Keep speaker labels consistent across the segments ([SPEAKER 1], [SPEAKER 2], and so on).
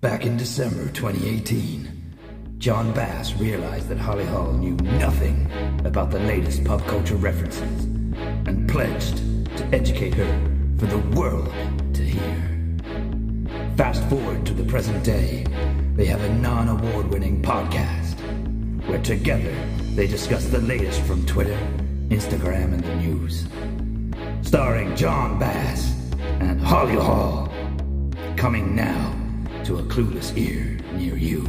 [SPEAKER 1] Back in December 2018, John Bass realized that Holly Hall knew nothing about the latest pop culture references and pledged to educate her for the world to hear. Fast forward to the present day, they have a non award winning podcast where together they discuss the latest from Twitter, Instagram, and the news. Starring John Bass and Holly Hall. Coming now to a clueless ear near you.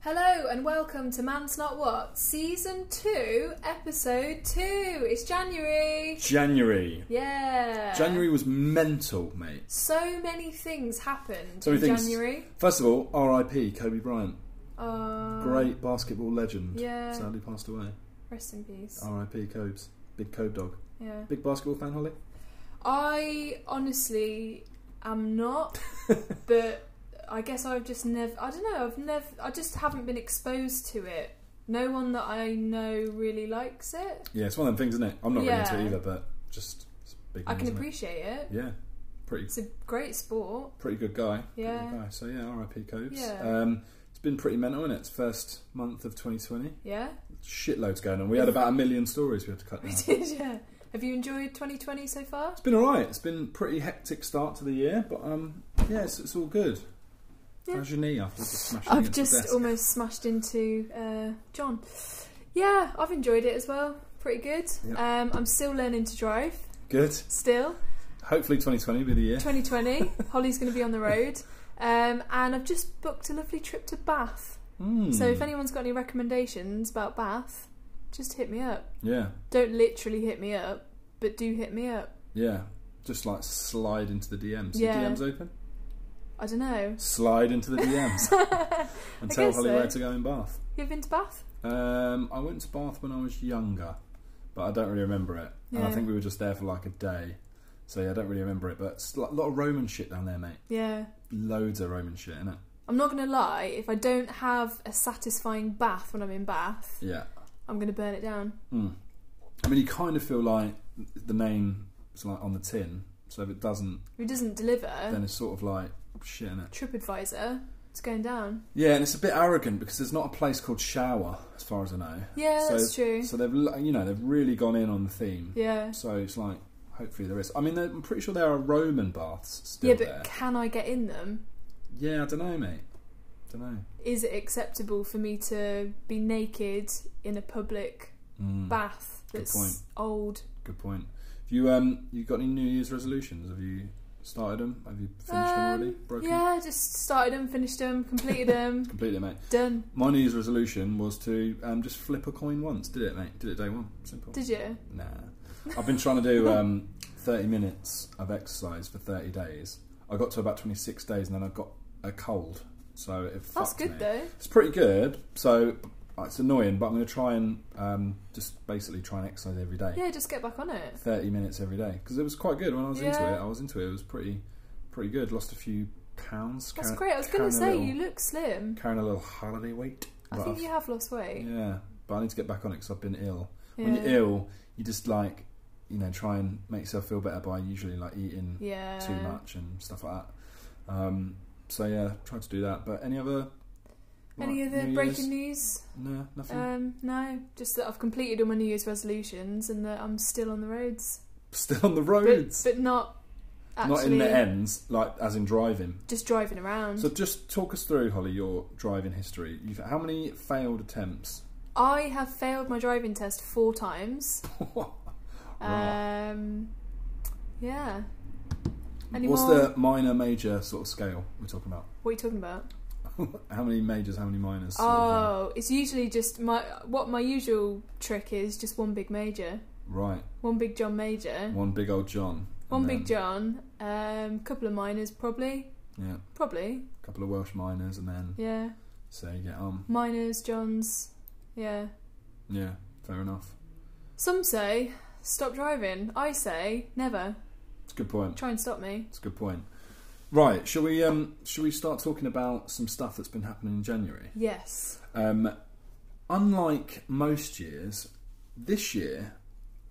[SPEAKER 2] Hello and welcome to Man's Not What, Season 2, Episode 2. It's January!
[SPEAKER 3] January.
[SPEAKER 2] Yeah!
[SPEAKER 3] January was mental, mate.
[SPEAKER 2] So many things happened
[SPEAKER 3] So many
[SPEAKER 2] in
[SPEAKER 3] things.
[SPEAKER 2] January.
[SPEAKER 3] First of all, R.I.P. Kobe Bryant,
[SPEAKER 2] Uh,
[SPEAKER 3] great basketball legend.
[SPEAKER 2] yeah.
[SPEAKER 3] Sadly passed away.
[SPEAKER 2] Rest in peace.
[SPEAKER 3] R.I.P. Cobes. Big Kobe dog.
[SPEAKER 2] Yeah.
[SPEAKER 3] Big basketball fan, Holly.
[SPEAKER 2] I honestly am not, but I guess I've just never, I don't know, I've never, I just haven't been exposed to it. No one that I know really likes it.
[SPEAKER 3] Yeah, it's one of them things, isn't it? I'm not
[SPEAKER 2] Yeah.
[SPEAKER 3] really into it either, but just it's a big.
[SPEAKER 2] I
[SPEAKER 3] one,
[SPEAKER 2] can
[SPEAKER 3] isn't it?
[SPEAKER 2] appreciate it.
[SPEAKER 3] Yeah, pretty
[SPEAKER 2] It's a great sport.
[SPEAKER 3] pretty good guy. Pretty
[SPEAKER 2] Yeah.
[SPEAKER 3] good guy. So yeah, R.I.P. Cobes.
[SPEAKER 2] Yeah.
[SPEAKER 3] Um, it's been pretty mental, isn't it? It's first month of 2020.
[SPEAKER 2] Yeah?
[SPEAKER 3] Shitloads going on. We had about a million stories we had to cut down.
[SPEAKER 2] We
[SPEAKER 3] It's
[SPEAKER 2] did, yeah. Have you enjoyed 2020 so far?
[SPEAKER 3] been alright. It's been pretty hectic start to the year, but um, yeah, it's, it's all good.
[SPEAKER 2] Yeah.
[SPEAKER 3] How's your knee after just smashing
[SPEAKER 2] I've
[SPEAKER 3] against the
[SPEAKER 2] just
[SPEAKER 3] desk?
[SPEAKER 2] almost smashed into uh, John. Yeah, I've enjoyed it as well. Pretty good.
[SPEAKER 3] Yep.
[SPEAKER 2] Um, I'm still learning to drive.
[SPEAKER 3] Good.
[SPEAKER 2] Still,
[SPEAKER 3] Hopefully 2020 will be the year.
[SPEAKER 2] 2020. Holly's going to be on the road, um, and I've just booked a lovely trip to Bath.
[SPEAKER 3] Hmm.
[SPEAKER 2] So if anyone's got any recommendations about Bath, just hit me up.
[SPEAKER 3] Yeah,
[SPEAKER 2] Don't literally hit me up, but do hit me up.
[SPEAKER 3] yeah. Just like slide into the DMs. Are
[SPEAKER 2] Yeah.
[SPEAKER 3] DMs open?
[SPEAKER 2] I don't know.
[SPEAKER 3] Slide into the DMs and
[SPEAKER 2] I
[SPEAKER 3] tell
[SPEAKER 2] guess
[SPEAKER 3] Holly
[SPEAKER 2] so.
[SPEAKER 3] where to go in Bath.
[SPEAKER 2] You've been to Bath?
[SPEAKER 3] Um, I went to Bath when I was younger, but I don't really remember it. And I
[SPEAKER 2] Yeah.
[SPEAKER 3] think we were just there for like a day. So yeah, I don't really remember it. But it's a lot of Roman shit down there, mate.
[SPEAKER 2] Yeah.
[SPEAKER 3] Loads of Roman shit, innit?
[SPEAKER 2] I'm not going to lie, if I don't have a satisfying bath when I'm in Bath,
[SPEAKER 3] Yeah.
[SPEAKER 2] I'm going to burn it down.
[SPEAKER 3] Mm. I mean, you kind of feel like the name is like on the tin. So if it doesn't,
[SPEAKER 2] If it doesn't deliver,
[SPEAKER 3] then it's sort of like shit, innit?
[SPEAKER 2] TripAdvisor, it's going down.
[SPEAKER 3] Yeah, and it's a bit arrogant because there's not a place called Shower, as far as I know.
[SPEAKER 2] Yeah,
[SPEAKER 3] So-
[SPEAKER 2] that's true.
[SPEAKER 3] So they've, l- you know, they've really gone in on the theme.
[SPEAKER 2] Yeah.
[SPEAKER 3] So it's like, hopefully there is. I mean, there- I'm pretty sure there are Roman baths still
[SPEAKER 2] Yeah, but
[SPEAKER 3] there.
[SPEAKER 2] can I get in them?
[SPEAKER 3] Yeah, I don't know, mate. Don't know.
[SPEAKER 2] Is it acceptable for me to be naked in a public
[SPEAKER 3] Mm,
[SPEAKER 2] bath
[SPEAKER 3] Good
[SPEAKER 2] that's
[SPEAKER 3] point.
[SPEAKER 2] old?
[SPEAKER 3] Good point. Have you um, you got any New Year's resolutions? Have you started them? Have you finished them already?
[SPEAKER 2] Um,
[SPEAKER 3] Broken? them?
[SPEAKER 2] yeah, just started them, finished them, completed them,
[SPEAKER 3] Completely, mate.
[SPEAKER 2] done.
[SPEAKER 3] My New Year's resolution was to um, just flip a coin once. Did it, mate? Did it day one? Simple.
[SPEAKER 2] Did you?
[SPEAKER 3] Nah. I've been trying to do um, 30 minutes of exercise for 30 days. I got to about 26 days and then I got a cold. So it
[SPEAKER 2] That's
[SPEAKER 3] fucked
[SPEAKER 2] good
[SPEAKER 3] me.
[SPEAKER 2] though.
[SPEAKER 3] It's pretty good. So uh, it's annoying, but I'm going to try and um, just basically try and exercise every day.
[SPEAKER 2] Yeah, just get back on it.
[SPEAKER 3] 30 minutes every day. Because it was quite good when I was into
[SPEAKER 2] Yeah.
[SPEAKER 3] it. I was into it. It was pretty pretty good. Lost a few pounds.
[SPEAKER 2] That's
[SPEAKER 3] carrying-
[SPEAKER 2] great. I was going
[SPEAKER 3] carrying
[SPEAKER 2] to
[SPEAKER 3] a
[SPEAKER 2] say,
[SPEAKER 3] little-
[SPEAKER 2] you look slim.
[SPEAKER 3] Carrying a little holiday weight.
[SPEAKER 2] I
[SPEAKER 3] But
[SPEAKER 2] think
[SPEAKER 3] I've-
[SPEAKER 2] you have lost weight.
[SPEAKER 3] Yeah, but I need to get back on it because I've been ill.
[SPEAKER 2] Yeah.
[SPEAKER 3] when you're ill, you just like you know try and make yourself feel better by usually like eating
[SPEAKER 2] Yeah.
[SPEAKER 3] too much and stuff like that. Um, so yeah, try to do that. But any other like,
[SPEAKER 2] Any other
[SPEAKER 3] New
[SPEAKER 2] breaking
[SPEAKER 3] Year's?
[SPEAKER 2] news?
[SPEAKER 3] No, nothing.
[SPEAKER 2] Um, no, just that I've completed all my New Year's resolutions and that I'm still on the roads,
[SPEAKER 3] Still on the
[SPEAKER 2] but,
[SPEAKER 3] roads,
[SPEAKER 2] but not actually
[SPEAKER 3] Oh,
[SPEAKER 2] Mm.
[SPEAKER 3] not in the ends, like as in driving.
[SPEAKER 2] just driving around.
[SPEAKER 3] So just talk us through, Holly, your driving history. You've how many failed attempts?
[SPEAKER 2] I have failed my driving test four times.
[SPEAKER 3] Right.
[SPEAKER 2] Um, yeah. Any
[SPEAKER 3] What's
[SPEAKER 2] more?
[SPEAKER 3] the minor major sort of scale we're talking about?
[SPEAKER 2] What are you talking about?
[SPEAKER 3] how many majors? How many minors? sort of thing?
[SPEAKER 2] Oh, it's usually just my what my usual trick is just one big major,
[SPEAKER 3] right.
[SPEAKER 2] one big John major,
[SPEAKER 3] One big old John.
[SPEAKER 2] one
[SPEAKER 3] and
[SPEAKER 2] big
[SPEAKER 3] then-
[SPEAKER 2] John, um, couple of minors probably,
[SPEAKER 3] Yeah,
[SPEAKER 2] probably,
[SPEAKER 3] a couple of Welsh miners, and then
[SPEAKER 2] yeah,
[SPEAKER 3] so you get on.
[SPEAKER 2] minors, Johns, yeah.
[SPEAKER 3] Yeah, fair enough.
[SPEAKER 2] Some say stop driving. I say never.
[SPEAKER 3] It's a good point.
[SPEAKER 2] Try and stop me.
[SPEAKER 3] It's a good point. Right, shall we um shall we start talking about some stuff that's been happening in January?
[SPEAKER 2] Yes.
[SPEAKER 3] Um, unlike most years, this year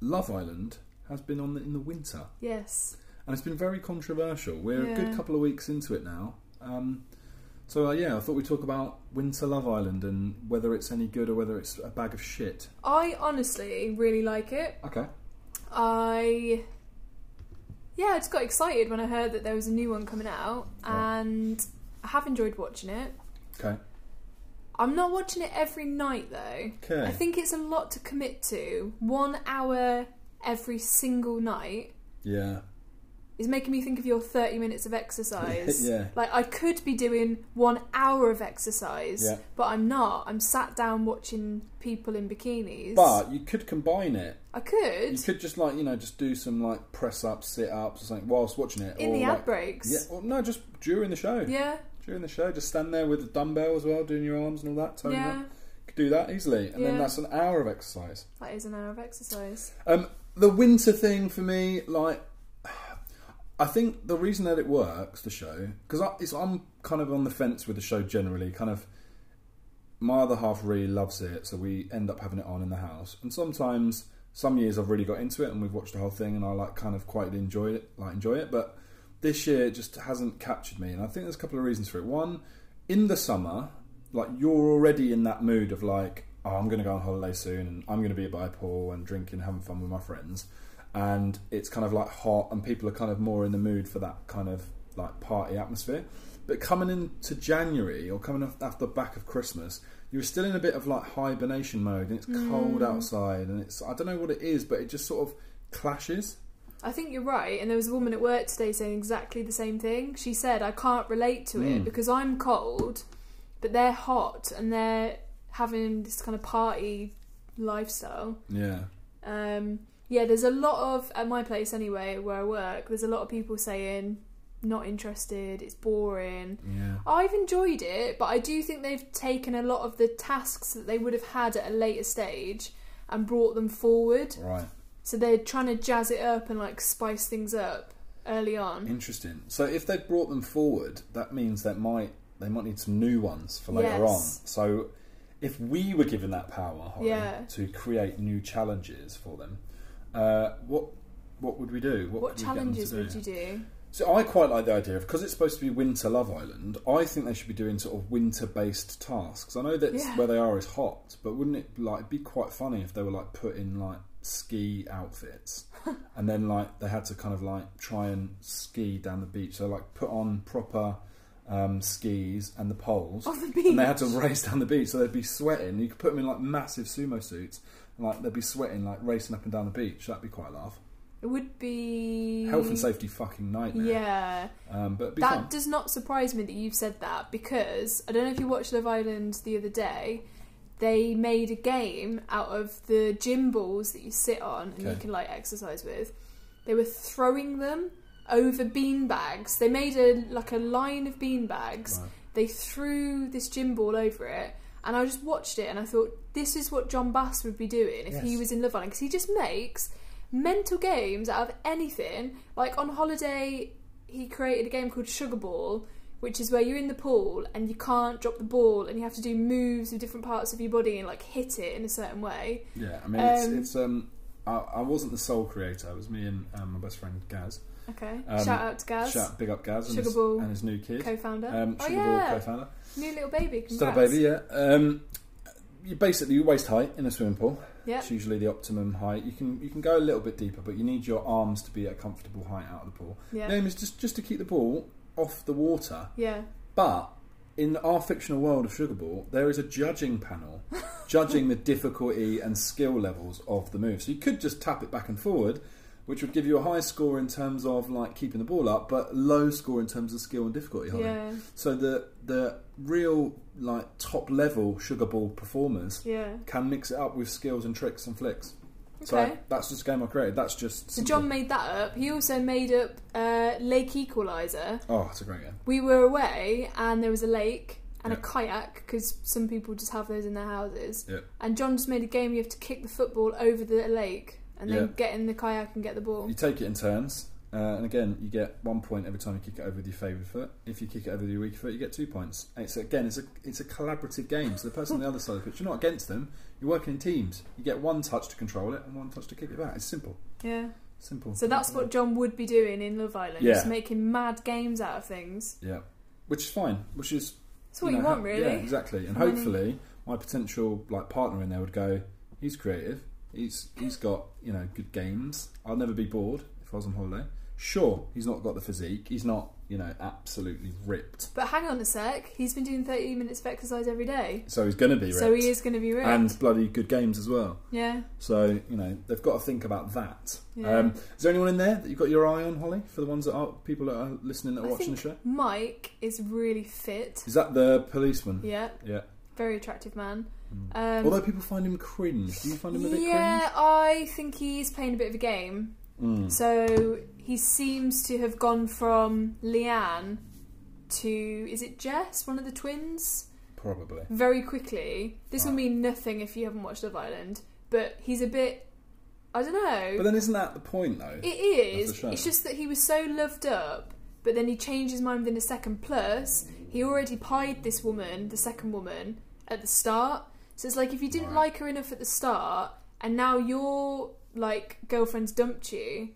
[SPEAKER 3] Love Island has been on the, in the winter,
[SPEAKER 2] Yes.
[SPEAKER 3] and it's been very controversial. We're a
[SPEAKER 2] Yeah.
[SPEAKER 3] good couple of weeks into it now. Um, so uh, yeah, I thought we'd talk about Winter Love Island and whether it's any good or whether it's a bag of shit.
[SPEAKER 2] I honestly really like it.
[SPEAKER 3] Okay.
[SPEAKER 2] I yeah, I just got excited when I heard that there was a new one coming out,
[SPEAKER 3] Right.
[SPEAKER 2] and I have enjoyed watching it.
[SPEAKER 3] Okay.
[SPEAKER 2] I'm not watching it every night though.
[SPEAKER 3] Okay.
[SPEAKER 2] I think it's a lot to commit to. One hour every single night
[SPEAKER 3] yeah.
[SPEAKER 2] is making me think of your 30 minutes of exercise.
[SPEAKER 3] Yeah.
[SPEAKER 2] Like I could be doing one hour of exercise,
[SPEAKER 3] Yeah.
[SPEAKER 2] but I'm not. I'm sat down watching people in bikinis.
[SPEAKER 3] But you could combine it.
[SPEAKER 2] I could
[SPEAKER 3] You could just like you know just do some like press ups, sit ups, or something whilst watching it.
[SPEAKER 2] in
[SPEAKER 3] or,
[SPEAKER 2] the
[SPEAKER 3] like,
[SPEAKER 2] ad breaks.
[SPEAKER 3] Yeah. Or, no, just during the show.
[SPEAKER 2] Yeah,
[SPEAKER 3] During the show, just stand there with the dumbbell as well, doing your arms and all that. Toning
[SPEAKER 2] yeah.
[SPEAKER 3] up. Could do that easily, and then
[SPEAKER 2] Yeah.
[SPEAKER 3] that's an hour of exercise.
[SPEAKER 2] That is an hour of exercise.
[SPEAKER 3] Um, the winter thing for me, like, I think the reason that it works, the show, because I'm kind of on the fence with the show generally. Kind of, my other half really loves it, so we end up having it on in the house. And sometimes, some years I've really got into it, and we've watched the whole thing, and I like kind of quite enjoy it, like enjoy it. But this year, it just hasn't captured me, and I think there's a couple of reasons for it. One, in the summer, like you're already in that mood of like, oh, I'm going to go on holiday soon, and I'm going to be at by a pool and drinking, having fun with my friends, and it's kind of like hot, and people are kind of more in the mood for that kind of like party atmosphere. But coming into January or coming off after the back of Christmas, you're still in a bit of like hibernation mode, and it's cold outside, and it's I don't know what it is, but it just sort of clashes.
[SPEAKER 2] I think you're right. And there was a woman at work today saying exactly the same thing. She said, I can't relate to
[SPEAKER 3] Hmm.
[SPEAKER 2] it because I'm cold, but they're hot and they're having this kind of party lifestyle.
[SPEAKER 3] Yeah,
[SPEAKER 2] Um, yeah, there's a lot of, at my place anyway, where I work, there's a lot of people saying, not interested, it's boring.
[SPEAKER 3] yeah,
[SPEAKER 2] I've enjoyed it, but I do think they've taken a lot of the tasks that they would have had at a later stage and brought them forward.
[SPEAKER 3] right.
[SPEAKER 2] So they're trying to jazz it up and like spice things up early on.
[SPEAKER 3] Interesting. So if they've brought them forward, that means that might they might need some new ones for later
[SPEAKER 2] Yes.
[SPEAKER 3] on. So if we were given that power Holly,
[SPEAKER 2] Yeah.
[SPEAKER 3] to create new challenges for them, uh, what what would we do?
[SPEAKER 2] What
[SPEAKER 3] could we get them to
[SPEAKER 2] challenges would you do?
[SPEAKER 3] So I quite like the idea of because it's supposed to be Winter Love Island. I think they should be doing sort of winter-based tasks. I know that
[SPEAKER 2] Yeah.
[SPEAKER 3] where they are is hot, but wouldn't it like be quite funny if they were like put in like ski outfits, and then like they had to kind of like try and ski down the beach. So like put on proper um, skis and the poles,
[SPEAKER 2] On the
[SPEAKER 3] and they
[SPEAKER 2] beach.
[SPEAKER 3] had to race down the beach. So they'd be sweating. You could put them in like massive sumo suits, and like they'd be sweating like racing up and down the beach. That'd be quite a laugh.
[SPEAKER 2] It would be
[SPEAKER 3] Health and safety fucking nightmare.
[SPEAKER 2] Yeah.
[SPEAKER 3] Um, but it'd be
[SPEAKER 2] That
[SPEAKER 3] fun.
[SPEAKER 2] does not surprise me that you've said that because I don't know if you watched Love Island the other day. They made a game out of the gym balls that you sit on and you
[SPEAKER 3] Okay.
[SPEAKER 2] can like exercise with. They were throwing them over bean bags. They made a like a line of bean bags.
[SPEAKER 3] Right.
[SPEAKER 2] They threw this gym ball over it, and I just watched it and I thought this is what John Bass would be doing if he
[SPEAKER 3] Yes.
[SPEAKER 2] was in Love Island because he just makes mental games out of anything. Like on holiday, he created a game called Sugar Ball, which is where you're in the pool and you can't drop the ball and you have to do moves with different parts of your body and like hit it in a certain way.
[SPEAKER 3] Yeah, I mean, it's,
[SPEAKER 2] Um,
[SPEAKER 3] it's um, I, I wasn't the sole creator. It was me and um, my best friend Gaz.
[SPEAKER 2] Okay.
[SPEAKER 3] Um,
[SPEAKER 2] Shout out to Gaz,
[SPEAKER 3] Shout, big up Gaz and,
[SPEAKER 2] Sugar
[SPEAKER 3] his,
[SPEAKER 2] Ball
[SPEAKER 3] and his new kid.
[SPEAKER 2] co-founder.
[SPEAKER 3] um,
[SPEAKER 2] oh
[SPEAKER 3] Sugar Ball
[SPEAKER 2] yeah,
[SPEAKER 3] co-founder.
[SPEAKER 2] new little baby. Congrats.
[SPEAKER 3] Still a baby, yeah. Um, you basically waist height in a swimming pool.
[SPEAKER 2] Yeah.
[SPEAKER 3] It's usually the optimum height. You can you can go a little bit deeper, but you need your arms to be at a comfortable height out of the pool.
[SPEAKER 2] Yeah.
[SPEAKER 3] Name is just just to keep the ball off the water.
[SPEAKER 2] Yeah.
[SPEAKER 3] But in our fictional world of Sugarball, there is a judging panel judging the difficulty and skill levels of the move. So you could just tap it back and forward, which would give you a high score in terms of like keeping the ball up, but low score in terms of skill and difficulty. Holly.
[SPEAKER 2] Yeah.
[SPEAKER 3] So the the real like top level Sugarball performers
[SPEAKER 2] Yeah.
[SPEAKER 3] can mix it up with skills and tricks and flicks. So
[SPEAKER 2] Okay.
[SPEAKER 3] that's just a game I created. That's just
[SPEAKER 2] So John made that up. He also made up uh, Lake Equalizer.
[SPEAKER 3] Oh, it's a great game.
[SPEAKER 2] We were away and there was a lake and a
[SPEAKER 3] Yeah.
[SPEAKER 2] kayak because some people just have those in their houses.
[SPEAKER 3] Yeah.
[SPEAKER 2] And John just made a game you have to kick the football over the lake and then
[SPEAKER 3] Yeah.
[SPEAKER 2] get in the kayak and get the ball.
[SPEAKER 3] You take it in turns, uh, and again, you get one point every time you kick it over with your favoured foot. If you kick it over with your weaker foot, you get two points. And it's again, it's a it's a collaborative game. So the person on the other side of the pitch, you're not against them. You're working in teams. You get one touch to control it and one touch to kick it back. It's simple.
[SPEAKER 2] Yeah.
[SPEAKER 3] Simple.
[SPEAKER 2] So that's what John would be doing in Love Island,
[SPEAKER 3] Yeah.
[SPEAKER 2] just making mad games out of things.
[SPEAKER 3] Yeah, which is fine. Which is
[SPEAKER 2] That's what
[SPEAKER 3] know,
[SPEAKER 2] you want,
[SPEAKER 3] ha-
[SPEAKER 2] really.
[SPEAKER 3] Yeah, exactly. And
[SPEAKER 2] Money.
[SPEAKER 3] hopefully, my potential like partner in there would go. He's creative. He's he's got you know good games. I'll never be bored if I was on holiday. Sure, he's not got the physique. He's not you know absolutely ripped.
[SPEAKER 2] But hang on a sec, he's been doing 30 minutes of exercise every day,
[SPEAKER 3] So he's gonna be ripped.
[SPEAKER 2] so he is going to be ripped.
[SPEAKER 3] and bloody good games as well.
[SPEAKER 2] yeah.
[SPEAKER 3] So you know they've got to think about that.
[SPEAKER 2] Yeah.
[SPEAKER 3] Um, is there anyone in there that you've got your eye on, Holly? For the ones that are people that are listening that are
[SPEAKER 2] I
[SPEAKER 3] watching
[SPEAKER 2] think
[SPEAKER 3] the show,
[SPEAKER 2] Mike is really fit.
[SPEAKER 3] is that the policeman?
[SPEAKER 2] Yeah,
[SPEAKER 3] Yeah.
[SPEAKER 2] very attractive man.
[SPEAKER 3] Mm.
[SPEAKER 2] Um,
[SPEAKER 3] Although people find him cringe, do you find him a bit
[SPEAKER 2] yeah, I think he's playing a bit of a game.
[SPEAKER 3] cringe? Mm.
[SPEAKER 2] So he seems to have gone from Leanne to is it Jess, one of the twins?
[SPEAKER 3] Hmm, Probably.
[SPEAKER 2] Very quickly. This will
[SPEAKER 3] Right.
[SPEAKER 2] mean nothing if you haven't watched Love Island, but he's a bit. I don't
[SPEAKER 3] But
[SPEAKER 2] know.
[SPEAKER 3] then isn't that the point though?
[SPEAKER 2] It is.
[SPEAKER 3] That's a shame.
[SPEAKER 2] It's just that he was so loved up, but then he changed his mind within a second. Plus, he already pied this woman, the second woman, at the start. So it's like if you didn't
[SPEAKER 3] Right.
[SPEAKER 2] like her enough at the start, and now your like girlfriend's dumped you,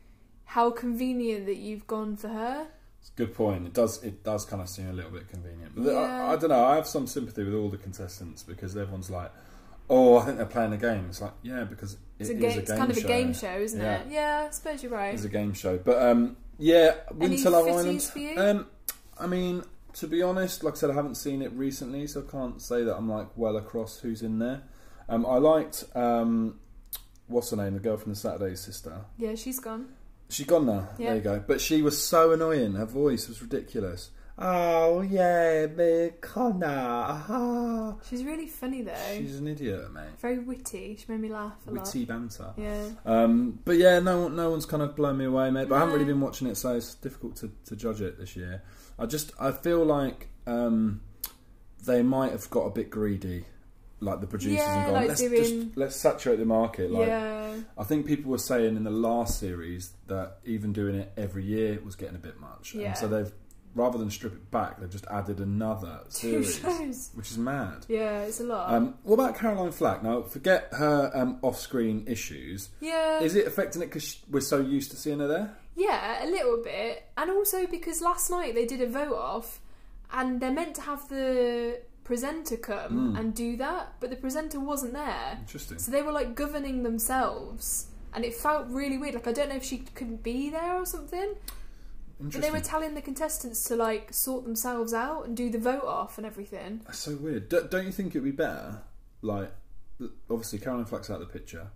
[SPEAKER 2] how convenient that you've gone for her.
[SPEAKER 3] It's a good point. It does it does kind of seem a little bit convenient. But
[SPEAKER 2] Yeah.
[SPEAKER 3] I, I don't know. I have some sympathy with all the contestants because everyone's like, "Oh, I think they're playing a game." It's like, yeah, because it
[SPEAKER 2] It's,
[SPEAKER 3] is
[SPEAKER 2] a, game, it's kind of a game show, isn't
[SPEAKER 3] Yeah.
[SPEAKER 2] it? Yeah, I suppose you're right.
[SPEAKER 3] It's a game show. But um, yeah,
[SPEAKER 2] Any
[SPEAKER 3] Winter Love
[SPEAKER 2] fitties
[SPEAKER 3] Island.
[SPEAKER 2] for you?
[SPEAKER 3] Um, I mean, to be honest, like I said, I haven't seen it recently, so I can't say that I'm like well across who's in there. Um, I liked um, what's her name, the girl from the Saturday Sister.
[SPEAKER 2] yeah, she's gone.
[SPEAKER 3] She's gone now.
[SPEAKER 2] Yeah.
[SPEAKER 3] There you go. But she was so annoying. Her voice was ridiculous. Oh yeah, me Connor. Aha.
[SPEAKER 2] She's really funny though.
[SPEAKER 3] She's an idiot, mate.
[SPEAKER 2] Very witty. She made me laugh a
[SPEAKER 3] Witty banter.
[SPEAKER 2] lot. Yeah.
[SPEAKER 3] Um, but yeah, no, no one's kind of blown me away, mate. But I haven't
[SPEAKER 2] No.
[SPEAKER 3] really been watching it, so it's difficult to, to judge it this year. I just I feel like um, they might have got a bit greedy, like the producers
[SPEAKER 2] Yeah,
[SPEAKER 3] and gone.
[SPEAKER 2] like
[SPEAKER 3] let's
[SPEAKER 2] doing-
[SPEAKER 3] just let's saturate the market. Like
[SPEAKER 2] yeah.
[SPEAKER 3] I think people were saying in the last series that even doing it every year was getting a bit much,
[SPEAKER 2] Yeah.
[SPEAKER 3] and so they've rather than strip it back, they've just added another
[SPEAKER 2] Two
[SPEAKER 3] series,
[SPEAKER 2] shows.
[SPEAKER 3] which is mad.
[SPEAKER 2] Yeah, it's a lot.
[SPEAKER 3] Um, what about Caroline Flack? Now, forget her um, off-screen issues.
[SPEAKER 2] yeah.
[SPEAKER 3] Is it affecting it because we're so used to seeing her there?
[SPEAKER 2] Yeah, a little bit. And also because last night they did a vote off and they're meant to have the presenter
[SPEAKER 3] Hmm.
[SPEAKER 2] come and do that, but the presenter wasn't there.
[SPEAKER 3] Interesting.
[SPEAKER 2] So they were like governing themselves. And it felt really weird. Like, I don't know if she couldn't be there or something. But they
[SPEAKER 3] Interesting.
[SPEAKER 2] were telling the contestants to, like, sort themselves out and do the vote off and everything.
[SPEAKER 3] That's so weird. D- don't you think it'd be better? Like, l- obviously, Caroline Flack's out of the picture,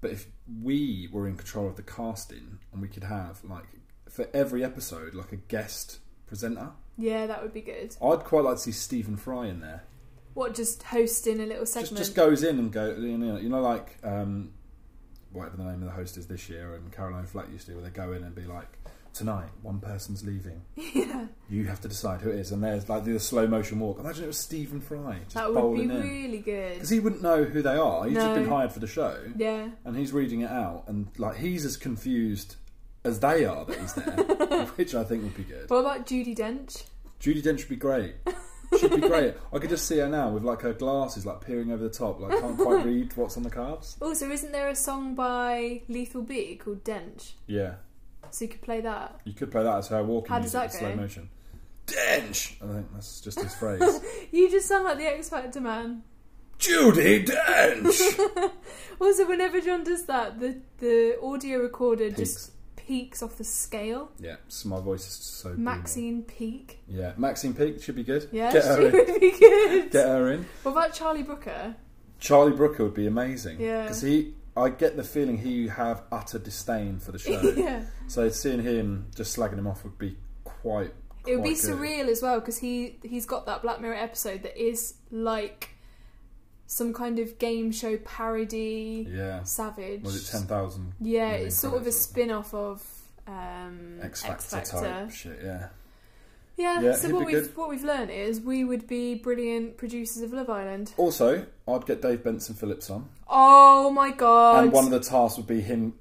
[SPEAKER 3] but if we were in control of the casting and we could have, like, for every episode, like a guest presenter,
[SPEAKER 2] Yeah, that would be good.
[SPEAKER 3] I'd quite like to see Stephen Fry in there.
[SPEAKER 2] What, just hosting a little segment?
[SPEAKER 3] Just, just goes in and go, you know, you know like, um, whatever the name of the host is this year, and Caroline Flack used to, where they go in and be like, tonight, one person's leaving.
[SPEAKER 2] yeah,
[SPEAKER 3] You have to decide who it is, and there's like do the slow motion walk. Imagine it was Stephen Fry just
[SPEAKER 2] that would be
[SPEAKER 3] bowling in
[SPEAKER 2] really good.
[SPEAKER 3] because he wouldn't know who they are. He's just
[SPEAKER 2] No.
[SPEAKER 3] been hired for the show,
[SPEAKER 2] Yeah.
[SPEAKER 3] and he's reading it out, and like he's as confused as they are that he's there, which I think would be good.
[SPEAKER 2] What about Judy Dench?
[SPEAKER 3] Judy Dench would be great. She'd be great. I could just see her now with like her glasses like peering over the top, like can't quite read what's on the cards.
[SPEAKER 2] Also, isn't there a song by Lethal B called Dench?
[SPEAKER 3] Yeah,
[SPEAKER 2] So you could play that.
[SPEAKER 3] you could play that as her walking
[SPEAKER 2] How does
[SPEAKER 3] music
[SPEAKER 2] that
[SPEAKER 3] in
[SPEAKER 2] go?
[SPEAKER 3] slow motion. Dench. I think that's just his phrase.
[SPEAKER 2] You just sound like the X Factor man.
[SPEAKER 3] Judy Dench.
[SPEAKER 2] Also, whenever John does that, the, the audio recorder just peaks off the scale.
[SPEAKER 3] Yeah, so my voice is so booming.
[SPEAKER 2] Maxine Peak.
[SPEAKER 3] Yeah, Maxine Peake should be good.
[SPEAKER 2] Yeah,
[SPEAKER 3] get
[SPEAKER 2] she
[SPEAKER 3] her in.
[SPEAKER 2] would be good.
[SPEAKER 3] Get her in.
[SPEAKER 2] What about Charlie Brooker?
[SPEAKER 3] Charlie Brooker would be amazing.
[SPEAKER 2] Yeah.
[SPEAKER 3] because he, I get the feeling he have utter disdain for the show.
[SPEAKER 2] yeah.
[SPEAKER 3] So seeing him just slagging him off would be quite.
[SPEAKER 2] It would be
[SPEAKER 3] quite good.
[SPEAKER 2] surreal as well because he he's got that Black Mirror episode that is like some kind of game show parody.
[SPEAKER 3] Yeah.
[SPEAKER 2] Savage.
[SPEAKER 3] Was it ten thousand?
[SPEAKER 2] Yeah,
[SPEAKER 3] Million
[SPEAKER 2] it's sort of a
[SPEAKER 3] credits.
[SPEAKER 2] spin off of um,
[SPEAKER 3] X Factor type shit? Yeah.
[SPEAKER 2] Yeah,
[SPEAKER 3] Yeah,
[SPEAKER 2] so
[SPEAKER 3] he'd
[SPEAKER 2] what
[SPEAKER 3] be
[SPEAKER 2] we've
[SPEAKER 3] good.
[SPEAKER 2] what we've learned is we would be brilliant producers of Love Island.
[SPEAKER 3] Also, I'd get Dave Benson Phillips on,
[SPEAKER 2] Oh my god.
[SPEAKER 3] and one of the tasks would be him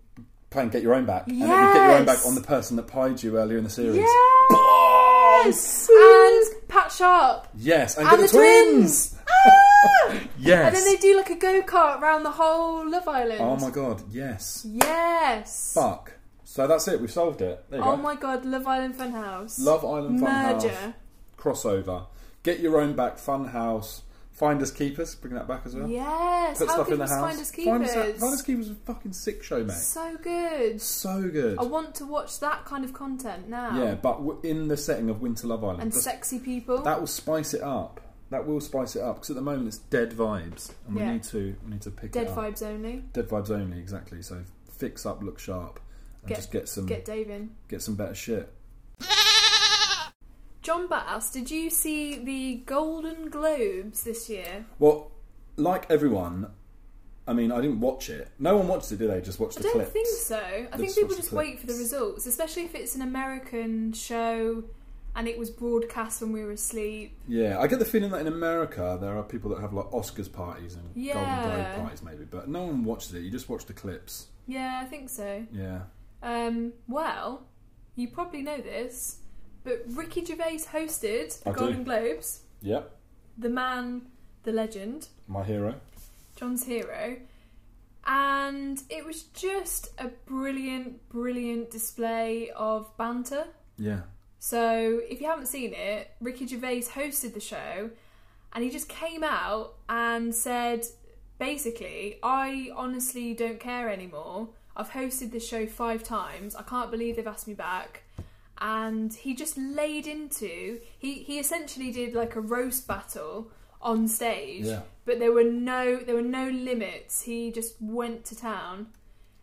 [SPEAKER 3] playing "Get Your Own Back," and then you get your own
[SPEAKER 2] Yes.
[SPEAKER 3] back on the person that pied you earlier in the series.
[SPEAKER 2] Yes! and Pat Sharp.
[SPEAKER 3] Yes, and,
[SPEAKER 2] And
[SPEAKER 3] get
[SPEAKER 2] the twins! Ah!
[SPEAKER 3] Yes.
[SPEAKER 2] And then they do like a go kart round the whole Love Island.
[SPEAKER 3] oh my god, yes.
[SPEAKER 2] Yes.
[SPEAKER 3] Fuck. So that's it. We've solved it. There you
[SPEAKER 2] Oh
[SPEAKER 3] go.
[SPEAKER 2] my god, Love Island Funhouse.
[SPEAKER 3] Love Island Funhouse
[SPEAKER 2] Merger.
[SPEAKER 3] crossover. Get your own back. Funhouse. Finders Keepers. Bring that back as well.
[SPEAKER 2] Yes.
[SPEAKER 3] Put
[SPEAKER 2] How
[SPEAKER 3] stuff
[SPEAKER 2] good
[SPEAKER 3] in the
[SPEAKER 2] was
[SPEAKER 3] house.
[SPEAKER 2] Finders
[SPEAKER 3] Finders-
[SPEAKER 2] Keepers?
[SPEAKER 3] Finders Keepers was a fucking sick show, mate.
[SPEAKER 2] So good.
[SPEAKER 3] So good.
[SPEAKER 2] I want to watch that kind of content now.
[SPEAKER 3] Yeah, but w- in the setting of Winter Love Island.
[SPEAKER 2] And
[SPEAKER 3] Just-
[SPEAKER 2] sexy people.
[SPEAKER 3] that will spice it up. That will spice it up because at the moment it's dead vibes, and we
[SPEAKER 2] Yeah.
[SPEAKER 3] need to we need to pick
[SPEAKER 2] Dead
[SPEAKER 3] it up.
[SPEAKER 2] vibes only.
[SPEAKER 3] Dead vibes only, exactly. So fix up, look sharp, and
[SPEAKER 2] Get-
[SPEAKER 3] just get some
[SPEAKER 2] Get
[SPEAKER 3] get,
[SPEAKER 2] Dave in.
[SPEAKER 3] some better shit.
[SPEAKER 2] John Bass, did you see the Golden Globes this year?
[SPEAKER 3] Well, like everyone, I mean, I didn't watch it. No one watched it, did they? Just watched
[SPEAKER 2] I
[SPEAKER 3] the
[SPEAKER 2] don't
[SPEAKER 3] clips.
[SPEAKER 2] think so. I
[SPEAKER 3] Let's
[SPEAKER 2] think people
[SPEAKER 3] watch the
[SPEAKER 2] just wait
[SPEAKER 3] clips.
[SPEAKER 2] for the results, especially if it's an American show and it was broadcast when we were asleep.
[SPEAKER 3] Yeah, I get the feeling that in America there are people that have like Oscars parties and Golden
[SPEAKER 2] Yeah.
[SPEAKER 3] Globe parties, maybe, but no one watches it. You just watch the clips.
[SPEAKER 2] Yeah, I think so.
[SPEAKER 3] Yeah.
[SPEAKER 2] Um, well, you probably know this, but Ricky Gervais hosted the
[SPEAKER 3] I do.
[SPEAKER 2] Golden Globes.
[SPEAKER 3] Yep.
[SPEAKER 2] The man, the legend,
[SPEAKER 3] My hero.
[SPEAKER 2] John's hero. And it was just a brilliant, brilliant display of banter.
[SPEAKER 3] Yeah.
[SPEAKER 2] So, if you haven't seen it, Ricky Gervais hosted the show and he just came out and said basically, I honestly don't care anymore. I've hosted this show five times. I can't believe they've asked me back. And he just laid into, he, he essentially did like a roast battle on stage,
[SPEAKER 3] Yeah.
[SPEAKER 2] but there were no there were no limits. He just went to town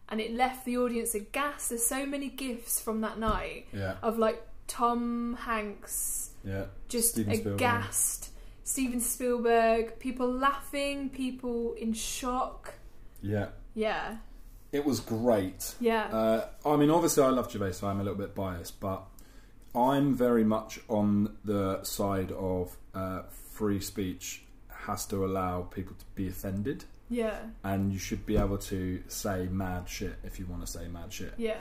[SPEAKER 2] and it left the audience aghast. There's so many gifts from that night
[SPEAKER 3] Yeah.
[SPEAKER 2] of like Tom Hanks
[SPEAKER 3] Yeah.
[SPEAKER 2] just
[SPEAKER 3] Steven Spielberg.
[SPEAKER 2] aghast, Steven Spielberg, people laughing, people in shock.
[SPEAKER 3] Yeah.
[SPEAKER 2] Yeah,
[SPEAKER 3] It was great.
[SPEAKER 2] yeah,
[SPEAKER 3] Uh, I mean, obviously, I love Gervais, so I'm a little bit biased, but I'm very much on the side of uh, free speech has to allow people to be offended,
[SPEAKER 2] yeah,
[SPEAKER 3] and you should be able to say mad shit if you want to say mad shit.
[SPEAKER 2] yeah,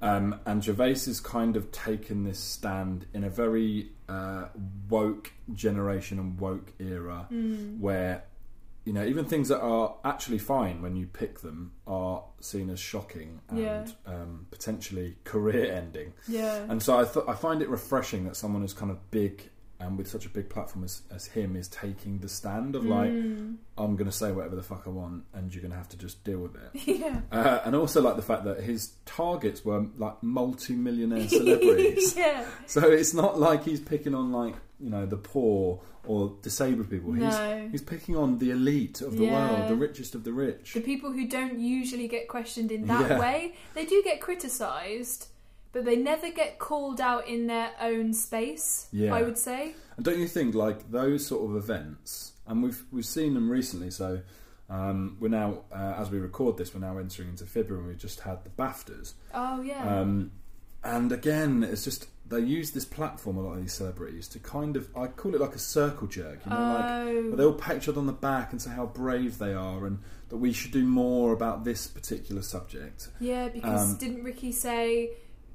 [SPEAKER 3] Um, and Gervais has kind of taken this stand in a very uh, woke generation and woke era
[SPEAKER 2] Mm,
[SPEAKER 3] where, you know, even things that are actually fine when you pick them are seen as shocking and
[SPEAKER 2] Yeah.
[SPEAKER 3] um, potentially career ending.
[SPEAKER 2] yeah,
[SPEAKER 3] And so I, th- I find it refreshing that someone who's kind of big and with such a big platform as, as him is taking the stand
[SPEAKER 2] Mm.
[SPEAKER 3] of like, I'm going to say whatever the fuck I want and you're going to have to just deal with it.
[SPEAKER 2] yeah.
[SPEAKER 3] Uh, and also like the fact that his targets were like multi-millionaire celebrities.
[SPEAKER 2] yeah,
[SPEAKER 3] so it's not like he's picking on like you know the poor or disabled people.
[SPEAKER 2] No.
[SPEAKER 3] He's he's picking on the elite of the
[SPEAKER 2] Yeah.
[SPEAKER 3] world, the richest of the rich.
[SPEAKER 2] the people who don't usually get questioned in that
[SPEAKER 3] Yeah.
[SPEAKER 2] way, they do get criticised, but they never get called out in their own space.
[SPEAKER 3] Yeah.
[SPEAKER 2] I would say.
[SPEAKER 3] And don't you think like those sort of events? And we've we've seen them recently. So um, we're now uh, as we record this, we're now entering into February. and We just had the Baftas.
[SPEAKER 2] Oh yeah,
[SPEAKER 3] Um, and again, it's just they use this platform a lot of these celebrities to kind of I call it like a circle jerk. You know, like
[SPEAKER 2] Oh.
[SPEAKER 3] where they'll pat each other on the back and say how brave they are and that we should do more about this particular subject.
[SPEAKER 2] yeah. Because
[SPEAKER 3] um,
[SPEAKER 2] didn't Ricky say,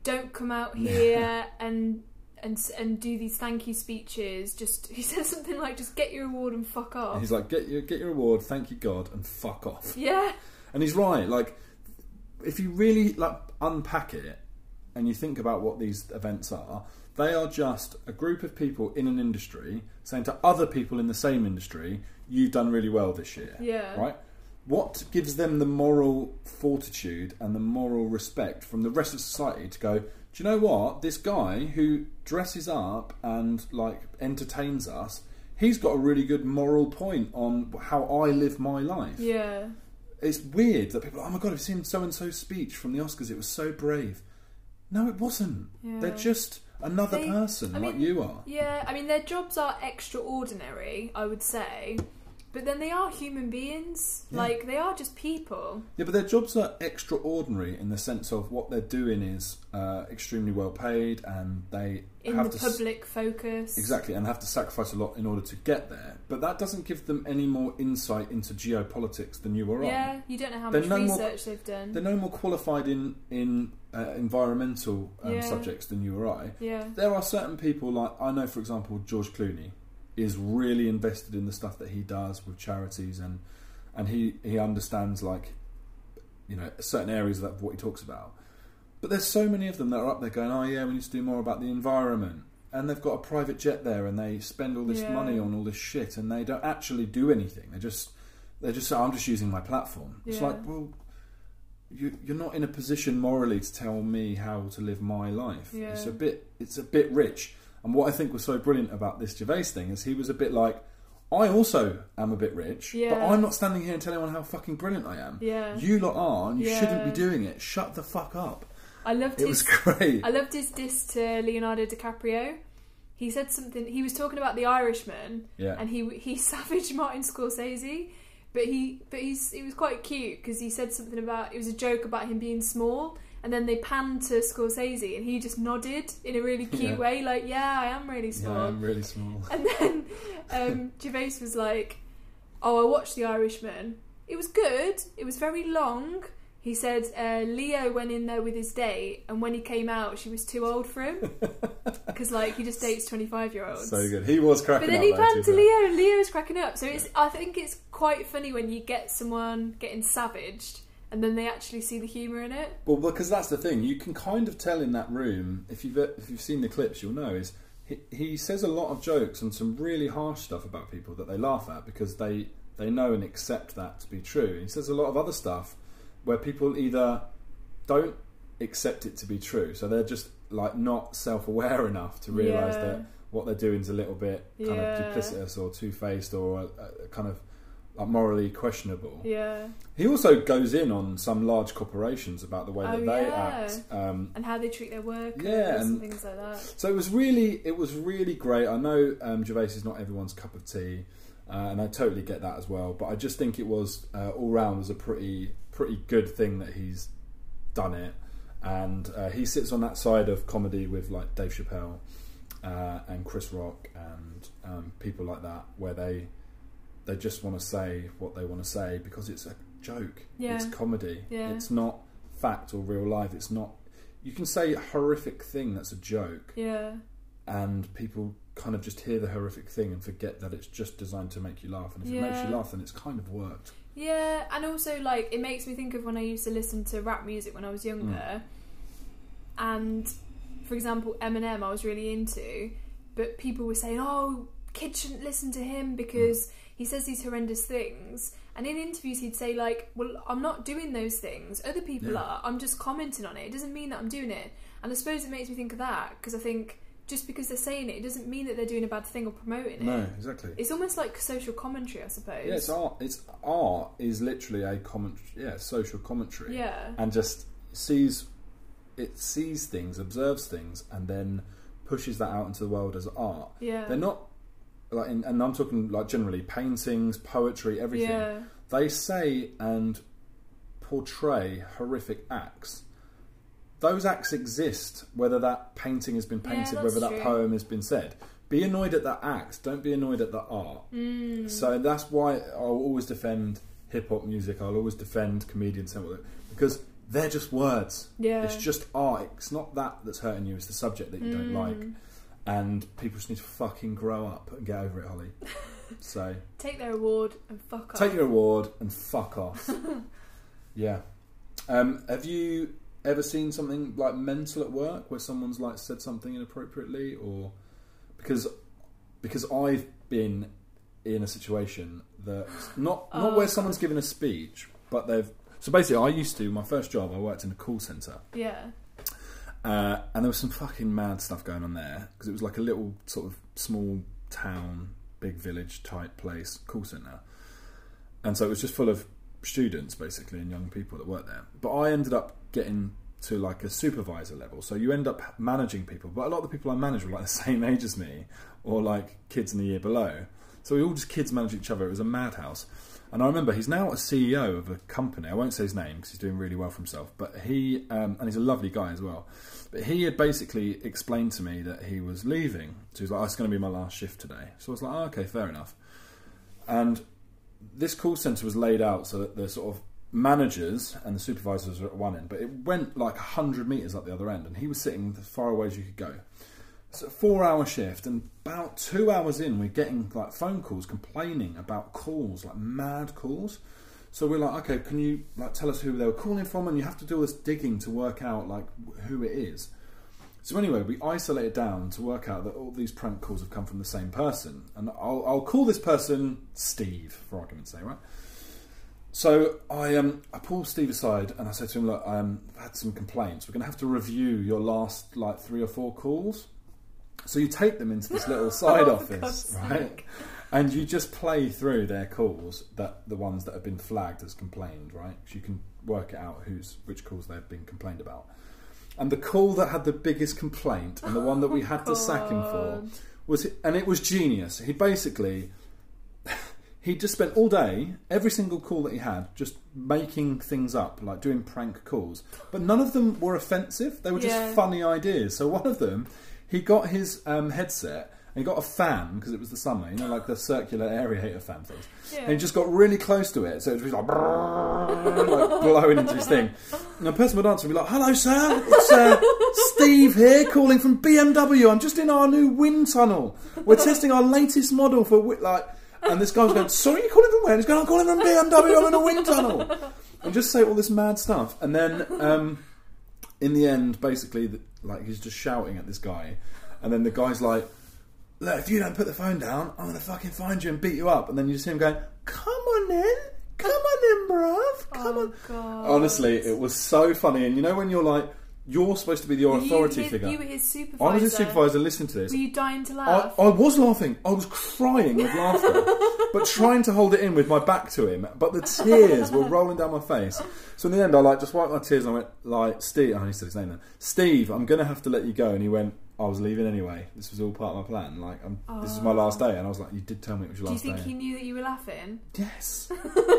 [SPEAKER 2] "Don't come out here and and and do these thank you speeches"? Just he said something like, "Just get your award and fuck
[SPEAKER 3] And
[SPEAKER 2] off."
[SPEAKER 3] he's like, get your get your award, thank you God, and fuck off.
[SPEAKER 2] Yeah,
[SPEAKER 3] And he's right. Like, if you really like unpack it and you think about what these events are, they are just a group of people in an industry saying to other people in the same industry, "You've done really well this year."
[SPEAKER 2] Yeah.
[SPEAKER 3] Right. What gives them the moral fortitude and the moral respect from the rest of society to go? Do you know what this guy who dresses up and like entertains us? He's got a really good moral point on how I live my life
[SPEAKER 2] yeah,
[SPEAKER 3] it's weird that people are, oh my god, I've seen so and so's speech from the Oscars, it was so brave. No, it wasn't.
[SPEAKER 2] Yeah.
[SPEAKER 3] They're just another
[SPEAKER 2] They-
[SPEAKER 3] person
[SPEAKER 2] I
[SPEAKER 3] like
[SPEAKER 2] mean-
[SPEAKER 3] you are.
[SPEAKER 2] yeah. I mean, their jobs are extraordinary, I would say, but then they are human beings. Like they are just people.
[SPEAKER 3] Yeah, but their jobs are extraordinary in the sense of what they're doing is uh, extremely well paid and they
[SPEAKER 2] in
[SPEAKER 3] have
[SPEAKER 2] the
[SPEAKER 3] to s-
[SPEAKER 2] public focus.
[SPEAKER 3] Exactly, and have to sacrifice a lot in order to get there. But that doesn't give them any more insight into geopolitics than you or I.
[SPEAKER 2] Yeah, you don't know how
[SPEAKER 3] They're
[SPEAKER 2] much
[SPEAKER 3] no more-
[SPEAKER 2] research they've done.
[SPEAKER 3] They're no more qualified in in uh, environmental um,
[SPEAKER 2] Yeah.
[SPEAKER 3] subjects than you or I.
[SPEAKER 2] Yeah,
[SPEAKER 3] There are certain people, like I know, for example, George Clooney is really invested in the stuff that he does with charities, and and he he understands like you know certain areas of that what he talks about. But there's so many of them that are up there going, oh yeah, we need to do more about the environment. And they've got a private jet there, and they spend all this
[SPEAKER 2] Yeah.
[SPEAKER 3] money on all this shit, and they don't actually do anything. They just, they just, say, I'm just using my platform. It's
[SPEAKER 2] Yeah.
[SPEAKER 3] like, well, you, you're not in a position morally to tell me how to live my life.
[SPEAKER 2] Yeah.
[SPEAKER 3] It's a bit, it's a bit rich. And what I think was so brilliant about this Gervais thing is he was a bit like, I also am a bit rich, but
[SPEAKER 2] Yeah.
[SPEAKER 3] I'm not standing here and telling everyone how fucking brilliant I am.
[SPEAKER 2] Yeah.
[SPEAKER 3] You lot are, and you
[SPEAKER 2] Yeah.
[SPEAKER 3] shouldn't be doing it. Shut the fuck up.
[SPEAKER 2] I loved
[SPEAKER 3] It was
[SPEAKER 2] his
[SPEAKER 3] great.
[SPEAKER 2] I loved his diss to Leonardo DiCaprio. He said something. He was talking about The Irishman,
[SPEAKER 3] Yeah.
[SPEAKER 2] and he he savaged Martin Scorsese, but he but he's it was quite cute because he said something about it was a joke about him being small, and then they panned to Scorsese, and he just nodded in a really cute
[SPEAKER 3] Yeah.
[SPEAKER 2] way, like yeah, I am really
[SPEAKER 3] Yeah,
[SPEAKER 2] small.
[SPEAKER 3] I'm really small.
[SPEAKER 2] And then um, Gervais was like, "Oh, I watched The Irishman. It was good. It was very long." He said uh, Leo went in there with his date, and when he came out, she was too old for him because, like, he just dates twenty-five-year-olds.
[SPEAKER 3] so good. He was cracking
[SPEAKER 2] But then
[SPEAKER 3] up.
[SPEAKER 2] he
[SPEAKER 3] though,
[SPEAKER 2] panned
[SPEAKER 3] be
[SPEAKER 2] to
[SPEAKER 3] fair.
[SPEAKER 2] Leo, and Leo's cracking up. So it's, I think it's quite funny when you get someone getting savaged, and then they actually see the humour in it.
[SPEAKER 3] Well, because that's the thing. You can kind of tell in that room if you've uh, if you've seen the clips, you'll know is he, he says a lot of jokes and some really harsh stuff about people that they laugh at because they they know and accept that to be true. And he says a lot of other stuff where people either don't accept it to be true, so they're just like not self aware enough to realise
[SPEAKER 2] Yeah.
[SPEAKER 3] that what they're doing is a little bit kind
[SPEAKER 2] Yeah.
[SPEAKER 3] of duplicitous or two faced or uh, kind of like morally questionable.
[SPEAKER 2] Yeah,
[SPEAKER 3] He also goes in on some large corporations about the way that
[SPEAKER 2] Oh,
[SPEAKER 3] they
[SPEAKER 2] yeah.
[SPEAKER 3] act. Um,
[SPEAKER 2] and how they treat their workers
[SPEAKER 3] Yeah,
[SPEAKER 2] and
[SPEAKER 3] and-
[SPEAKER 2] things like that.
[SPEAKER 3] so it was really, it was really great. I know um, Gervais is not everyone's cup of tea, uh, and I totally get that as well. But I just think it was uh, all round was a pretty, pretty good thing that he's done it. And uh, he sits on that side of comedy with like Dave Chappelle uh, and Chris Rock and um, people like that, where they they just want to say what they want to say because it's a joke.
[SPEAKER 2] Yeah.
[SPEAKER 3] It's comedy.
[SPEAKER 2] Yeah.
[SPEAKER 3] It's not fact or real life. It's not. You can say a horrific thing that's a joke,
[SPEAKER 2] Yeah,
[SPEAKER 3] and people kind of just hear the horrific thing and forget that it's just designed to make you laugh. And if it makes
[SPEAKER 2] Yeah.
[SPEAKER 3] you laugh, then it's kind of worked.
[SPEAKER 2] Yeah, and also like it makes me think of when I used to listen to rap music when I was younger. And for example, Eminem, I was really into, but people were saying, "Oh, kids shouldn't listen to him because he says these horrendous things." And in interviews, he'd say like, "Well, I'm not doing those things. Other people
[SPEAKER 3] Yeah.
[SPEAKER 2] are. I'm just commenting on it. It doesn't mean that I'm doing it." And I suppose it makes me think of that because I think just because they're saying it, it doesn't mean that they're doing a bad thing or promoting
[SPEAKER 3] No,
[SPEAKER 2] it.
[SPEAKER 3] exactly.
[SPEAKER 2] It's almost like social commentary, I suppose.
[SPEAKER 3] yeah, it's art. It's art is literally a comment. Yeah, social commentary.
[SPEAKER 2] Yeah.
[SPEAKER 3] and just sees it sees things, observes things, and then pushes that out into the world as art.
[SPEAKER 2] Yeah.
[SPEAKER 3] They're not like, in, and I'm talking like generally paintings, poetry, everything.
[SPEAKER 2] Yeah.
[SPEAKER 3] They say and portray horrific acts. Those acts exist, whether that painting has been
[SPEAKER 2] Yeah,
[SPEAKER 3] painted,
[SPEAKER 2] that's
[SPEAKER 3] whether that
[SPEAKER 2] true.
[SPEAKER 3] poem has been said. Be annoyed at that act. Don't be annoyed at the art.
[SPEAKER 2] Mm.
[SPEAKER 3] So that's why I'll always defend hip hop music. I'll always defend comedians and all that, because they're just words.
[SPEAKER 2] Yeah.
[SPEAKER 3] It's just art. It's not that that's hurting you. It's the subject that you
[SPEAKER 2] Mm.
[SPEAKER 3] don't like. And people just need to fucking grow up and get over it, Holly. So
[SPEAKER 2] Take their award and fuck off.
[SPEAKER 3] take your award and fuck off. yeah. Um, have you ever seen something like mental at work where someone's like said something inappropriately or because because I've been in a situation that not not
[SPEAKER 2] Oh.
[SPEAKER 3] where someone's given a speech but they've so basically I used to my first job I worked in a call center
[SPEAKER 2] yeah.
[SPEAKER 3] uh, and there was some fucking mad stuff going on there because it was like a little sort of small town, big village type place, call centre. And so it was just full of students basically and young people that worked there. But I ended up getting to like a supervisor level. So you end up managing people. But a lot of the people I managed were like the same age as me or like kids in the year below. So we all just kids managed each other. It was a madhouse. And I remember he's now a CEO of a company. I won't say his name because he's doing really well for himself. But he, um, and he's a lovely guy as well. But he had basically explained to me that he was leaving. So he was like, oh, it's going to be my last shift today. So I was like, oh, okay, fair enough. And this call centre was laid out so that the sort of managers and the supervisors were at one end, but it went like 100 metres up the other end. And he was sitting as far away as you could go. It's a four hour shift, and about two hours in, we're getting like phone calls complaining about calls, like mad calls. So we're like, okay, can you like tell us who they were calling from? And you have to do all this digging to work out like wh- who it is. So anyway, we isolate it down to work out that all these prank calls have come from the same person, and I'll, I'll call this person Steve for argument's sake, right? So I um I pull Steve aside and I say to him, look, um, I've had some complaints. We're going to have to review your last like three or four calls. So you take them into this little side
[SPEAKER 2] Oh, for
[SPEAKER 3] office,
[SPEAKER 2] God's
[SPEAKER 3] right? And you just play through their calls that the ones that have been flagged as complained, right? 'Cause you can work it out who's which calls they've been complained about. And the call that had the biggest complaint and the one that we had to sack him for
[SPEAKER 2] Oh, God.
[SPEAKER 3] was, and it was genius. He basically he just spent all day, every single call that he had, just making things up, like doing prank calls. But none of them were offensive. They were just
[SPEAKER 2] Yeah.
[SPEAKER 3] funny ideas. So one of them, he got his um, headset and he got a fan because it was the summer, you know, like the circular aerator fan things. And he
[SPEAKER 2] Yeah.
[SPEAKER 3] just got really close to it, so it was like, like blowing into his thing. And a person would answer and be like, "Hello, sir. It's uh, Steve here, calling from BMW. I'm just in our new wind tunnel. We're testing our latest model for wi- like." And this guy was going, "Sorry, you're calling from where?" And he's going, "I'm calling from BMW. I'm in a wind tunnel." And just say all this mad stuff, and then. Um, in the end, basically, th like he's just shouting at this guy, and then the guy's like, "Look, if you don't put the phone down, I'm gonna fucking find you and beat you up." And then you just hear him going, "Come on in, come on in, bruv, come
[SPEAKER 2] Oh,
[SPEAKER 3] on."
[SPEAKER 2] God.
[SPEAKER 3] Honestly, it was so funny, and you know when you're like, you're supposed to be the authority
[SPEAKER 2] you,
[SPEAKER 3] figure.
[SPEAKER 2] You were his supervisor.
[SPEAKER 3] I was his supervisor listening to this.
[SPEAKER 2] Were you dying to
[SPEAKER 3] I,
[SPEAKER 2] laugh?
[SPEAKER 3] I was laughing. I was crying with laughter, but trying to hold it in with my back to him. But the tears were rolling down my face. So in the end, I like just wiped my tears and I went like, "Steve," I only said his name then. Steve, I'm gonna have to let you go. And he went, "I was leaving anyway. This was all part of my plan. Like, I'm, this is my last day." And I was like, "You did tell me it was your
[SPEAKER 2] Do you
[SPEAKER 3] last
[SPEAKER 2] think
[SPEAKER 3] day."
[SPEAKER 2] he knew that you were laughing?
[SPEAKER 3] yes.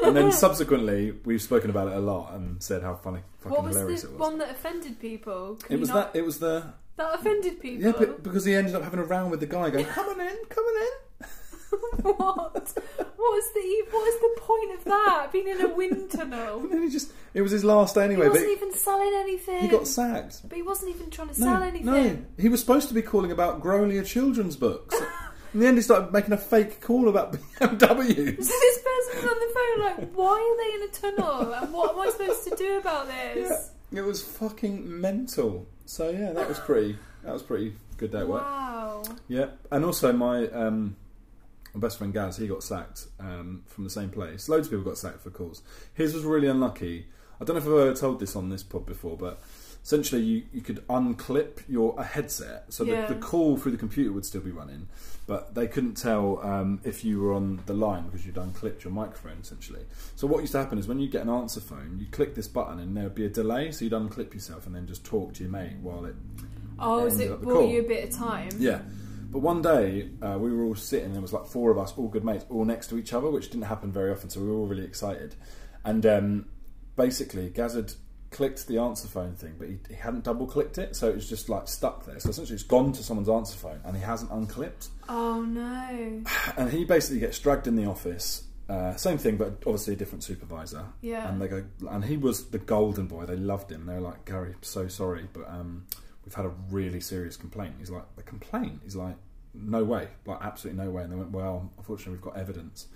[SPEAKER 3] and then subsequently, we've spoken about it a lot and said how funny, fucking
[SPEAKER 2] What was
[SPEAKER 3] hilarious
[SPEAKER 2] the
[SPEAKER 3] it was.
[SPEAKER 2] one that offended people? Can
[SPEAKER 3] it
[SPEAKER 2] you
[SPEAKER 3] was
[SPEAKER 2] not-
[SPEAKER 3] that. It was the
[SPEAKER 2] that offended people.
[SPEAKER 3] yeah, but, because he ended up having a round with the guy, going, "Come on in, come on in."
[SPEAKER 2] what? What is the e-, what is the point of that? Being in a wind tunnel.
[SPEAKER 3] And then he just, it was his last day
[SPEAKER 2] He
[SPEAKER 3] anyway, but
[SPEAKER 2] wasn't even selling anything.
[SPEAKER 3] he got sacked.
[SPEAKER 2] but he wasn't even trying to
[SPEAKER 3] No,
[SPEAKER 2] sell anything.
[SPEAKER 3] no, he was supposed to be calling about Grolier children's books. In the end, he started making a fake call about BMWs.
[SPEAKER 2] So this person's on the phone like, why are they in a tunnel? And what am I supposed to do about this?
[SPEAKER 3] It was fucking mental. So yeah, that was pretty. That was pretty good day at work.
[SPEAKER 2] wow.
[SPEAKER 3] Yeah, and also my um, my best friend Gaz, he got sacked um, from the same place. Loads of people got sacked for calls. His was really unlucky. I don't know if I've ever told this on this pod before, but essentially you, you could unclip your a headset, so
[SPEAKER 2] Yeah.
[SPEAKER 3] the, the call through the computer would still be running, but they couldn't tell um, if you were on the line because you'd unclipped your microphone essentially. So what used to happen is when you get an answer phone, you click this button and there'd be a delay, so you'd unclip yourself and then just talk to your mate while it
[SPEAKER 2] Oh, is
[SPEAKER 3] Ended
[SPEAKER 2] it
[SPEAKER 3] up the
[SPEAKER 2] bought
[SPEAKER 3] call.
[SPEAKER 2] you a bit of time?
[SPEAKER 3] yeah. But one day uh, we were all sitting, and there was like four of us, all good mates, all next to each other, which didn't happen very often. So we were all really excited. And um, basically, Gaz had clicked the answer phone thing, but he, he hadn't double clicked it, so it was just like stuck there. So essentially, it's gone to someone's answer phone, and he hasn't unclipped.
[SPEAKER 2] Oh no.
[SPEAKER 3] And he basically gets dragged in the office. Uh, same thing, but obviously a different supervisor.
[SPEAKER 2] Yeah.
[SPEAKER 3] And they go, and he was the golden boy. They loved him. They were like, Gary, so sorry, but um, we've had a really serious complaint. He's like, a complaint? He's like, no way, like absolutely no way. And they went, well, unfortunately, we've got evidence.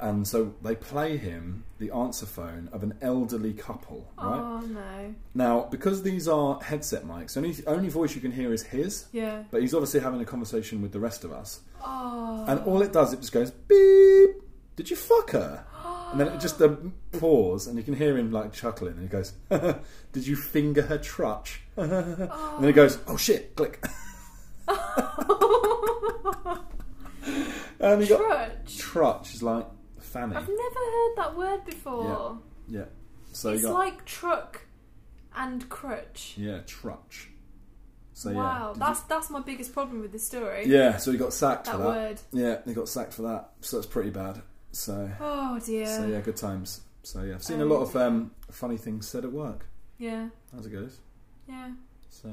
[SPEAKER 3] And so they play him the answer phone of an elderly couple, right?
[SPEAKER 2] Oh no.
[SPEAKER 3] Now, because these are headset mics, only only voice you can hear is his.
[SPEAKER 2] Yeah.
[SPEAKER 3] But he's obviously having a conversation with the rest of us.
[SPEAKER 2] Oh.
[SPEAKER 3] And all it does, it just goes beep. Did you fuck her? And then it just a pause, and you can hear him like chuckling, and he goes, "Did you finger her trutch?" And then he goes, "Oh shit!" Click. and he got
[SPEAKER 2] Crutch.
[SPEAKER 3] trutch is like fanny.
[SPEAKER 2] I've never heard that word before.
[SPEAKER 3] Yeah. So he
[SPEAKER 2] It's
[SPEAKER 3] got
[SPEAKER 2] like truck and crutch.
[SPEAKER 3] yeah trutch. So yeah.
[SPEAKER 2] wow,
[SPEAKER 3] Did you-
[SPEAKER 2] that's that's my biggest problem with this story.
[SPEAKER 3] yeah. So he got sacked
[SPEAKER 2] That
[SPEAKER 3] for that.
[SPEAKER 2] word.
[SPEAKER 3] Yeah, he got sacked for that. So that's pretty bad. So
[SPEAKER 2] Oh dear.
[SPEAKER 3] So yeah, good times. So yeah, I've seen a
[SPEAKER 2] Oh,
[SPEAKER 3] lot of
[SPEAKER 2] dear.
[SPEAKER 3] um, funny things said at work.
[SPEAKER 2] yeah.
[SPEAKER 3] How's it goes?
[SPEAKER 2] Yeah.
[SPEAKER 3] So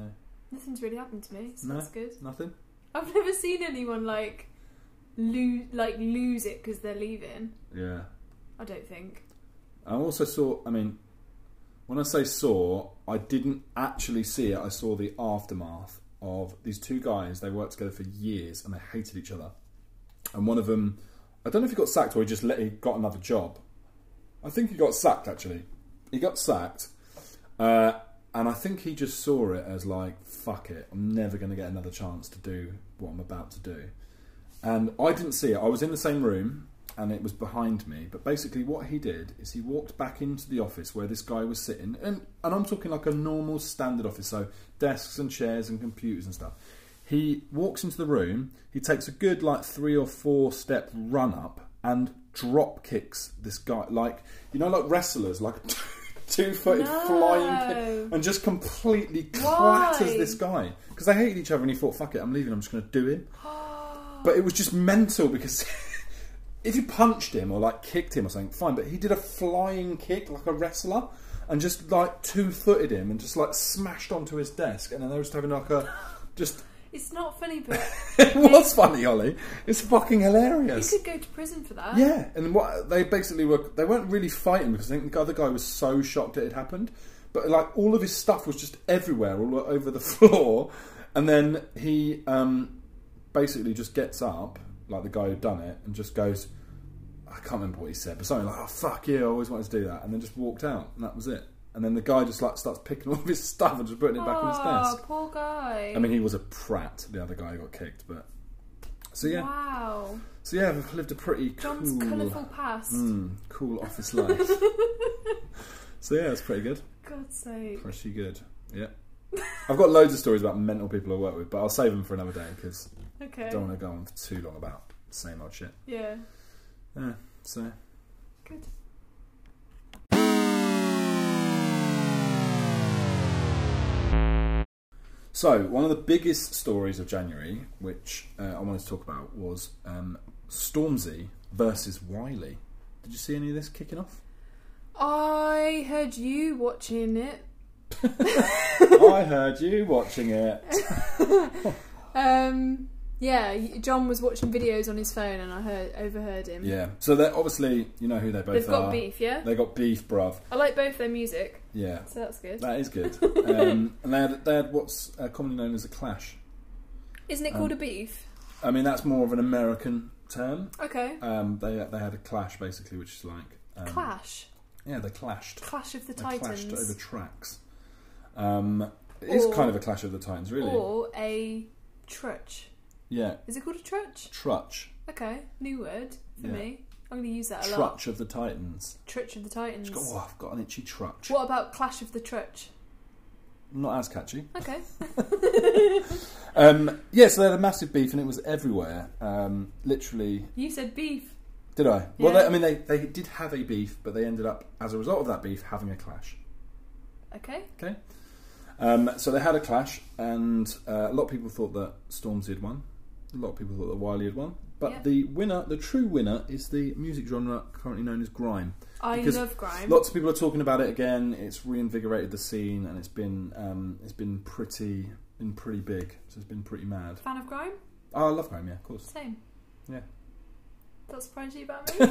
[SPEAKER 2] Nothing's really happened to me, so
[SPEAKER 3] No.
[SPEAKER 2] that's good.
[SPEAKER 3] nothing.
[SPEAKER 2] I've never seen anyone like lose like lose it because they're leaving.
[SPEAKER 3] Yeah.
[SPEAKER 2] I don't think.
[SPEAKER 3] I also saw. I mean, when I say saw, I didn't actually see it. I saw the aftermath of these two guys. They worked together for years and they hated each other. And one of them, I don't know if he got sacked or he just let he got another job. I think he got sacked actually. He got sacked, uh, and I think he just saw it as like, "Fuck it, I'm never going to get another chance to do what I'm about to do." And I didn't see it. I was in the same room, and it was behind me. But basically, what he did is he walked back into the office where this guy was sitting, and and I'm talking like a normal standard office, so desks and chairs and computers and stuff. He walks into the room. He takes a good like three or four step run up and drop kicks this guy like you know like wrestlers like two footed
[SPEAKER 2] No.
[SPEAKER 3] flying kick and just completely clatters
[SPEAKER 2] Why?
[SPEAKER 3] this guy because they hated each other and he thought fuck it I'm leaving I'm just going to do him. but it was just mental because if you punched him or like kicked him or something fine but he did a flying kick like a wrestler. And just like two footed him and just like smashed onto his desk, and then they were just having like a just
[SPEAKER 2] It's not funny, but
[SPEAKER 3] it was funny, Ollie. It's fucking
[SPEAKER 2] you
[SPEAKER 3] hilarious.
[SPEAKER 2] could go to prison for that.
[SPEAKER 3] Yeah, and what they basically were, they weren't really fighting because I think the other guy was so shocked it had happened. But like all of his stuff was just everywhere, all over the floor. And then he um, basically just gets up, like the guy who'd done it, and just goes, I can't remember what he said, but something like, oh fuck yeah, I always wanted to do that. And then just walked out, and that was it. And then the guy just like starts picking all of his stuff and just putting it back on his
[SPEAKER 2] Oh,
[SPEAKER 3] desk.
[SPEAKER 2] poor guy.
[SPEAKER 3] I mean, he was a prat, the other guy who got kicked, but. So yeah,
[SPEAKER 2] Wow.
[SPEAKER 3] so yeah, I've lived a pretty
[SPEAKER 2] John's
[SPEAKER 3] cool,
[SPEAKER 2] colourful past.
[SPEAKER 3] Mm, cool office life. so yeah, it's pretty good.
[SPEAKER 2] God's sake.
[SPEAKER 3] Pretty good. Yeah. I've got loads of stories about mental people I work with, but I'll save them for another day because
[SPEAKER 2] Okay.
[SPEAKER 3] I don't want to go on for too long about the same old shit.
[SPEAKER 2] Yeah.
[SPEAKER 3] Yeah. So
[SPEAKER 2] Good.
[SPEAKER 3] So, one of the biggest stories of January, which uh, I wanted to talk about, was um, Stormzy versus Wiley. Did you see any of this kicking off?
[SPEAKER 2] I heard you watching it.
[SPEAKER 3] I heard you watching it.
[SPEAKER 2] Um. Yeah, y- John was watching videos on his phone, and I heard overheard him.
[SPEAKER 3] Yeah. So, they're obviously, you know who they both
[SPEAKER 2] They've
[SPEAKER 3] are.
[SPEAKER 2] got beef, yeah.
[SPEAKER 3] They got beef, bruv.
[SPEAKER 2] I like both their music,
[SPEAKER 3] Yeah.
[SPEAKER 2] so that's good.
[SPEAKER 3] That is good. Um, and they had, they had what's uh, commonly known as a clash.
[SPEAKER 2] Isn't it
[SPEAKER 3] um,
[SPEAKER 2] called a beef?
[SPEAKER 3] I mean, that's more of an American term.
[SPEAKER 2] Okay.
[SPEAKER 3] Um, they they had a clash basically, which is like um,
[SPEAKER 2] Clash.
[SPEAKER 3] Yeah, they clashed.
[SPEAKER 2] Clash of the
[SPEAKER 3] they clashed over
[SPEAKER 2] Titans.
[SPEAKER 3] tracks. Um, it is
[SPEAKER 2] Or-
[SPEAKER 3] kind of a clash of the titans, really.
[SPEAKER 2] Or a trutch.
[SPEAKER 3] yeah,
[SPEAKER 2] Is it called a trutch?
[SPEAKER 3] trutch,
[SPEAKER 2] Okay, new word for
[SPEAKER 3] Yeah.
[SPEAKER 2] me. I'm going to use that a lot.
[SPEAKER 3] trutch of the titans.
[SPEAKER 2] Trutch of the Titans.
[SPEAKER 3] It's got- oh, I've got an itchy trutch.
[SPEAKER 2] What about Clash of the Trutch?
[SPEAKER 3] Not as catchy.
[SPEAKER 2] Okay.
[SPEAKER 3] Um, yeah, so they had a massive beef, and it was everywhere. Um, literally,
[SPEAKER 2] You said beef.
[SPEAKER 3] Did I? Well,
[SPEAKER 2] Yeah.
[SPEAKER 3] they, I mean, they, they did have a beef, but they ended up, as a result of that beef, having a clash.
[SPEAKER 2] Okay.
[SPEAKER 3] Okay? Um, so they had a clash, and uh, a lot of people thought that Stormzy had won. A lot of people thought that Wiley had won. But
[SPEAKER 2] Yeah.
[SPEAKER 3] the winner, the true winner, is the music genre currently known as grime.
[SPEAKER 2] I
[SPEAKER 3] Because
[SPEAKER 2] love grime.
[SPEAKER 3] Lots of people are talking about it again. It's reinvigorated the scene, and it's been um, it's been pretty been pretty big. So it's been pretty mad.
[SPEAKER 2] Fan of grime?
[SPEAKER 3] Oh, I love grime. Yeah, of course.
[SPEAKER 2] Same.
[SPEAKER 3] Yeah.
[SPEAKER 2] That surprised you about me?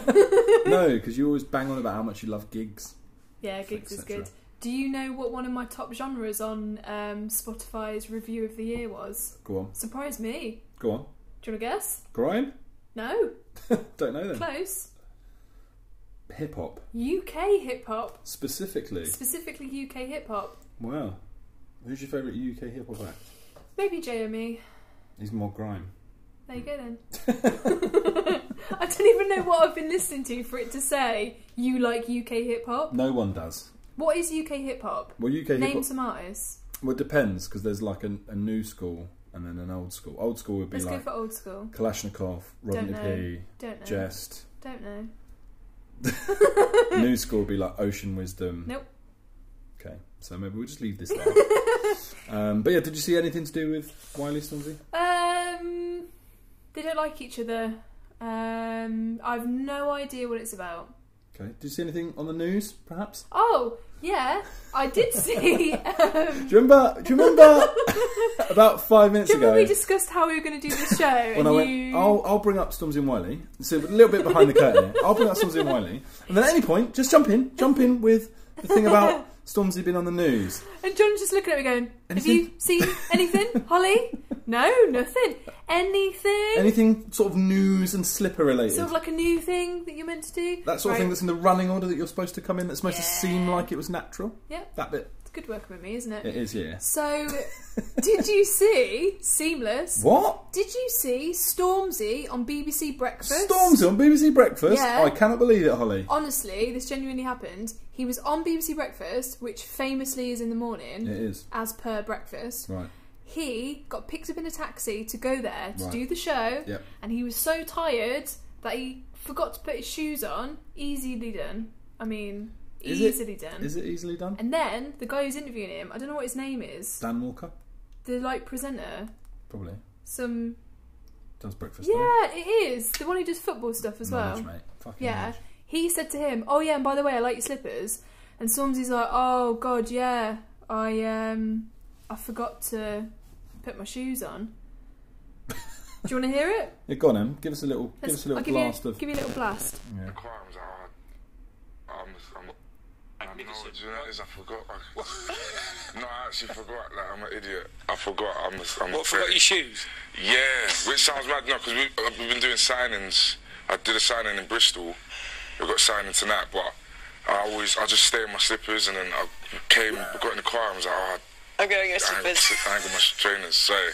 [SPEAKER 3] no, because you always bang on about how much you love gigs.
[SPEAKER 2] yeah, gigs is
[SPEAKER 3] Etc.
[SPEAKER 2] good. Do you know what one of my top genres on um, Spotify's review of the year was?
[SPEAKER 3] Go on,
[SPEAKER 2] Surprise me.
[SPEAKER 3] go on.
[SPEAKER 2] Do you want to guess?
[SPEAKER 3] Grime?
[SPEAKER 2] No.
[SPEAKER 3] Don't know then.
[SPEAKER 2] Close.
[SPEAKER 3] Hip hop.
[SPEAKER 2] UK hip hop.
[SPEAKER 3] Specifically.
[SPEAKER 2] Specifically UK hip hop.
[SPEAKER 3] Wow. Who's your favourite UK hip hop act?
[SPEAKER 2] Maybe E. Jeremy.
[SPEAKER 3] He's more grime.
[SPEAKER 2] There you go then. I don't even know what I've been listening to for it to say you like UK hip hop.
[SPEAKER 3] No one does.
[SPEAKER 2] What is UK hip hop?
[SPEAKER 3] Well, UK hip
[SPEAKER 2] Name
[SPEAKER 3] hop.
[SPEAKER 2] some artists.
[SPEAKER 3] Well, it depends because there's like a, a new school and then an old school. Old school would be
[SPEAKER 2] Let's
[SPEAKER 3] like
[SPEAKER 2] go for old school.
[SPEAKER 3] Kalashnikov, Rodney
[SPEAKER 2] Don't know.
[SPEAKER 3] P,
[SPEAKER 2] Don't know.
[SPEAKER 3] Jest.
[SPEAKER 2] Don't know.
[SPEAKER 3] new school would be like Ocean Wisdom.
[SPEAKER 2] Nope.
[SPEAKER 3] Okay, so maybe we'll just leave this there. um, but yeah, did you see anything to do with Wiley Stormzy?
[SPEAKER 2] Um, they don't like each other. Um, I've no idea what it's about.
[SPEAKER 3] Okay. Did you see anything on the news, perhaps?
[SPEAKER 2] Oh yeah, I did see. Um,
[SPEAKER 3] Do you remember? Do you remember about five minutes
[SPEAKER 2] do you
[SPEAKER 3] ago?
[SPEAKER 2] remember we discussed how we were going to do this show? and
[SPEAKER 3] when I
[SPEAKER 2] you...
[SPEAKER 3] went, oh, I'll, I'll bring up Stormzy and Wiley. So a little bit behind the curtain here. I'll bring up Stormzy and Wiley. And then at any point, just jump in, jump in with the thing about Stormzy been on the news?
[SPEAKER 2] And John's just looking at me going, Have
[SPEAKER 3] Anything?
[SPEAKER 2] you seen anything, Holly? No, nothing. Anything?
[SPEAKER 3] Anything sort of news and slipper related?
[SPEAKER 2] Sort of like a new thing that you're meant to do?
[SPEAKER 3] that sort of
[SPEAKER 2] Right.
[SPEAKER 3] thing that's in the running order that you're supposed to come in. That's supposed to
[SPEAKER 2] Yeah.
[SPEAKER 3] seem like it was natural.
[SPEAKER 2] Yep.
[SPEAKER 3] That bit.
[SPEAKER 2] It's good working with me, isn't it?
[SPEAKER 3] It is. Yeah.
[SPEAKER 2] So, did you see Seamless?
[SPEAKER 3] What?
[SPEAKER 2] Did you see Stormzy on BBC Breakfast?
[SPEAKER 3] Stormzy on BBC Breakfast.
[SPEAKER 2] Yeah.
[SPEAKER 3] I cannot believe it, Holly.
[SPEAKER 2] Honestly, this genuinely happened. He was on BBC Breakfast, which famously is in the morning,
[SPEAKER 3] It is.
[SPEAKER 2] as per breakfast.
[SPEAKER 3] Right.
[SPEAKER 2] He got picked up in a taxi to go there to
[SPEAKER 3] Right.
[SPEAKER 2] do the show,
[SPEAKER 3] Yep.
[SPEAKER 2] and he was so tired that he forgot to put his shoes on. Easily done. I mean,
[SPEAKER 3] Is it-
[SPEAKER 2] easily done.
[SPEAKER 3] Is it easily done?
[SPEAKER 2] And then the guy who's interviewing him, I don't know what his name is,
[SPEAKER 3] Dan Walker
[SPEAKER 2] the like presenter,
[SPEAKER 3] probably
[SPEAKER 2] some
[SPEAKER 3] does breakfast. doesn't he?
[SPEAKER 2] yeah, it is the one who does football stuff as well.
[SPEAKER 3] Knowledge, mate. Fucking
[SPEAKER 2] Yeah,
[SPEAKER 3] knowledge.
[SPEAKER 2] he said to him, "Oh yeah, and by the way, I like your slippers." And Stormzy's like, "Oh God, yeah, I um, I forgot to put my shoes on." Do you want to hear it?
[SPEAKER 3] Yeah, go on, Em. Give us a little. give us a
[SPEAKER 2] I'll
[SPEAKER 3] little
[SPEAKER 2] give
[SPEAKER 3] blast
[SPEAKER 2] you,
[SPEAKER 3] of.
[SPEAKER 2] give you a little blast.
[SPEAKER 3] yeah.
[SPEAKER 4] Crimes are, I'm, I'm, I know, do you know what it is? I forgot. I, no, I actually forgot that I'm an idiot. I forgot I'm a, I'm
[SPEAKER 5] What,
[SPEAKER 4] a
[SPEAKER 5] forgot your shoes?
[SPEAKER 4] Yeah, which sounds mad now because we, uh, we've been doing signings. I did a signing in Bristol. We've got signing tonight, but I always, I just stay in my slippers and then I came, got in the car and was like, oh,
[SPEAKER 6] I'm going to get
[SPEAKER 4] I ain't, got
[SPEAKER 6] slippers.
[SPEAKER 4] sli- I ain't got my trainers, sorry.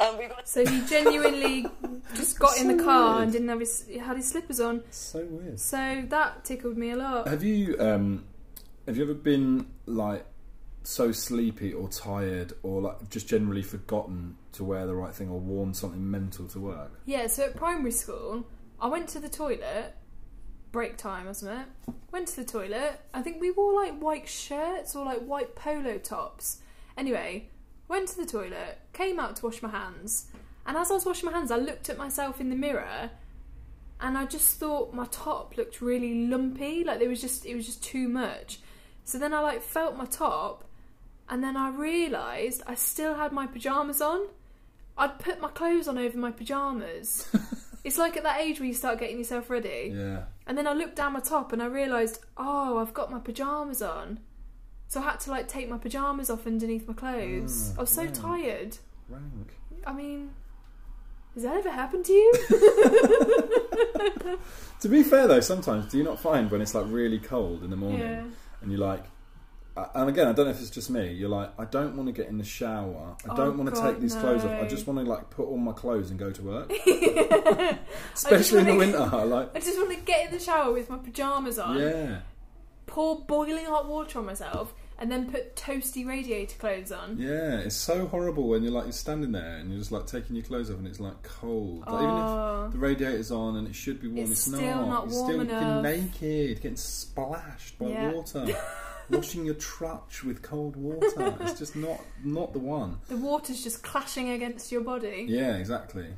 [SPEAKER 6] Um, we got
[SPEAKER 2] So he genuinely just got in the car and didn't have his he had his slippers on.
[SPEAKER 3] So weird.
[SPEAKER 2] So that tickled me a lot.
[SPEAKER 3] Have you um, have you ever been like so sleepy or tired or like just generally forgotten to wear the right thing or worn something mental to work?
[SPEAKER 2] Yeah, so at primary school, I went to the toilet. Break time, wasn't it? Went to the toilet. I think we wore like white shirts or like white polo tops. Anyway, went to the toilet, came out to wash my hands, and as I was washing my hands, I looked at myself in the mirror, and I just thought my top looked really lumpy. Like there was just it was just too much. So then I like felt my top, and then I realised I still had my pajamas on. I'd put my clothes on over my pajamas. it's like at that age where you start getting yourself ready.
[SPEAKER 3] Yeah.
[SPEAKER 2] And then I looked down my top and I realised, oh, I've got my pajamas on. So I had to like take my pajamas off underneath my
[SPEAKER 3] Mm,
[SPEAKER 2] clothes. I was so tired.
[SPEAKER 3] Rank.
[SPEAKER 2] I mean, has that ever happened to you?
[SPEAKER 3] To be fair though, sometimes do you not find when it's like really cold in the morning
[SPEAKER 2] Yeah.
[SPEAKER 3] and you're like I- and again, I don't know if it's just me. You're like, I don't want to get in the shower. I don't
[SPEAKER 2] Oh,
[SPEAKER 3] want to
[SPEAKER 2] God,
[SPEAKER 3] take these clothes off. I
[SPEAKER 2] no.
[SPEAKER 3] just want to like put on my clothes and go to work,
[SPEAKER 2] I just
[SPEAKER 3] especially in the
[SPEAKER 2] wanna-
[SPEAKER 3] winter. Like,
[SPEAKER 2] I just want to get in the shower with my pajamas on,
[SPEAKER 3] yeah,
[SPEAKER 2] pour boiling hot water on myself, and then put toasty radiator clothes on.
[SPEAKER 3] yeah. It's so horrible when you're like you're standing there and you're just like taking your clothes off and it's like cold. Like, even if
[SPEAKER 2] Oh,
[SPEAKER 3] The radiator's on and it should be warm. It's,
[SPEAKER 2] It's still
[SPEAKER 3] not.
[SPEAKER 2] not
[SPEAKER 3] You're
[SPEAKER 2] warm
[SPEAKER 3] still
[SPEAKER 2] enough.
[SPEAKER 3] Getting naked, getting splashed by
[SPEAKER 2] Yeah.
[SPEAKER 3] water, washing your trutch with cold water. It's just not not the one.
[SPEAKER 2] the water's just clashing against your body.
[SPEAKER 3] Yeah, exactly.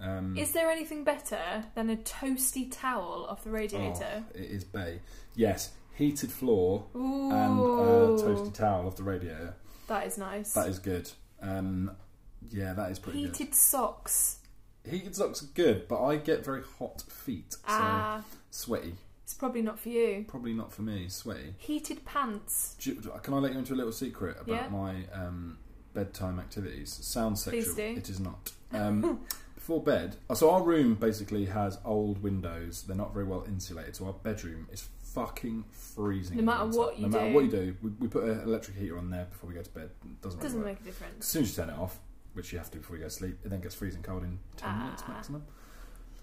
[SPEAKER 3] Um,
[SPEAKER 2] Is there anything better than a toasty towel off the radiator?
[SPEAKER 3] oh, it is bay. Yes, heated floor
[SPEAKER 2] Ooh,
[SPEAKER 3] and uh, toasty towel off the radiator.
[SPEAKER 2] that is nice.
[SPEAKER 3] That is good. Um, yeah, that is pretty
[SPEAKER 2] Heated socks.
[SPEAKER 3] good. Heated socks are good, but I get very hot feet, so
[SPEAKER 2] Ah,
[SPEAKER 3] sweaty.
[SPEAKER 2] it's probably not for you.
[SPEAKER 3] Probably not for me. Sweaty.
[SPEAKER 2] Heated pants.
[SPEAKER 3] Do you- Can I let you into a little secret about
[SPEAKER 2] Yeah.
[SPEAKER 3] my um, bedtime activities? Sounds
[SPEAKER 2] Please
[SPEAKER 3] sexual.
[SPEAKER 2] do.
[SPEAKER 3] It is not. Um, before bed, oh, so our room basically has old windows. They're not very well insulated, so our bedroom is fucking freezing.
[SPEAKER 2] No
[SPEAKER 3] in the
[SPEAKER 2] matter
[SPEAKER 3] winter.
[SPEAKER 2] what you
[SPEAKER 3] no matter
[SPEAKER 2] do.
[SPEAKER 3] what you do, we, we put an electric heater on there before we go to bed. It doesn't,
[SPEAKER 2] Doesn't
[SPEAKER 3] work.
[SPEAKER 2] make a difference.
[SPEAKER 3] As soon as you turn it off, which you have to before you go to sleep, it then gets freezing cold in 10 minutes maximum.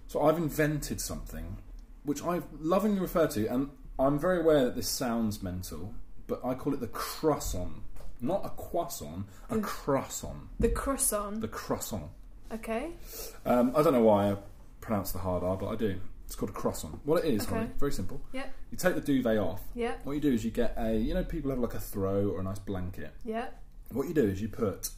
[SPEAKER 3] So I've invented something which I lovingly refer to, and I'm very aware that this sounds mental, but I call it the croissant. Not a croissant, a croissant.
[SPEAKER 2] The croissant.
[SPEAKER 3] The croissant.
[SPEAKER 2] Okay.
[SPEAKER 3] Um, I don't know why I pronounce the hard R, but I do. It's called a croissant. What it is,
[SPEAKER 2] Okay.
[SPEAKER 3] Holly, very simple.
[SPEAKER 2] Yep.
[SPEAKER 3] You take the duvet off.
[SPEAKER 2] Yep.
[SPEAKER 3] What you do is you get a, you know, people have like a throw or a nice blanket.
[SPEAKER 2] Yep.
[SPEAKER 3] What you do is you put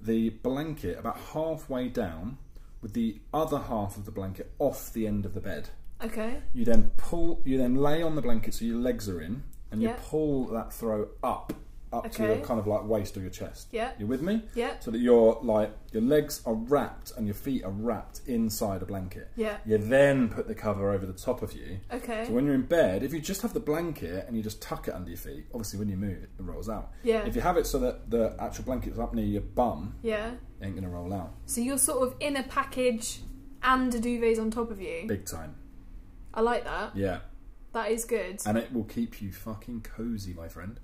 [SPEAKER 3] the blanket about halfway down with the other half of the blanket off the end of the bed.
[SPEAKER 2] Okay.
[SPEAKER 3] You then pull, you then lay on the blanket so your legs are in, and you
[SPEAKER 2] Yeah.
[SPEAKER 3] pull that throw up up to
[SPEAKER 2] Okay.
[SPEAKER 3] your kind of like waist or your chest.
[SPEAKER 2] Yeah.
[SPEAKER 3] You with me?
[SPEAKER 2] Yeah.
[SPEAKER 3] So that your like your legs are wrapped and your feet are wrapped inside a blanket.
[SPEAKER 2] Yeah.
[SPEAKER 3] You then put the cover over the top of you.
[SPEAKER 2] Okay.
[SPEAKER 3] So when you're in bed, if you just have the blanket and you just tuck it under your feet, obviously when you move it, it rolls out.
[SPEAKER 2] Yeah.
[SPEAKER 3] If you have it so that the actual blanket's up near your bum,
[SPEAKER 2] Yeah.
[SPEAKER 3] it ain't gonna roll out.
[SPEAKER 2] So you're sort of in a package and a duvet's on top of you.
[SPEAKER 3] Big time.
[SPEAKER 2] I like that.
[SPEAKER 3] Yeah.
[SPEAKER 2] That is good.
[SPEAKER 3] And it will keep you fucking cozy, my friend.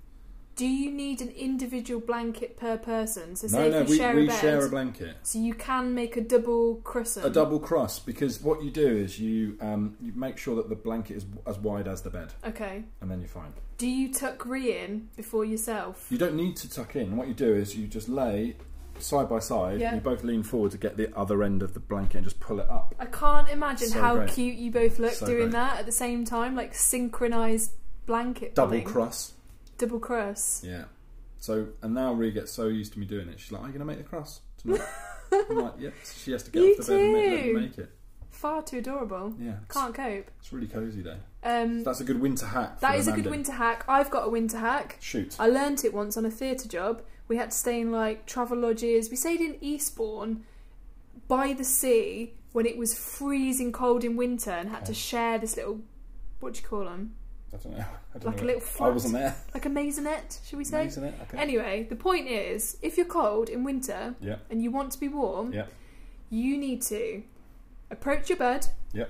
[SPEAKER 2] Do you need an individual blanket per person? So say
[SPEAKER 3] no,
[SPEAKER 2] if
[SPEAKER 3] no,
[SPEAKER 2] you
[SPEAKER 3] we,
[SPEAKER 2] share
[SPEAKER 3] we
[SPEAKER 2] a bed,
[SPEAKER 3] share a blanket.
[SPEAKER 2] so you can make a double crescent.
[SPEAKER 3] a double cross because what you do is you um, you make sure that the blanket is as wide as the bed,
[SPEAKER 2] Okay.
[SPEAKER 3] and then you're fine.
[SPEAKER 2] Do you tuck Ree in before yourself?
[SPEAKER 3] You don't need to tuck in. What you do is you just lay side by side.
[SPEAKER 2] Yeah.
[SPEAKER 3] You both lean forward to get the other end of the blanket and just pull it up.
[SPEAKER 2] I can't imagine
[SPEAKER 3] So
[SPEAKER 2] how
[SPEAKER 3] great.
[SPEAKER 2] cute you both look
[SPEAKER 3] So
[SPEAKER 2] doing
[SPEAKER 3] great.
[SPEAKER 2] that at the same time, like synchronized blanket
[SPEAKER 3] Double
[SPEAKER 2] pulling.
[SPEAKER 3] cross.
[SPEAKER 2] double cross.
[SPEAKER 3] Yeah. So and now Ree gets so used to me doing it. She's like, "Are you gonna make the cross tonight?" I'm like, "Yep." So she has to get
[SPEAKER 2] You
[SPEAKER 3] off the bed and make, let me
[SPEAKER 2] too.
[SPEAKER 3] make it.
[SPEAKER 2] Far too adorable.
[SPEAKER 3] Yeah. It's,
[SPEAKER 2] Can't cope.
[SPEAKER 3] it's really cozy though.
[SPEAKER 2] Um,
[SPEAKER 3] That's a good winter hack. For
[SPEAKER 2] that is a
[SPEAKER 3] Amanda.
[SPEAKER 2] good winter hack. I've got a winter hack.
[SPEAKER 3] Shoot.
[SPEAKER 2] I learnt it once on a theatre job. We had to stay in like travel lodges. We stayed in Eastbourne by the sea when it was freezing cold in winter and had
[SPEAKER 3] Oh.
[SPEAKER 2] to share this little what do you call them?
[SPEAKER 3] I don't know. I
[SPEAKER 2] Like
[SPEAKER 3] don't know
[SPEAKER 2] a
[SPEAKER 3] what-
[SPEAKER 2] little flat.
[SPEAKER 3] I wasn't there.
[SPEAKER 2] Like a maisonette, should we say?
[SPEAKER 3] Isn't it? Okay.
[SPEAKER 2] Anyway, the point is, if you're cold in winter
[SPEAKER 3] Yeah.
[SPEAKER 2] and you want to be warm,
[SPEAKER 3] Yeah.
[SPEAKER 2] you need to approach your bed,
[SPEAKER 3] Yep.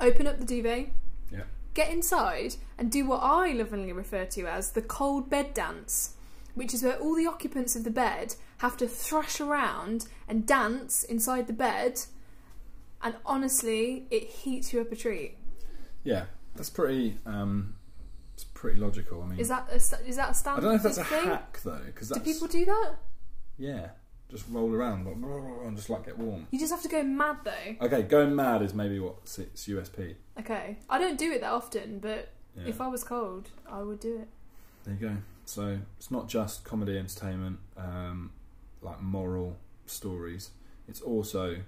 [SPEAKER 2] open up the duvet,
[SPEAKER 3] Yeah.
[SPEAKER 2] get inside and do what I lovingly refer to as the cold bed dance, which is where all the occupants of the bed have to thrash around and dance inside the bed, and honestly, it heats you up a treat.
[SPEAKER 3] Yeah. That's pretty. Um, it's pretty logical. I mean,
[SPEAKER 2] Is that a, st- is that a
[SPEAKER 3] Hmm. I
[SPEAKER 2] standard
[SPEAKER 3] don't know if that's a
[SPEAKER 2] thing?
[SPEAKER 3] hack though, because
[SPEAKER 2] Do
[SPEAKER 3] that's
[SPEAKER 2] people do that?
[SPEAKER 3] yeah, just roll around like, and just like get warm.
[SPEAKER 2] You just have to go mad though.
[SPEAKER 3] Okay, going mad is maybe what its USP.
[SPEAKER 2] Okay, I don't do it that often, but
[SPEAKER 3] Yeah.
[SPEAKER 2] if I was cold, I would do it.
[SPEAKER 3] There you go. So it's not just comedy entertainment, um, like moral stories. It's also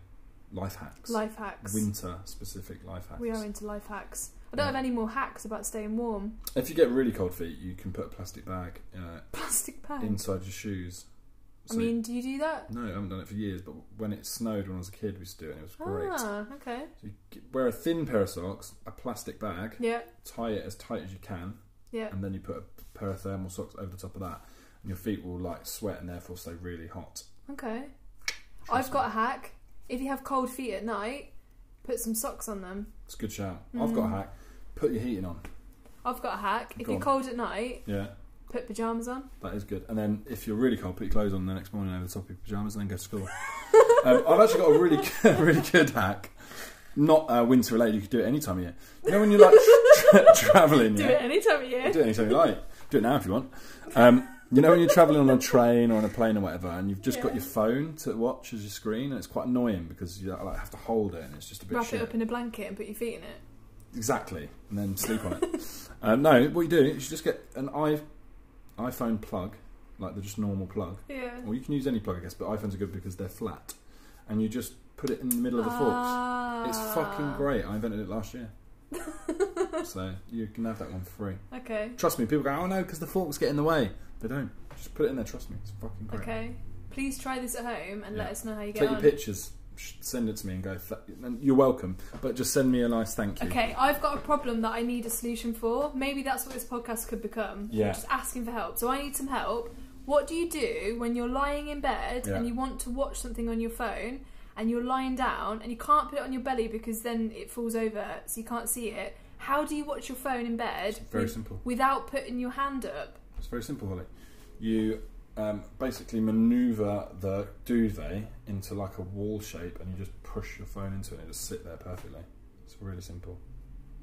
[SPEAKER 3] life hacks,
[SPEAKER 2] Life hacks.
[SPEAKER 3] winter specific life hacks.
[SPEAKER 2] We are into life hacks. I don't
[SPEAKER 3] Yeah.
[SPEAKER 2] have any more hacks about staying warm.
[SPEAKER 3] if you get really cold feet, you can put a plastic bag uh,
[SPEAKER 2] Plastic bags.
[SPEAKER 3] inside your shoes.
[SPEAKER 2] I mean, do you do that?
[SPEAKER 3] No, I haven't done it for years, but when it snowed when I was a kid, we used to do it and it was great.
[SPEAKER 2] Ah, okay.
[SPEAKER 3] So you g- wear a thin pair of socks, a plastic bag,
[SPEAKER 2] Yeah,
[SPEAKER 3] tie it as tight as you can,
[SPEAKER 2] yeah.
[SPEAKER 3] and then you put a pair of thermal socks over the top of that, and your feet will like sweat and therefore stay really hot.
[SPEAKER 2] Okay. I've got a hack. If you have cold feet at night, put some socks on them.
[SPEAKER 3] It's a good shout. I've
[SPEAKER 2] Mm.
[SPEAKER 3] got a hack. Put your heating on.
[SPEAKER 2] I've got a hack. If
[SPEAKER 3] Go
[SPEAKER 2] you're
[SPEAKER 3] on.
[SPEAKER 2] cold at night,
[SPEAKER 3] Yeah,
[SPEAKER 2] put pajamas on.
[SPEAKER 3] that is good. And then if you're really cold, put your clothes on the next morning over the top of your pajamas and then go to school. um, I've actually got a really good, really good hack. Not uh, winter related. You could do it any time of year. You know when you're like tra- traveling.
[SPEAKER 2] Do
[SPEAKER 3] yeah?
[SPEAKER 2] it any time of year.
[SPEAKER 3] do it anytime you like. Do it now if you want. Um, you know when you're traveling on a train or on a plane or whatever, and you've just got
[SPEAKER 2] Yeah.
[SPEAKER 3] your phone to watch as your screen, and it's quite annoying because you like have to hold it, and it's just a bit
[SPEAKER 2] Wrap
[SPEAKER 3] shit.
[SPEAKER 2] it up in a blanket and put your feet in it.
[SPEAKER 3] exactly, and then sleep on it. um, no, what you do is you just get an i iPhone plug, like the just normal plug,
[SPEAKER 2] Yeah.
[SPEAKER 3] or you can use any plug, I guess, but iPhones are good because they're flat, and you just put it in the middle of the forks. It's
[SPEAKER 2] Ah.
[SPEAKER 3] fucking great. I invented it last year, so you can have that one for free.
[SPEAKER 2] Okay.
[SPEAKER 3] Trust me, people go, oh no, because the forks get in the way. They don't. Just put it in there, trust me. It's fucking great.
[SPEAKER 2] Okay. Please try this at home and
[SPEAKER 3] Yeah.
[SPEAKER 2] let us know how you get
[SPEAKER 3] Take your
[SPEAKER 2] on.
[SPEAKER 3] pictures, sh- send it to me and go, "Th- and you're welcome, but just send me a nice thank you.
[SPEAKER 2] Okay, I've got a problem that I need a solution for. Maybe that's what this podcast could become.
[SPEAKER 3] Yeah.
[SPEAKER 2] Just asking for help. So I need some help. What do you do when you're lying in bed
[SPEAKER 3] Yeah.
[SPEAKER 2] and you want to watch something on your phone and you're lying down and you can't put it on your belly because then it falls over so you can't see it? How do you watch your phone in bed
[SPEAKER 3] very simple.
[SPEAKER 2] without putting your hand up?
[SPEAKER 3] It's very simple, Holly. You um, basically maneuver the duvet into like a wall shape and you just push your phone into it and it just sit there perfectly. It's really simple.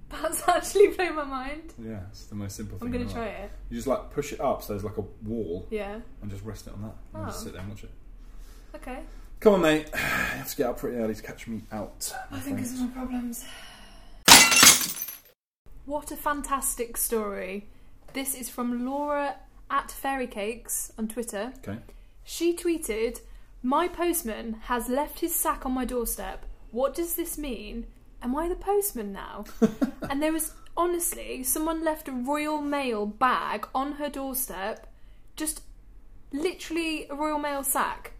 [SPEAKER 2] That's actually blown my mind.
[SPEAKER 3] Yeah, it's the most simple thing.
[SPEAKER 2] I'm going
[SPEAKER 3] in
[SPEAKER 2] to
[SPEAKER 3] the
[SPEAKER 2] try
[SPEAKER 3] world.
[SPEAKER 2] it.
[SPEAKER 3] You just like push it up so there's like a wall
[SPEAKER 2] Yeah.
[SPEAKER 3] and just rest it on that. And just
[SPEAKER 2] Oh.
[SPEAKER 3] sit there and watch it.
[SPEAKER 2] Okay.
[SPEAKER 3] Come on, mate. I have to get up pretty early to catch me out. my
[SPEAKER 2] I think
[SPEAKER 3] friends.
[SPEAKER 2] it's my problems. What a fantastic story. This is from Laura at Fairy Cakes on Twitter.
[SPEAKER 3] Okay.
[SPEAKER 2] She tweeted, My postman has left his sack on my doorstep. What does this mean? Am I the postman now? and there was honestly someone left a Royal Mail bag on her doorstep just literally a Royal Mail sack.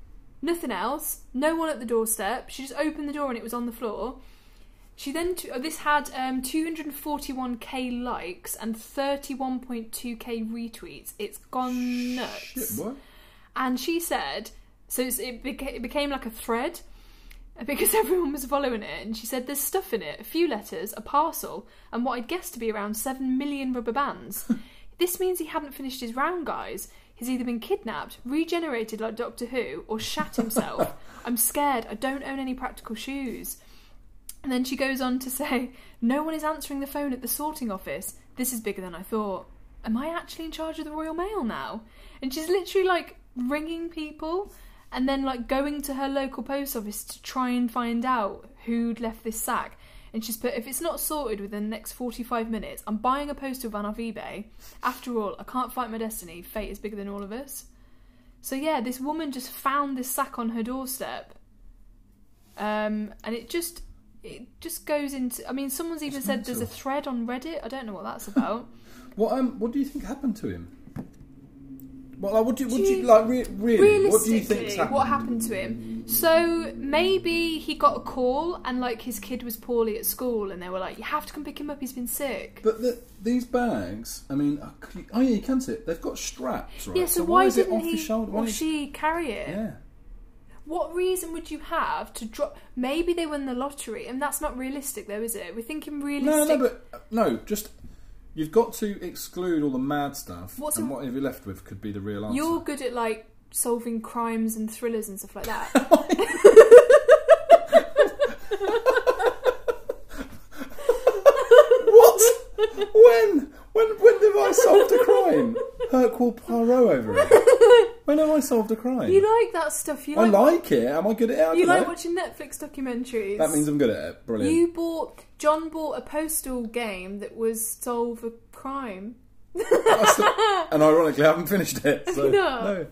[SPEAKER 2] Nothing else. No one at the doorstep. She just opened the door and it was on the floor. She then t- oh, this had um, 241k likes and 31.2k retweets. It's gone nuts.
[SPEAKER 3] Shit, what?
[SPEAKER 2] And she said, so it's, it, beca- it became like a thread because everyone was following it. And she said, there's stuff in it a few letters, a parcel, and what I'd guess to be around 7 million rubber bands. this means he hadn't finished his round, guys. He's either been kidnapped, regenerated like Doctor Who, or shat himself. I'm scared. I don't own any practical shoes. And then she goes on to say, No one is answering the phone at the sorting office. This is bigger than I thought. Am I actually in charge of the Royal Mail now? And she's literally like ringing people and then like going to her local post office to try and find out who'd left this sack. And she's put, If it's not sorted within the next 45 minutes, I'm buying a postal van off eBay. After all, I can't fight my destiny. Fate is bigger than all of us. So yeah, this woman just found this sack on her doorstep. Um, and it just it just goes into I mean someone's even said there's a
[SPEAKER 3] mental.
[SPEAKER 2] thread on Reddit. I don't know what that's about.
[SPEAKER 3] What um? What do you think happened to him? Well, like, what do you, what do
[SPEAKER 2] Do
[SPEAKER 3] you,
[SPEAKER 2] you-
[SPEAKER 3] like? Re- really, what do you think's
[SPEAKER 2] Realistically,
[SPEAKER 3] happened?
[SPEAKER 2] what happened to him? So maybe he got a call and like his kid was poorly at school and they were like, You have to come pick him up, he's been sick.
[SPEAKER 3] But the, these bags, I mean, uh, could you- oh yeah, you can see it. They've got straps, right?
[SPEAKER 2] yeah, so,
[SPEAKER 3] why, is it
[SPEAKER 2] didn't
[SPEAKER 3] off
[SPEAKER 2] he
[SPEAKER 3] his shoulder? Why
[SPEAKER 2] or
[SPEAKER 3] is-
[SPEAKER 2] she carry it?
[SPEAKER 3] Yeah.
[SPEAKER 2] What reason would you have to drop? Maybe they win the lottery, and that's not realistic, though, is it? We're thinking
[SPEAKER 3] No,
[SPEAKER 2] realistic.
[SPEAKER 3] no, but uh, no. Just you've got to exclude all the mad stuff,
[SPEAKER 2] What's
[SPEAKER 3] and
[SPEAKER 2] a-
[SPEAKER 3] what you're left with could be the real answer.
[SPEAKER 2] You're good at like solving crimes and thrillers and stuff like that.
[SPEAKER 3] What? when? When? When have I solved a crime? Hercule Poirot over it. When have I solved a crime?
[SPEAKER 2] you like that stuff. You
[SPEAKER 3] I
[SPEAKER 2] like,
[SPEAKER 3] like it. Am I good at it? I
[SPEAKER 2] you
[SPEAKER 3] don't
[SPEAKER 2] like
[SPEAKER 3] know.
[SPEAKER 2] watching Netflix documentaries.
[SPEAKER 3] That means I'm good at it. Brilliant.
[SPEAKER 2] you bought John bought a postal game that was solve a crime.
[SPEAKER 3] That's the- and ironically, I haven't finished it. So,
[SPEAKER 2] No.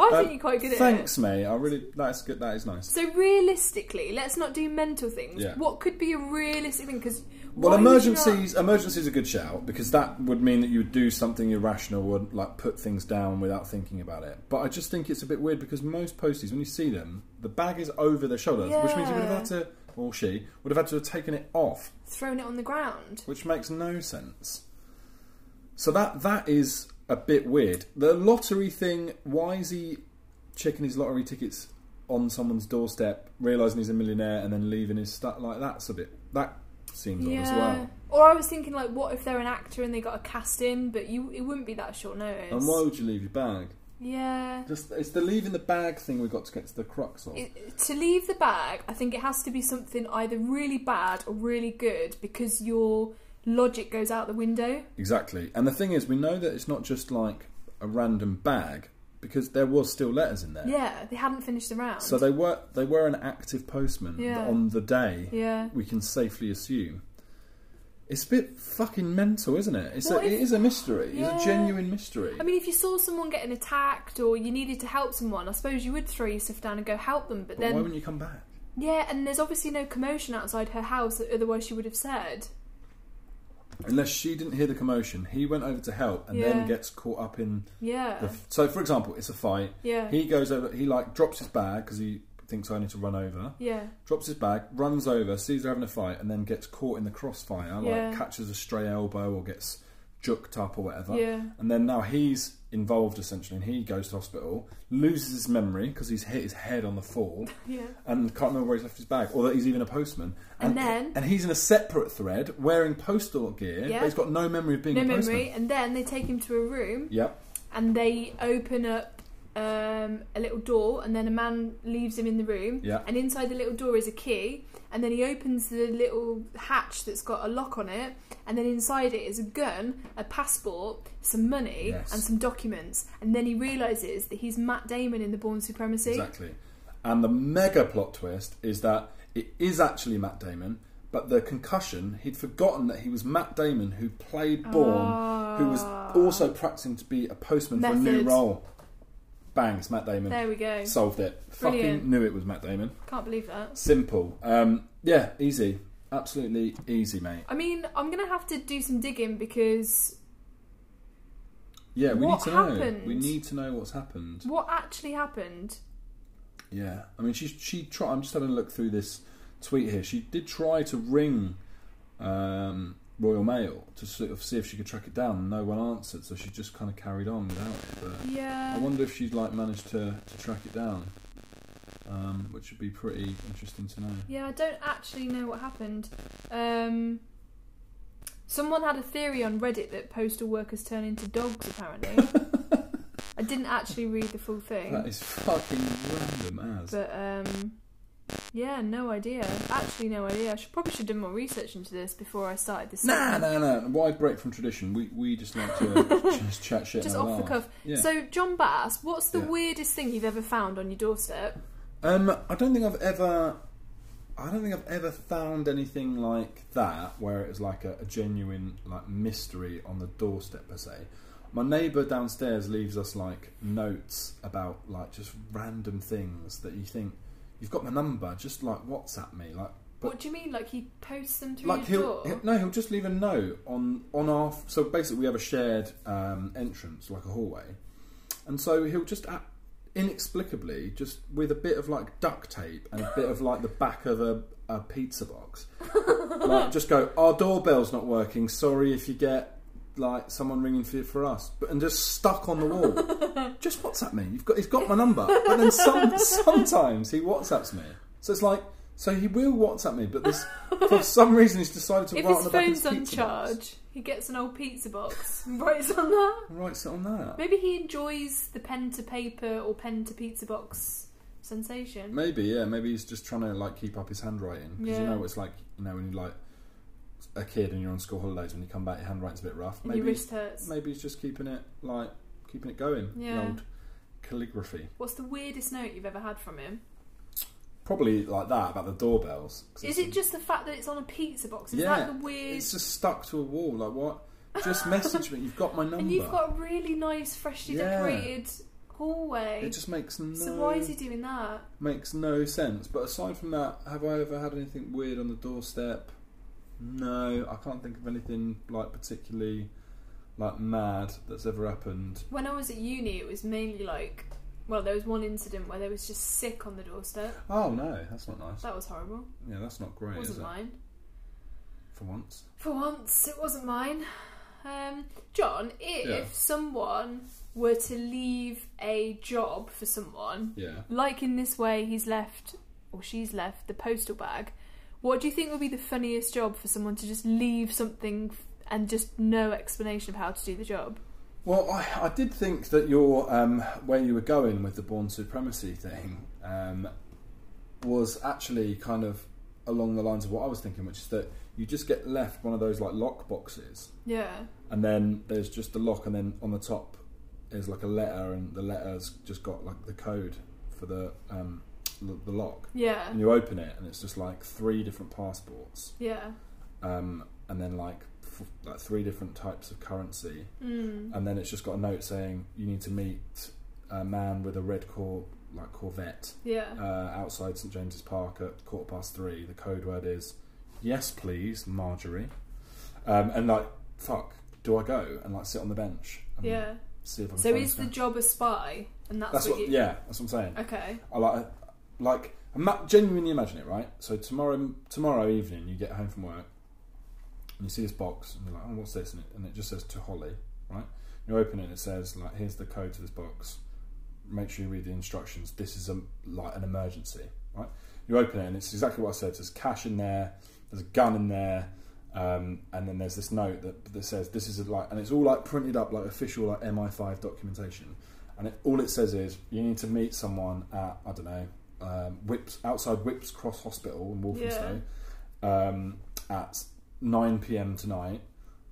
[SPEAKER 2] I think you're quite good at
[SPEAKER 3] Uh, Thanks,
[SPEAKER 2] it.
[SPEAKER 3] mate. I really that's good. That is nice.
[SPEAKER 2] So realistically, let's not do mental things.
[SPEAKER 3] Yeah.
[SPEAKER 2] What could be a realistic thing? Because
[SPEAKER 3] Well, emergencies. Emergencies a good shout because that would mean that you would do something irrational and like put things down without thinking about it. But I just think it's a bit weird because most posties, when you see them, the bag is over their shoulders, which means you would have had to, or she would have had to have taken it off,
[SPEAKER 2] thrown it on the ground.
[SPEAKER 3] which makes no sense. So that that is a bit weird. The lottery thing. Why is he checking his lottery tickets on someone's doorstep, realizing he's a millionaire, and then leaving his stuff like that's a bit that seems odd as well.
[SPEAKER 2] Or I was thinking, like, what if they're an actor and they got a casting, but you it wouldn't be that short notice.
[SPEAKER 3] And why would you leave your bag?
[SPEAKER 2] yeah.
[SPEAKER 3] Just it's the leaving the bag thing we've got to get to the crux of.
[SPEAKER 2] It- to leave the bag, I think it has to be something either really bad or really good because your logic goes out the window.
[SPEAKER 3] Exactly. And the thing is, we know that it's not just like a random bag because there was still letters in there.
[SPEAKER 2] Yeah, they hadn't finished the round.
[SPEAKER 3] So they were they were an active postman
[SPEAKER 2] Yeah.
[SPEAKER 3] on the day.
[SPEAKER 2] Yeah.
[SPEAKER 3] We can safely assume. It's a bit fucking mental, isn't it? It's a,
[SPEAKER 2] What if-
[SPEAKER 3] it is a mystery. It's
[SPEAKER 2] Yeah.
[SPEAKER 3] a genuine mystery.
[SPEAKER 2] I mean, if you saw someone getting attacked or you needed to help someone, I suppose you would throw your stuff down and go help them. But,
[SPEAKER 3] but
[SPEAKER 2] then,
[SPEAKER 3] why wouldn't you come back?
[SPEAKER 2] yeah, and there's obviously no commotion outside her house, that otherwise she would have said.
[SPEAKER 3] Unless she didn't hear the commotion, he went over to help and then
[SPEAKER 2] Yeah.
[SPEAKER 3] gets caught up in
[SPEAKER 2] Yeah,
[SPEAKER 3] The f- so, for example, it's a fight.
[SPEAKER 2] Yeah.
[SPEAKER 3] He goes over. He like drops his bag because he thinks I need to run over.
[SPEAKER 2] yeah,
[SPEAKER 3] Drops his bag, runs over, sees they're having a fight, and then gets caught in the crossfire.
[SPEAKER 2] Yeah.
[SPEAKER 3] Like catches a stray elbow or gets juked up or whatever.
[SPEAKER 2] Yeah.
[SPEAKER 3] And then now he's involved essentially, and he goes to hospital, loses his memory because he's hit his head on the fall.
[SPEAKER 2] Yeah.
[SPEAKER 3] And can't remember where he's left his bag, or that he's even a postman.
[SPEAKER 2] And then-
[SPEAKER 3] and he's in a separate thread wearing postal gear,
[SPEAKER 2] Yeah.
[SPEAKER 3] but he's got no memory of being
[SPEAKER 2] no
[SPEAKER 3] a postman.
[SPEAKER 2] memory. And then they take him to a room
[SPEAKER 3] Yep.
[SPEAKER 2] and they open up um, a little door, and then a man leaves him in the room.
[SPEAKER 3] Yeah.
[SPEAKER 2] And inside the little door is a key, and then he opens the little hatch that's got a lock on it, and then inside it is a gun, a passport, some money,
[SPEAKER 3] Yes.
[SPEAKER 2] and some documents. And then he realizes that he's Matt Damon in the Born Supremacy.
[SPEAKER 3] Exactly. And the mega plot twist is that it is actually Matt Damon, but the concussion, he'd forgotten that he was Matt Damon who played Bourne, who was also practicing to be a postman for a new
[SPEAKER 2] Ah. Method.
[SPEAKER 3] role. Bang, it's Matt Damon.
[SPEAKER 2] There we go.
[SPEAKER 3] Solved it.
[SPEAKER 2] Brilliant.
[SPEAKER 3] Fucking knew it was Matt Damon.
[SPEAKER 2] Can't believe that.
[SPEAKER 3] Simple. Um, yeah, easy. Absolutely easy, mate.
[SPEAKER 2] I mean, I'm gonna have to do some digging because
[SPEAKER 3] Yeah, we
[SPEAKER 2] What
[SPEAKER 3] need to know.
[SPEAKER 2] happened?
[SPEAKER 3] We need to know what's happened.
[SPEAKER 2] What actually happened?
[SPEAKER 3] Yeah, I mean, she she tried. I'm just having a look through this tweet here. She did try to ring um, Royal Mail to sort of see if she could track it down. and No one answered, so she just kind of carried on without it. But I
[SPEAKER 2] Yeah.
[SPEAKER 3] wonder if she's like managed to, to track it down, um, which would be pretty interesting to know.
[SPEAKER 2] Yeah, I don't actually know what happened. Um, someone had a theory on Reddit that postal workers turn into dogs, apparently. I didn't actually read the full
[SPEAKER 3] That
[SPEAKER 2] thing.
[SPEAKER 3] is fucking random as.
[SPEAKER 2] But, um, yeah, no idea. Actually, no idea. I should, probably should have done more research into this before I started this.
[SPEAKER 3] Nah,
[SPEAKER 2] segment.
[SPEAKER 3] nah, nah. Why break from tradition? We we just like to just chat shit.
[SPEAKER 2] Just
[SPEAKER 3] and
[SPEAKER 2] off the
[SPEAKER 3] laugh.
[SPEAKER 2] cuff.
[SPEAKER 3] Yeah.
[SPEAKER 2] So, John Bass, what's the
[SPEAKER 3] Yeah.
[SPEAKER 2] weirdest thing you've ever found on your doorstep?
[SPEAKER 3] Um, I don't think I've ever. I don't think I've ever found anything like that where it was like a, a genuine like mystery on the doorstep per se. My neighbour downstairs leaves us like notes about like just random things that you think you've got my number, just like WhatsApp me, like but
[SPEAKER 2] what do you mean? Like he posts them through
[SPEAKER 3] like
[SPEAKER 2] your
[SPEAKER 3] he'll,
[SPEAKER 2] door?
[SPEAKER 3] he'll- no he'll just leave a note on on our so basically we have a shared um, entrance like a hallway and so he'll just a inexplicably just with a bit of like duct tape and a bit of like the back of a, a pizza box like just go our doorbell's not working sorry if you get like someone ringing for for us but and just stuck on the wall just whatsapp me you've got he's got my number but then some, sometimes he whatsapps me so it's like so he will whatsapp me but this for some reason he's decided to
[SPEAKER 2] If
[SPEAKER 3] write
[SPEAKER 2] his
[SPEAKER 3] on the back of
[SPEAKER 2] phone's
[SPEAKER 3] his
[SPEAKER 2] on
[SPEAKER 3] pizza
[SPEAKER 2] charge,
[SPEAKER 3] box.
[SPEAKER 2] he gets an old pizza box and writes on that.
[SPEAKER 3] writes it on that
[SPEAKER 2] Maybe he enjoys the pen to paper or pen to pizza box sensation.
[SPEAKER 3] Maybe, yeah. Maybe he's just trying to like keep up his handwriting because you
[SPEAKER 2] Yeah.
[SPEAKER 3] know what it's like. You know when you like a kid and you're on school holidays when you come back, your handwriting's a bit rough.
[SPEAKER 2] and
[SPEAKER 3] Maybe,
[SPEAKER 2] your wrist hurts.
[SPEAKER 3] maybe he's just keeping it like keeping it going. the
[SPEAKER 2] Yeah.
[SPEAKER 3] Old calligraphy,
[SPEAKER 2] What's the weirdest note you've ever had from him?
[SPEAKER 3] probably like that about the doorbells. 'cause
[SPEAKER 2] Is
[SPEAKER 3] it's-
[SPEAKER 2] it just the fact that it's on a pizza box? Is
[SPEAKER 3] Yeah,
[SPEAKER 2] that the weird?
[SPEAKER 3] It's just stuck to a wall. Like what? Just message me. You've got my number.
[SPEAKER 2] And you've got a really nice, freshly
[SPEAKER 3] Yeah.
[SPEAKER 2] decorated hallway.
[SPEAKER 3] It just makes no.
[SPEAKER 2] So why is he doing that?
[SPEAKER 3] makes no sense. But aside from that, have I ever had anything weird on the doorstep? No, I can't think of anything like particularly like mad that's ever happened.
[SPEAKER 2] When I was at uni, it was mainly like, well, there was one incident where there was just sick on the doorstep.
[SPEAKER 3] Oh no, that's not nice.
[SPEAKER 2] That was horrible.
[SPEAKER 3] Yeah, that's not great, is
[SPEAKER 2] wasn't
[SPEAKER 3] it?
[SPEAKER 2] mine.
[SPEAKER 3] For once.
[SPEAKER 2] For once, it wasn't mine. Um, John, if
[SPEAKER 3] Yeah.
[SPEAKER 2] someone were to leave a job for someone,
[SPEAKER 3] Yeah.
[SPEAKER 2] like in this way, he's left or she's left the postal bag. What do you think would be the funniest job for someone to just leave something f- and just no explanation of how to do the job?
[SPEAKER 3] Well, I, I did think that your um, where you were going with the born supremacy thing um, was actually kind of along the lines of what I was thinking, which is that you just get left one of those like lock boxes
[SPEAKER 2] Yeah,
[SPEAKER 3] and then there's just the lock, and then on the top is like a letter, and the letter's just got like the code for the um, the, the lock.
[SPEAKER 2] yeah,
[SPEAKER 3] And you open it, and it's just like three different passports,
[SPEAKER 2] yeah.
[SPEAKER 3] um, and then like f- like three different types of currency,
[SPEAKER 2] Mm.
[SPEAKER 3] and then it's just got a note saying you need to meet a man with a red cor like Corvette
[SPEAKER 2] Yeah.
[SPEAKER 3] uh, outside St James's Park at quarter past three. The code word is yes, please, Marjorie. Um, and like, fuck, do I go and like sit on the bench? And
[SPEAKER 2] Yeah.
[SPEAKER 3] See if I can
[SPEAKER 2] So
[SPEAKER 3] find
[SPEAKER 2] is the
[SPEAKER 3] someone?
[SPEAKER 2] job a spy? And that's,
[SPEAKER 3] that's
[SPEAKER 2] what,
[SPEAKER 3] what?
[SPEAKER 2] you.
[SPEAKER 3] Yeah, that's what I'm saying.
[SPEAKER 2] Okay.
[SPEAKER 3] I like, like, ima- genuinely imagine it, right? So tomorrow, tomorrow evening, you get home from work, and you see this box, and you're like, "Oh, what's this?" And it, and it just says to Holly, right? You open it, and it says like, "Here's the code to this box. Make sure you read the instructions. This is a like an emergency, right?" You open it, and it's exactly what I said. There's cash in there. There's a gun in there. Um, and then there's this note that, that says this is a, like, and it's all like printed up like official like MI5 documentation, and it, all it says is you need to meet someone at I don't know um, Whips outside Whips Cross Hospital in Walthamstow um, at 9 p.m. tonight.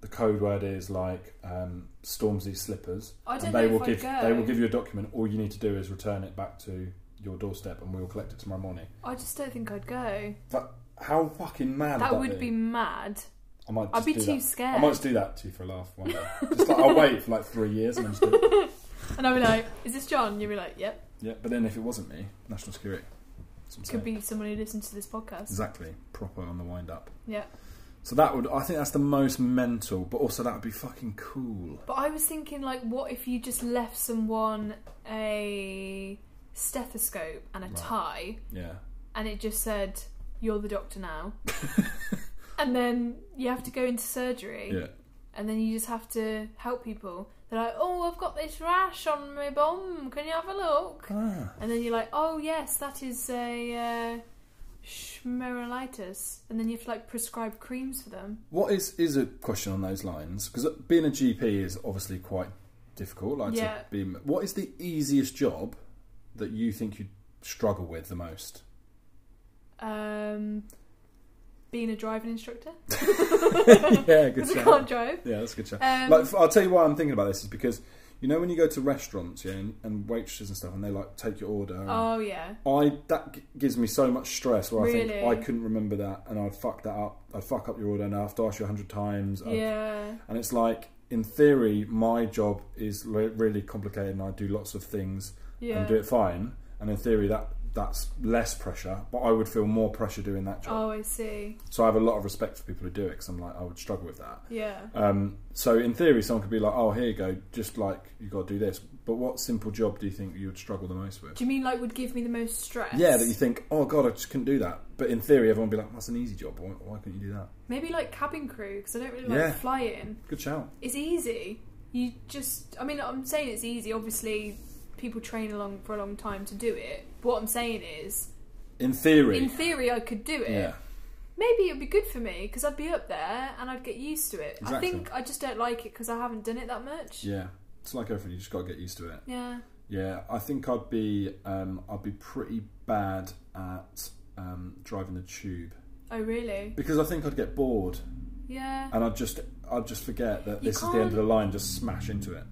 [SPEAKER 3] The code word is like um, Stormzy slippers,
[SPEAKER 2] I don't
[SPEAKER 3] and they
[SPEAKER 2] know
[SPEAKER 3] will
[SPEAKER 2] if I'd
[SPEAKER 3] give
[SPEAKER 2] go.
[SPEAKER 3] they will give you a document. All you need to do is return it back to your doorstep, and we will collect it tomorrow morning.
[SPEAKER 2] I just don't think I'd go.
[SPEAKER 3] But how fucking mad
[SPEAKER 2] That would
[SPEAKER 3] be.
[SPEAKER 2] be mad.
[SPEAKER 3] I might.
[SPEAKER 2] I'd
[SPEAKER 3] just
[SPEAKER 2] be
[SPEAKER 3] do
[SPEAKER 2] too
[SPEAKER 3] that.
[SPEAKER 2] scared.
[SPEAKER 3] I might just do that to you for a laugh one day. just like, I'll wait for like three years and then just do it.
[SPEAKER 2] And I'd be like, "Is this John?" You'd be like, "Yep."
[SPEAKER 3] Yeah, but then if it wasn't me, national security. That's what I'm
[SPEAKER 2] Could
[SPEAKER 3] saying.
[SPEAKER 2] be someone who listens to this podcast.
[SPEAKER 3] exactly proper on the wind up.
[SPEAKER 2] Yeah.
[SPEAKER 3] So that would, I think that's the most mental, but also that would be fucking cool.
[SPEAKER 2] But I was thinking, like, what if you just left someone a stethoscope and a tie,
[SPEAKER 3] Yeah.
[SPEAKER 2] and it just said, "You're the doctor now," and then you have to go into surgery,
[SPEAKER 3] Yeah.
[SPEAKER 2] and then you just have to help people. They're like, "Oh, I've got this rash on my bum. Can you have a look?"
[SPEAKER 3] Ah.
[SPEAKER 2] And then you're like, "Oh, yes, that is a." Uh, Schmerolitis, and then you have to like prescribe creams for them.
[SPEAKER 3] What is is a question on those lines? Because being a GP is obviously quite difficult. Like
[SPEAKER 2] Yeah.
[SPEAKER 3] to be, what is the easiest job that you think you struggle with the most?
[SPEAKER 2] Um, being a driving instructor,
[SPEAKER 3] yeah, good
[SPEAKER 2] because I
[SPEAKER 3] shout.
[SPEAKER 2] can't drive.
[SPEAKER 3] Yeah, that's a good shout.
[SPEAKER 2] Um,
[SPEAKER 3] like, f- I'll tell you why I'm thinking about this is because you know when you go to restaurants, yeah, and, and waitresses and stuff, and they like take your order. and-
[SPEAKER 2] Oh yeah,
[SPEAKER 3] I that g- gives me so much stress where I think
[SPEAKER 2] Really?
[SPEAKER 3] I couldn't remember that and I'd fuck that up. I'd fuck up your order and I have to ask you a hundred times. I'd-
[SPEAKER 2] yeah.
[SPEAKER 3] And it's like, in theory, my job is re- really complicated and I do lots of things
[SPEAKER 2] Yeah.
[SPEAKER 3] and do it fine. And in theory, that that's less pressure, but I would feel more pressure doing that job.
[SPEAKER 2] Oh, I see.
[SPEAKER 3] So I have a lot of respect for people who do it because I'm like, I would struggle with that.
[SPEAKER 2] Yeah,
[SPEAKER 3] Um, so in theory, someone could be like, oh, here you go, just like you got to do this. But what simple job do you think you would struggle the most with?
[SPEAKER 2] do you mean like would give me the most stress?
[SPEAKER 3] Yeah, that you think, oh god, I just couldn't do that. But in theory, everyone would be like, that's an easy job. Why, why couldn't you do that?
[SPEAKER 2] Maybe like cabin crew because I don't really like
[SPEAKER 3] Yeah.
[SPEAKER 2] flying.
[SPEAKER 3] Good shout.
[SPEAKER 2] It's easy. You just, I mean, I'm saying it's easy. Obviously, people train along for a long time to do it. But what I'm saying is,
[SPEAKER 3] In theory.
[SPEAKER 2] in theory, I could do it.
[SPEAKER 3] yeah.
[SPEAKER 2] Maybe it'd be good for me because I'd be up there and I'd get used to it. I
[SPEAKER 3] Exactly.
[SPEAKER 2] think I just don't like it because I haven't done it that much.
[SPEAKER 3] Yeah. It's like everything, you just got to get used to it.
[SPEAKER 2] Yeah.
[SPEAKER 3] Yeah, I think I'd be, um, I'd be pretty bad at um, driving the tube
[SPEAKER 2] Oh really?
[SPEAKER 3] because I think I'd get bored
[SPEAKER 2] Yeah.
[SPEAKER 3] and I'd just, I'd just forget that
[SPEAKER 2] You
[SPEAKER 3] this is the end of
[SPEAKER 2] can't-
[SPEAKER 3] the line, just smash into it.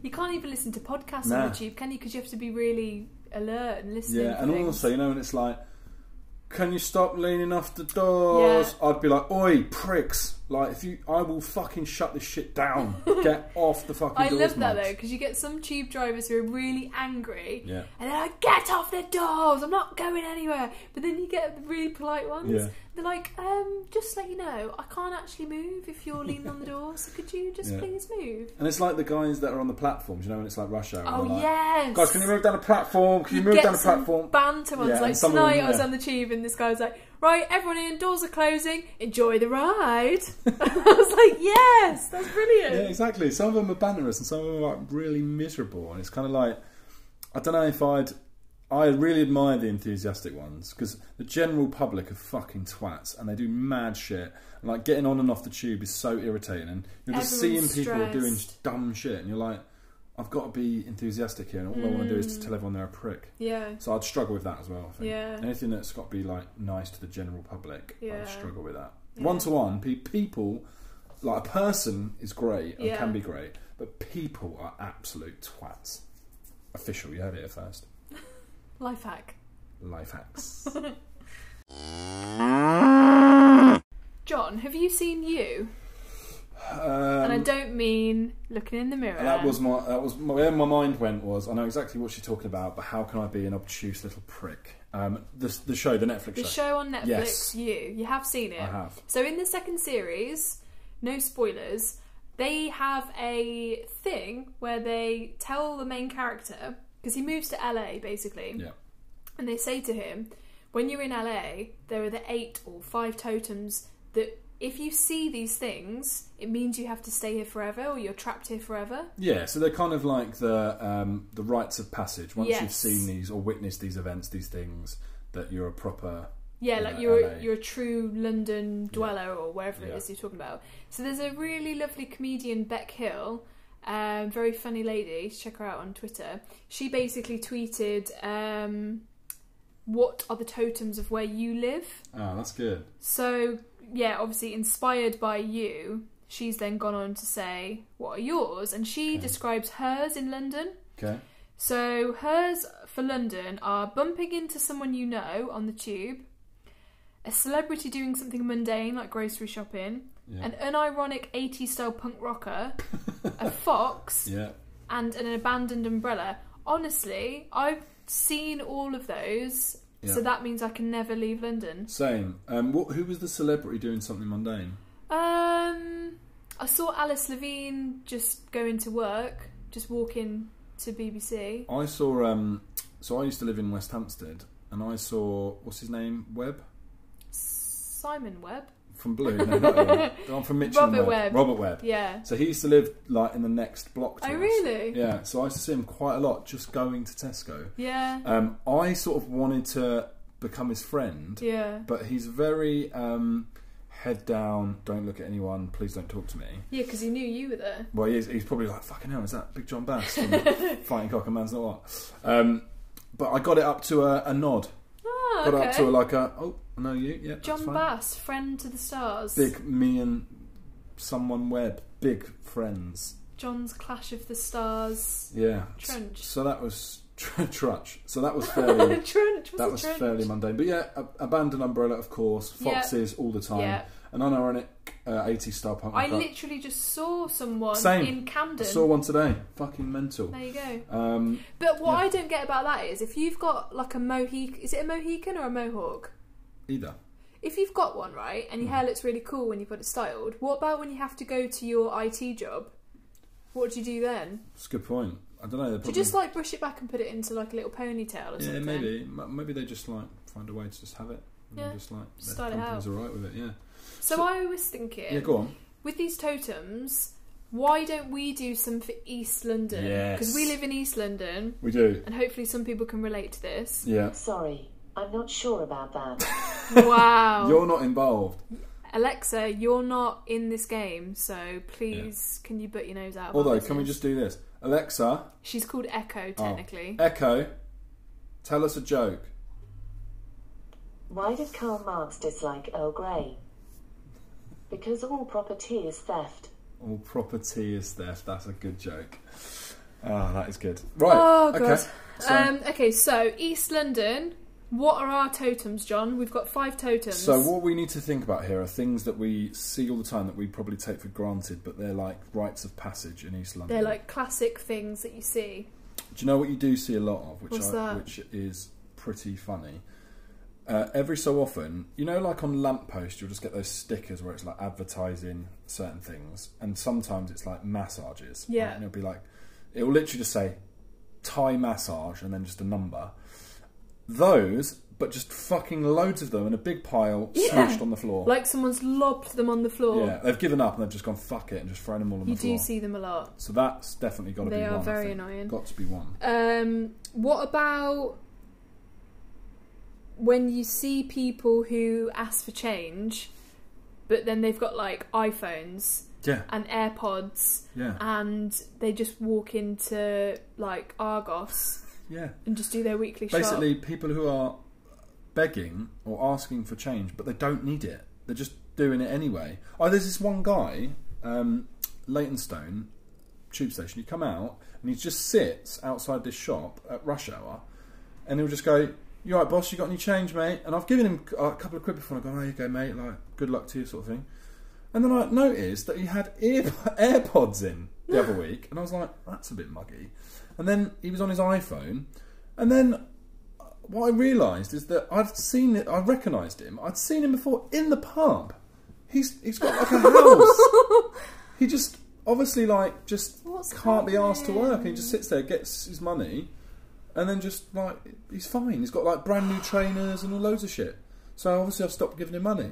[SPEAKER 2] You can't even listen to podcasts
[SPEAKER 3] Nah.
[SPEAKER 2] on YouTube, can you? Because you have to be really alert and listening.
[SPEAKER 3] Yeah,
[SPEAKER 2] for
[SPEAKER 3] and
[SPEAKER 2] things.
[SPEAKER 3] also, you know, when it's like, can you stop leaning off the doors? I'd be like, oi, pricks! Like, if you, I will fucking shut this shit down. Get off the fucking
[SPEAKER 2] I
[SPEAKER 3] doors,
[SPEAKER 2] love that
[SPEAKER 3] mate.
[SPEAKER 2] though because you get some tube drivers who are really angry,
[SPEAKER 3] Yeah.
[SPEAKER 2] and they're like, "Get off the doors! I'm not going anywhere." But then you get the really polite ones.
[SPEAKER 3] Yeah.
[SPEAKER 2] They're like, um, "Just to let you know, I can't actually move if you're leaning on the door. So could you just
[SPEAKER 3] Yeah.
[SPEAKER 2] please move?"
[SPEAKER 3] And it's like the guys that are on the platforms, you know, when it's like rush hour. and
[SPEAKER 2] Oh
[SPEAKER 3] they're like,
[SPEAKER 2] yes.
[SPEAKER 3] Guys, can you move down the platform? Can you, move
[SPEAKER 2] get
[SPEAKER 3] down the
[SPEAKER 2] some
[SPEAKER 3] platform?
[SPEAKER 2] Banter ones
[SPEAKER 3] Yeah, and
[SPEAKER 2] like
[SPEAKER 3] some of them,
[SPEAKER 2] tonight. I was
[SPEAKER 3] yeah.
[SPEAKER 2] on the tube and this guy was like, "Right, everyone in. Doors are closing. Enjoy the ride." I was like, "Yes, that's brilliant."
[SPEAKER 3] yeah, exactly. Some of them are banterous and some of them are like really miserable. And it's kind of like, I don't know if I'd. I really admire the enthusiastic ones because the general public are fucking twats and they do mad shit. And like getting on and off the tube is so irritating. And you're just
[SPEAKER 2] Everyone's
[SPEAKER 3] seeing people doing
[SPEAKER 2] stressed.
[SPEAKER 3] dumb shit and you're like, I've got to be enthusiastic here. And all I want to do is
[SPEAKER 2] Mm.
[SPEAKER 3] to tell everyone they're a prick.
[SPEAKER 2] yeah.
[SPEAKER 3] So I'd struggle with that as well. I think.
[SPEAKER 2] Yeah.
[SPEAKER 3] Anything that's got to be like nice to the general public,
[SPEAKER 2] Yeah.
[SPEAKER 3] I'd struggle with that. One to one, people, like a person is great and
[SPEAKER 2] Yeah.
[SPEAKER 3] can be great, but people are absolute twats. Official, you heard it here first.
[SPEAKER 2] Life hack.
[SPEAKER 3] Life hacks. Um,
[SPEAKER 2] John, have you seen you? and I
[SPEAKER 3] Um,
[SPEAKER 2] don't mean looking in the mirror.
[SPEAKER 3] that was my that was my, where my mind went was I know exactly what she's talking about, but how can I be an obtuse little prick? Um, the the show, the Netflix
[SPEAKER 2] the
[SPEAKER 3] show.
[SPEAKER 2] show on Netflix.
[SPEAKER 3] Yes.
[SPEAKER 2] You, you have seen it.
[SPEAKER 3] I have.
[SPEAKER 2] So in the second series, no spoilers. They have a thing where they tell the main character because he moves to LA basically,
[SPEAKER 3] Yeah,
[SPEAKER 2] and they say to him, "When you're in LA, there are the eight or five totems that." If you see these things, it means you have to stay here forever or you're trapped here forever.
[SPEAKER 3] yeah. So they're kind of like the um, the rites of passage. Once you've
[SPEAKER 2] Yes.
[SPEAKER 3] seen these or witnessed these events, these things, that you're a proper
[SPEAKER 2] Yeah,
[SPEAKER 3] in uh,
[SPEAKER 2] like
[SPEAKER 3] a-
[SPEAKER 2] you're
[SPEAKER 3] LA.
[SPEAKER 2] you're a true London dweller or wherever
[SPEAKER 3] Yeah.
[SPEAKER 2] it is you're talking about. So there's a really lovely comedian Beck Hill, um, very funny lady. Check her out on Twitter. She basically tweeted, um, "What are the totems of where you live?"
[SPEAKER 3] Oh, that's good.
[SPEAKER 2] So yeah, obviously inspired by you, she's then gone on to say, "What are yours?" And she describes hers in London.
[SPEAKER 3] Okay.
[SPEAKER 2] So hers for London are bumping into someone you know on the tube, a celebrity doing something mundane like grocery shopping, an unironic 80s style punk rocker, a fox,
[SPEAKER 3] Yeah.
[SPEAKER 2] and an abandoned umbrella. Honestly, I've seen all of those. So that means I can never leave London.
[SPEAKER 3] Same. Um, what, who was the celebrity doing something mundane?
[SPEAKER 2] Um, I saw Alice Levine just going to work, just walking to BBC.
[SPEAKER 3] I saw. Um, so I used to live in West Hampstead, and I saw what's his name Webb
[SPEAKER 2] Simon Webb.
[SPEAKER 3] from Blue. No, not Webb. I'm from Mitchell. and
[SPEAKER 2] Robert Webb.
[SPEAKER 3] Robert Webb.
[SPEAKER 2] Yeah.
[SPEAKER 3] So he used to live like in the next block. To
[SPEAKER 2] Oh,
[SPEAKER 3] us.
[SPEAKER 2] really?
[SPEAKER 3] Yeah. So I used to see him quite a lot, just going to Tesco.
[SPEAKER 2] Yeah.
[SPEAKER 3] Um, I sort of wanted to become his friend,
[SPEAKER 2] Yeah.
[SPEAKER 3] but he's very um, head down. Don't look at anyone. Please don't talk to me.
[SPEAKER 2] Yeah, because he knew you were there.
[SPEAKER 3] Well, he's, he's probably like, fucking hell, is that Big John Bass from Fighting Cock and Man's Not What? Um, but I got it up to a, a nod.
[SPEAKER 2] Ah,
[SPEAKER 3] Got it up
[SPEAKER 2] okay.
[SPEAKER 3] to a, like a, oh, I know you. Yeah, that's
[SPEAKER 2] John
[SPEAKER 3] fine.
[SPEAKER 2] Bass, friend to the stars.
[SPEAKER 3] Big, me and someone web, big friends.
[SPEAKER 2] John's Clash of the Stars.
[SPEAKER 3] Yeah.
[SPEAKER 2] Trench.
[SPEAKER 3] So that was, tr- trutch. So that was fairly,
[SPEAKER 2] Trench, was
[SPEAKER 3] that
[SPEAKER 2] it
[SPEAKER 3] was
[SPEAKER 2] Trench?
[SPEAKER 3] fairly mundane. But yeah, a- Abandoned Umbrella, of course.
[SPEAKER 2] Yeah.
[SPEAKER 3] Foxes all the time.
[SPEAKER 2] Yeah.
[SPEAKER 3] An unironic uh, 80s style punk.
[SPEAKER 2] I
[SPEAKER 3] rock.
[SPEAKER 2] literally just saw someone
[SPEAKER 3] Same.
[SPEAKER 2] in Camden.
[SPEAKER 3] saw one today. Fucking mental.
[SPEAKER 2] There you go.
[SPEAKER 3] Um,
[SPEAKER 2] But what
[SPEAKER 3] Yeah.
[SPEAKER 2] I don't get about that is if you've got like a Mohican, is it a Mohican or a Mohawk?
[SPEAKER 3] either.
[SPEAKER 2] If you've got one, right, and
[SPEAKER 3] Mm.
[SPEAKER 2] your hair looks really cool when you've got it styled, what about when you have to go to your IT job? What do you do then?
[SPEAKER 3] It's a good point. I don't know.
[SPEAKER 2] Do you just like brush it back and put it into like a little ponytail or
[SPEAKER 3] Yeah,
[SPEAKER 2] something?
[SPEAKER 3] maybe. M- Maybe they just like find a way to just have it. And
[SPEAKER 2] Yeah.
[SPEAKER 3] Just like their
[SPEAKER 2] Style it
[SPEAKER 3] company's all right with it. Yeah.
[SPEAKER 2] So,
[SPEAKER 3] So-
[SPEAKER 2] I was thinking,
[SPEAKER 3] Yeah. Go on.
[SPEAKER 2] with these totems, why don't we do some for East London? Because
[SPEAKER 3] Yes.
[SPEAKER 2] we live in East London,
[SPEAKER 3] We do.
[SPEAKER 2] and hopefully some people can relate to this.
[SPEAKER 3] Yeah.
[SPEAKER 5] Sorry, I'm not sure about that.
[SPEAKER 2] wow.
[SPEAKER 3] You're not involved.
[SPEAKER 2] Alexa, you're not in this game, so please can you butt your nose out? of our
[SPEAKER 3] Although, can we Oh.
[SPEAKER 2] business?
[SPEAKER 3] just do this? Alexa, oh.
[SPEAKER 2] She's called Echo, technically.
[SPEAKER 3] Echo, tell us a joke.
[SPEAKER 5] Why did Karl Marx dislike Earl Grey? Because all property is theft.
[SPEAKER 3] All property is theft. That's a good joke. Ah, that is good. Right.
[SPEAKER 2] Oh,
[SPEAKER 3] okay.
[SPEAKER 2] God.
[SPEAKER 3] So,
[SPEAKER 2] Um, okay, so East London. What are our totems, John? We've got five totems.
[SPEAKER 3] so what we need to think about here are things that we see all the time that we probably take for granted, but they're like rites of passage in East London.
[SPEAKER 2] They're like classic things that you see.
[SPEAKER 3] Do you know what you do see a lot of, which
[SPEAKER 2] What's
[SPEAKER 3] I,
[SPEAKER 2] that?
[SPEAKER 3] which is pretty funny? Uh, every so often, you know, like on lamppost, you'll just get those stickers where it's like advertising certain things, and sometimes it's like massages. right?
[SPEAKER 2] Yeah.
[SPEAKER 3] and it'll be like it will literally just say Thai massage and then just a number. Those, but just fucking loads of them in a big pile, smashed on the floor.
[SPEAKER 2] Like someone's lobbed them on the floor.
[SPEAKER 3] yeah, they've given up and they've just gone fuck it and just thrown them all on
[SPEAKER 2] You
[SPEAKER 3] the floor.
[SPEAKER 2] do see them a lot.
[SPEAKER 3] so that's definitely got to be
[SPEAKER 2] They
[SPEAKER 3] one.
[SPEAKER 2] are
[SPEAKER 3] I
[SPEAKER 2] very
[SPEAKER 3] think.
[SPEAKER 2] annoying.
[SPEAKER 3] Got to be one.
[SPEAKER 2] Um, what about when you see people who ask for change, but then they've got like iPhones
[SPEAKER 3] Yeah.
[SPEAKER 2] and AirPods,
[SPEAKER 3] Yeah.
[SPEAKER 2] and they just walk into like Argos
[SPEAKER 3] Yeah.
[SPEAKER 2] and just do their weekly
[SPEAKER 3] basically
[SPEAKER 2] shop?
[SPEAKER 3] people who are begging or asking for change, but they don't need it. They're just doing it anyway. Oh, there's this one guy, um, Leytonstone tube station. You come out and he just sits outside this shop at rush hour, and he'll just go, "You all right, boss? You got any change, mate?" And I've given him uh, a couple of quid before. and I've gone, "Oh, you go, mate. Like, good luck to you," sort of thing. And then I noticed that he had ear- AirPods in the other week, and I was like, "That's a bit muggy." And then he was on his iPhone, and then uh, what I realised is that I'd seen it. I recognised him. I'd seen him before in the pub. He's he's got like a house. he just obviously like just
[SPEAKER 2] What's
[SPEAKER 3] can't be asked to work. And he just sits there, gets his money, and then just like he's fine. He's got like brand new trainers and all loads of shit. So obviously I've stopped giving him money.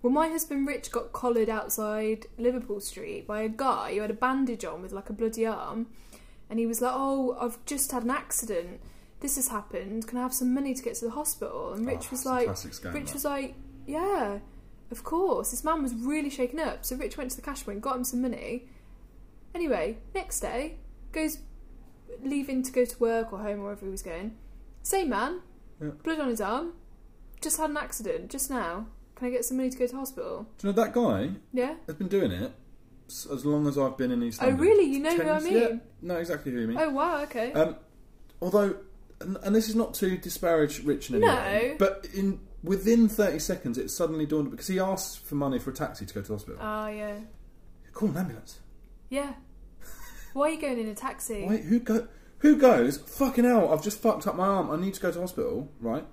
[SPEAKER 2] Well, my husband Rich got collared outside Liverpool Street by a guy who had a bandage on with like a bloody arm, and he was like, "Oh, I've just had an accident. This has happened. Can I have some money to get to the hospital?" And Rich
[SPEAKER 3] Oh,
[SPEAKER 2] was
[SPEAKER 3] it's a
[SPEAKER 2] like,
[SPEAKER 3] classic scam,
[SPEAKER 2] "Rich
[SPEAKER 3] that.
[SPEAKER 2] was like, yeah, of course." This man was really shaken up, so Rich went to the cash point, got him some money. Anyway, next day goes leaving to go to work or home or wherever he was going. Same man,
[SPEAKER 3] Yeah.
[SPEAKER 2] blood on his arm, just had an accident just now. Can I get some money to go to hospital?
[SPEAKER 3] Do you know that guy
[SPEAKER 2] Yeah.
[SPEAKER 3] has been doing it s- as long as I've been in East
[SPEAKER 2] Oh,
[SPEAKER 3] London.
[SPEAKER 2] really? You know who
[SPEAKER 3] 10
[SPEAKER 2] I
[SPEAKER 3] years- yeah.
[SPEAKER 2] mean?
[SPEAKER 3] No, exactly who you mean.
[SPEAKER 2] Oh wow. Okay.
[SPEAKER 3] Um, although, and, and this is not to disparage Rich in any
[SPEAKER 2] No.
[SPEAKER 3] way, but in within thirty seconds, it suddenly dawned because he asked for money for a taxi to go to the hospital.
[SPEAKER 2] Ah yeah.
[SPEAKER 3] Call an ambulance.
[SPEAKER 2] Yeah. Why are you going in a taxi?
[SPEAKER 3] Wait, who go? Who goes? Fucking hell! I've just fucked up my arm. I need to go to hospital. Right?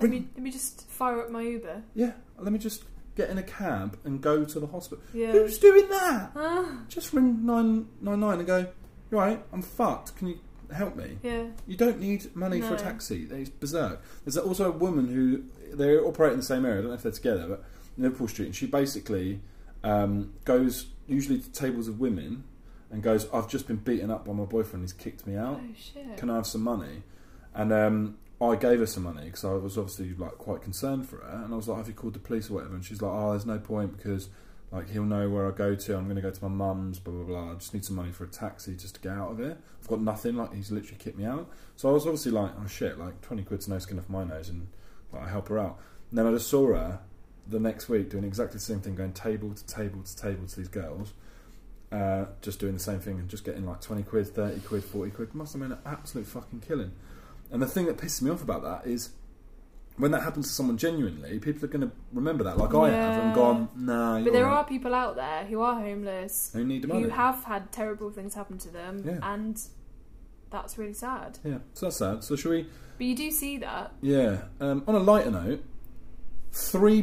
[SPEAKER 2] Let me, let me just fire up my Uber.
[SPEAKER 3] Yeah, let me just get in a cab and go to the hospital.
[SPEAKER 2] Yeah.
[SPEAKER 3] Who's doing that? Just ring 999 and go, "You're right, I'm fucked. Can you help me?
[SPEAKER 2] Yeah.
[SPEAKER 3] You don't need money for a
[SPEAKER 2] No.
[SPEAKER 3] taxi. It's berserk. There's also a woman who they operate in the same area. I don't know if they're together, but in Liverpool Street, and she basically um, goes usually to tables of women and goes, "I've just been beaten up by my boyfriend. He's kicked me out.
[SPEAKER 2] Oh shit.
[SPEAKER 3] Can I have some money?" And um, I gave her some money because I was obviously like quite concerned for her, and I was like, "Have you called the police or whatever?" And she's like, "Oh, there's no point because." Like he'll know where I go to. I'm going to go to my mum's. Blah blah blah. I just need some money for a taxi just to get out of here. I've got nothing. Like he's literally kicked me out. So I was obviously like, oh shit, like 20 quid's no skin off my nose, and like, I help her out. And then I just saw her the next week doing exactly the same thing, going table to table to table to these girls, uh, just doing the same thing and just getting like 20 quid, 30 quid, 40 quid. Must have been an absolute fucking killing. And the thing that pisses me off about that is when that happens to someone genuinely, people are going to remember that, like I have, and
[SPEAKER 2] Yeah.
[SPEAKER 3] gone, nah, you're
[SPEAKER 2] But there
[SPEAKER 3] right.
[SPEAKER 2] are people out there who are homeless,
[SPEAKER 3] Who need the money.
[SPEAKER 2] who have had terrible things happen to them,
[SPEAKER 3] Yeah.
[SPEAKER 2] and that's really sad.
[SPEAKER 3] yeah, so that's sad. So, shall we?
[SPEAKER 2] But you do see that.
[SPEAKER 3] Yeah. Um, on a lighter note, three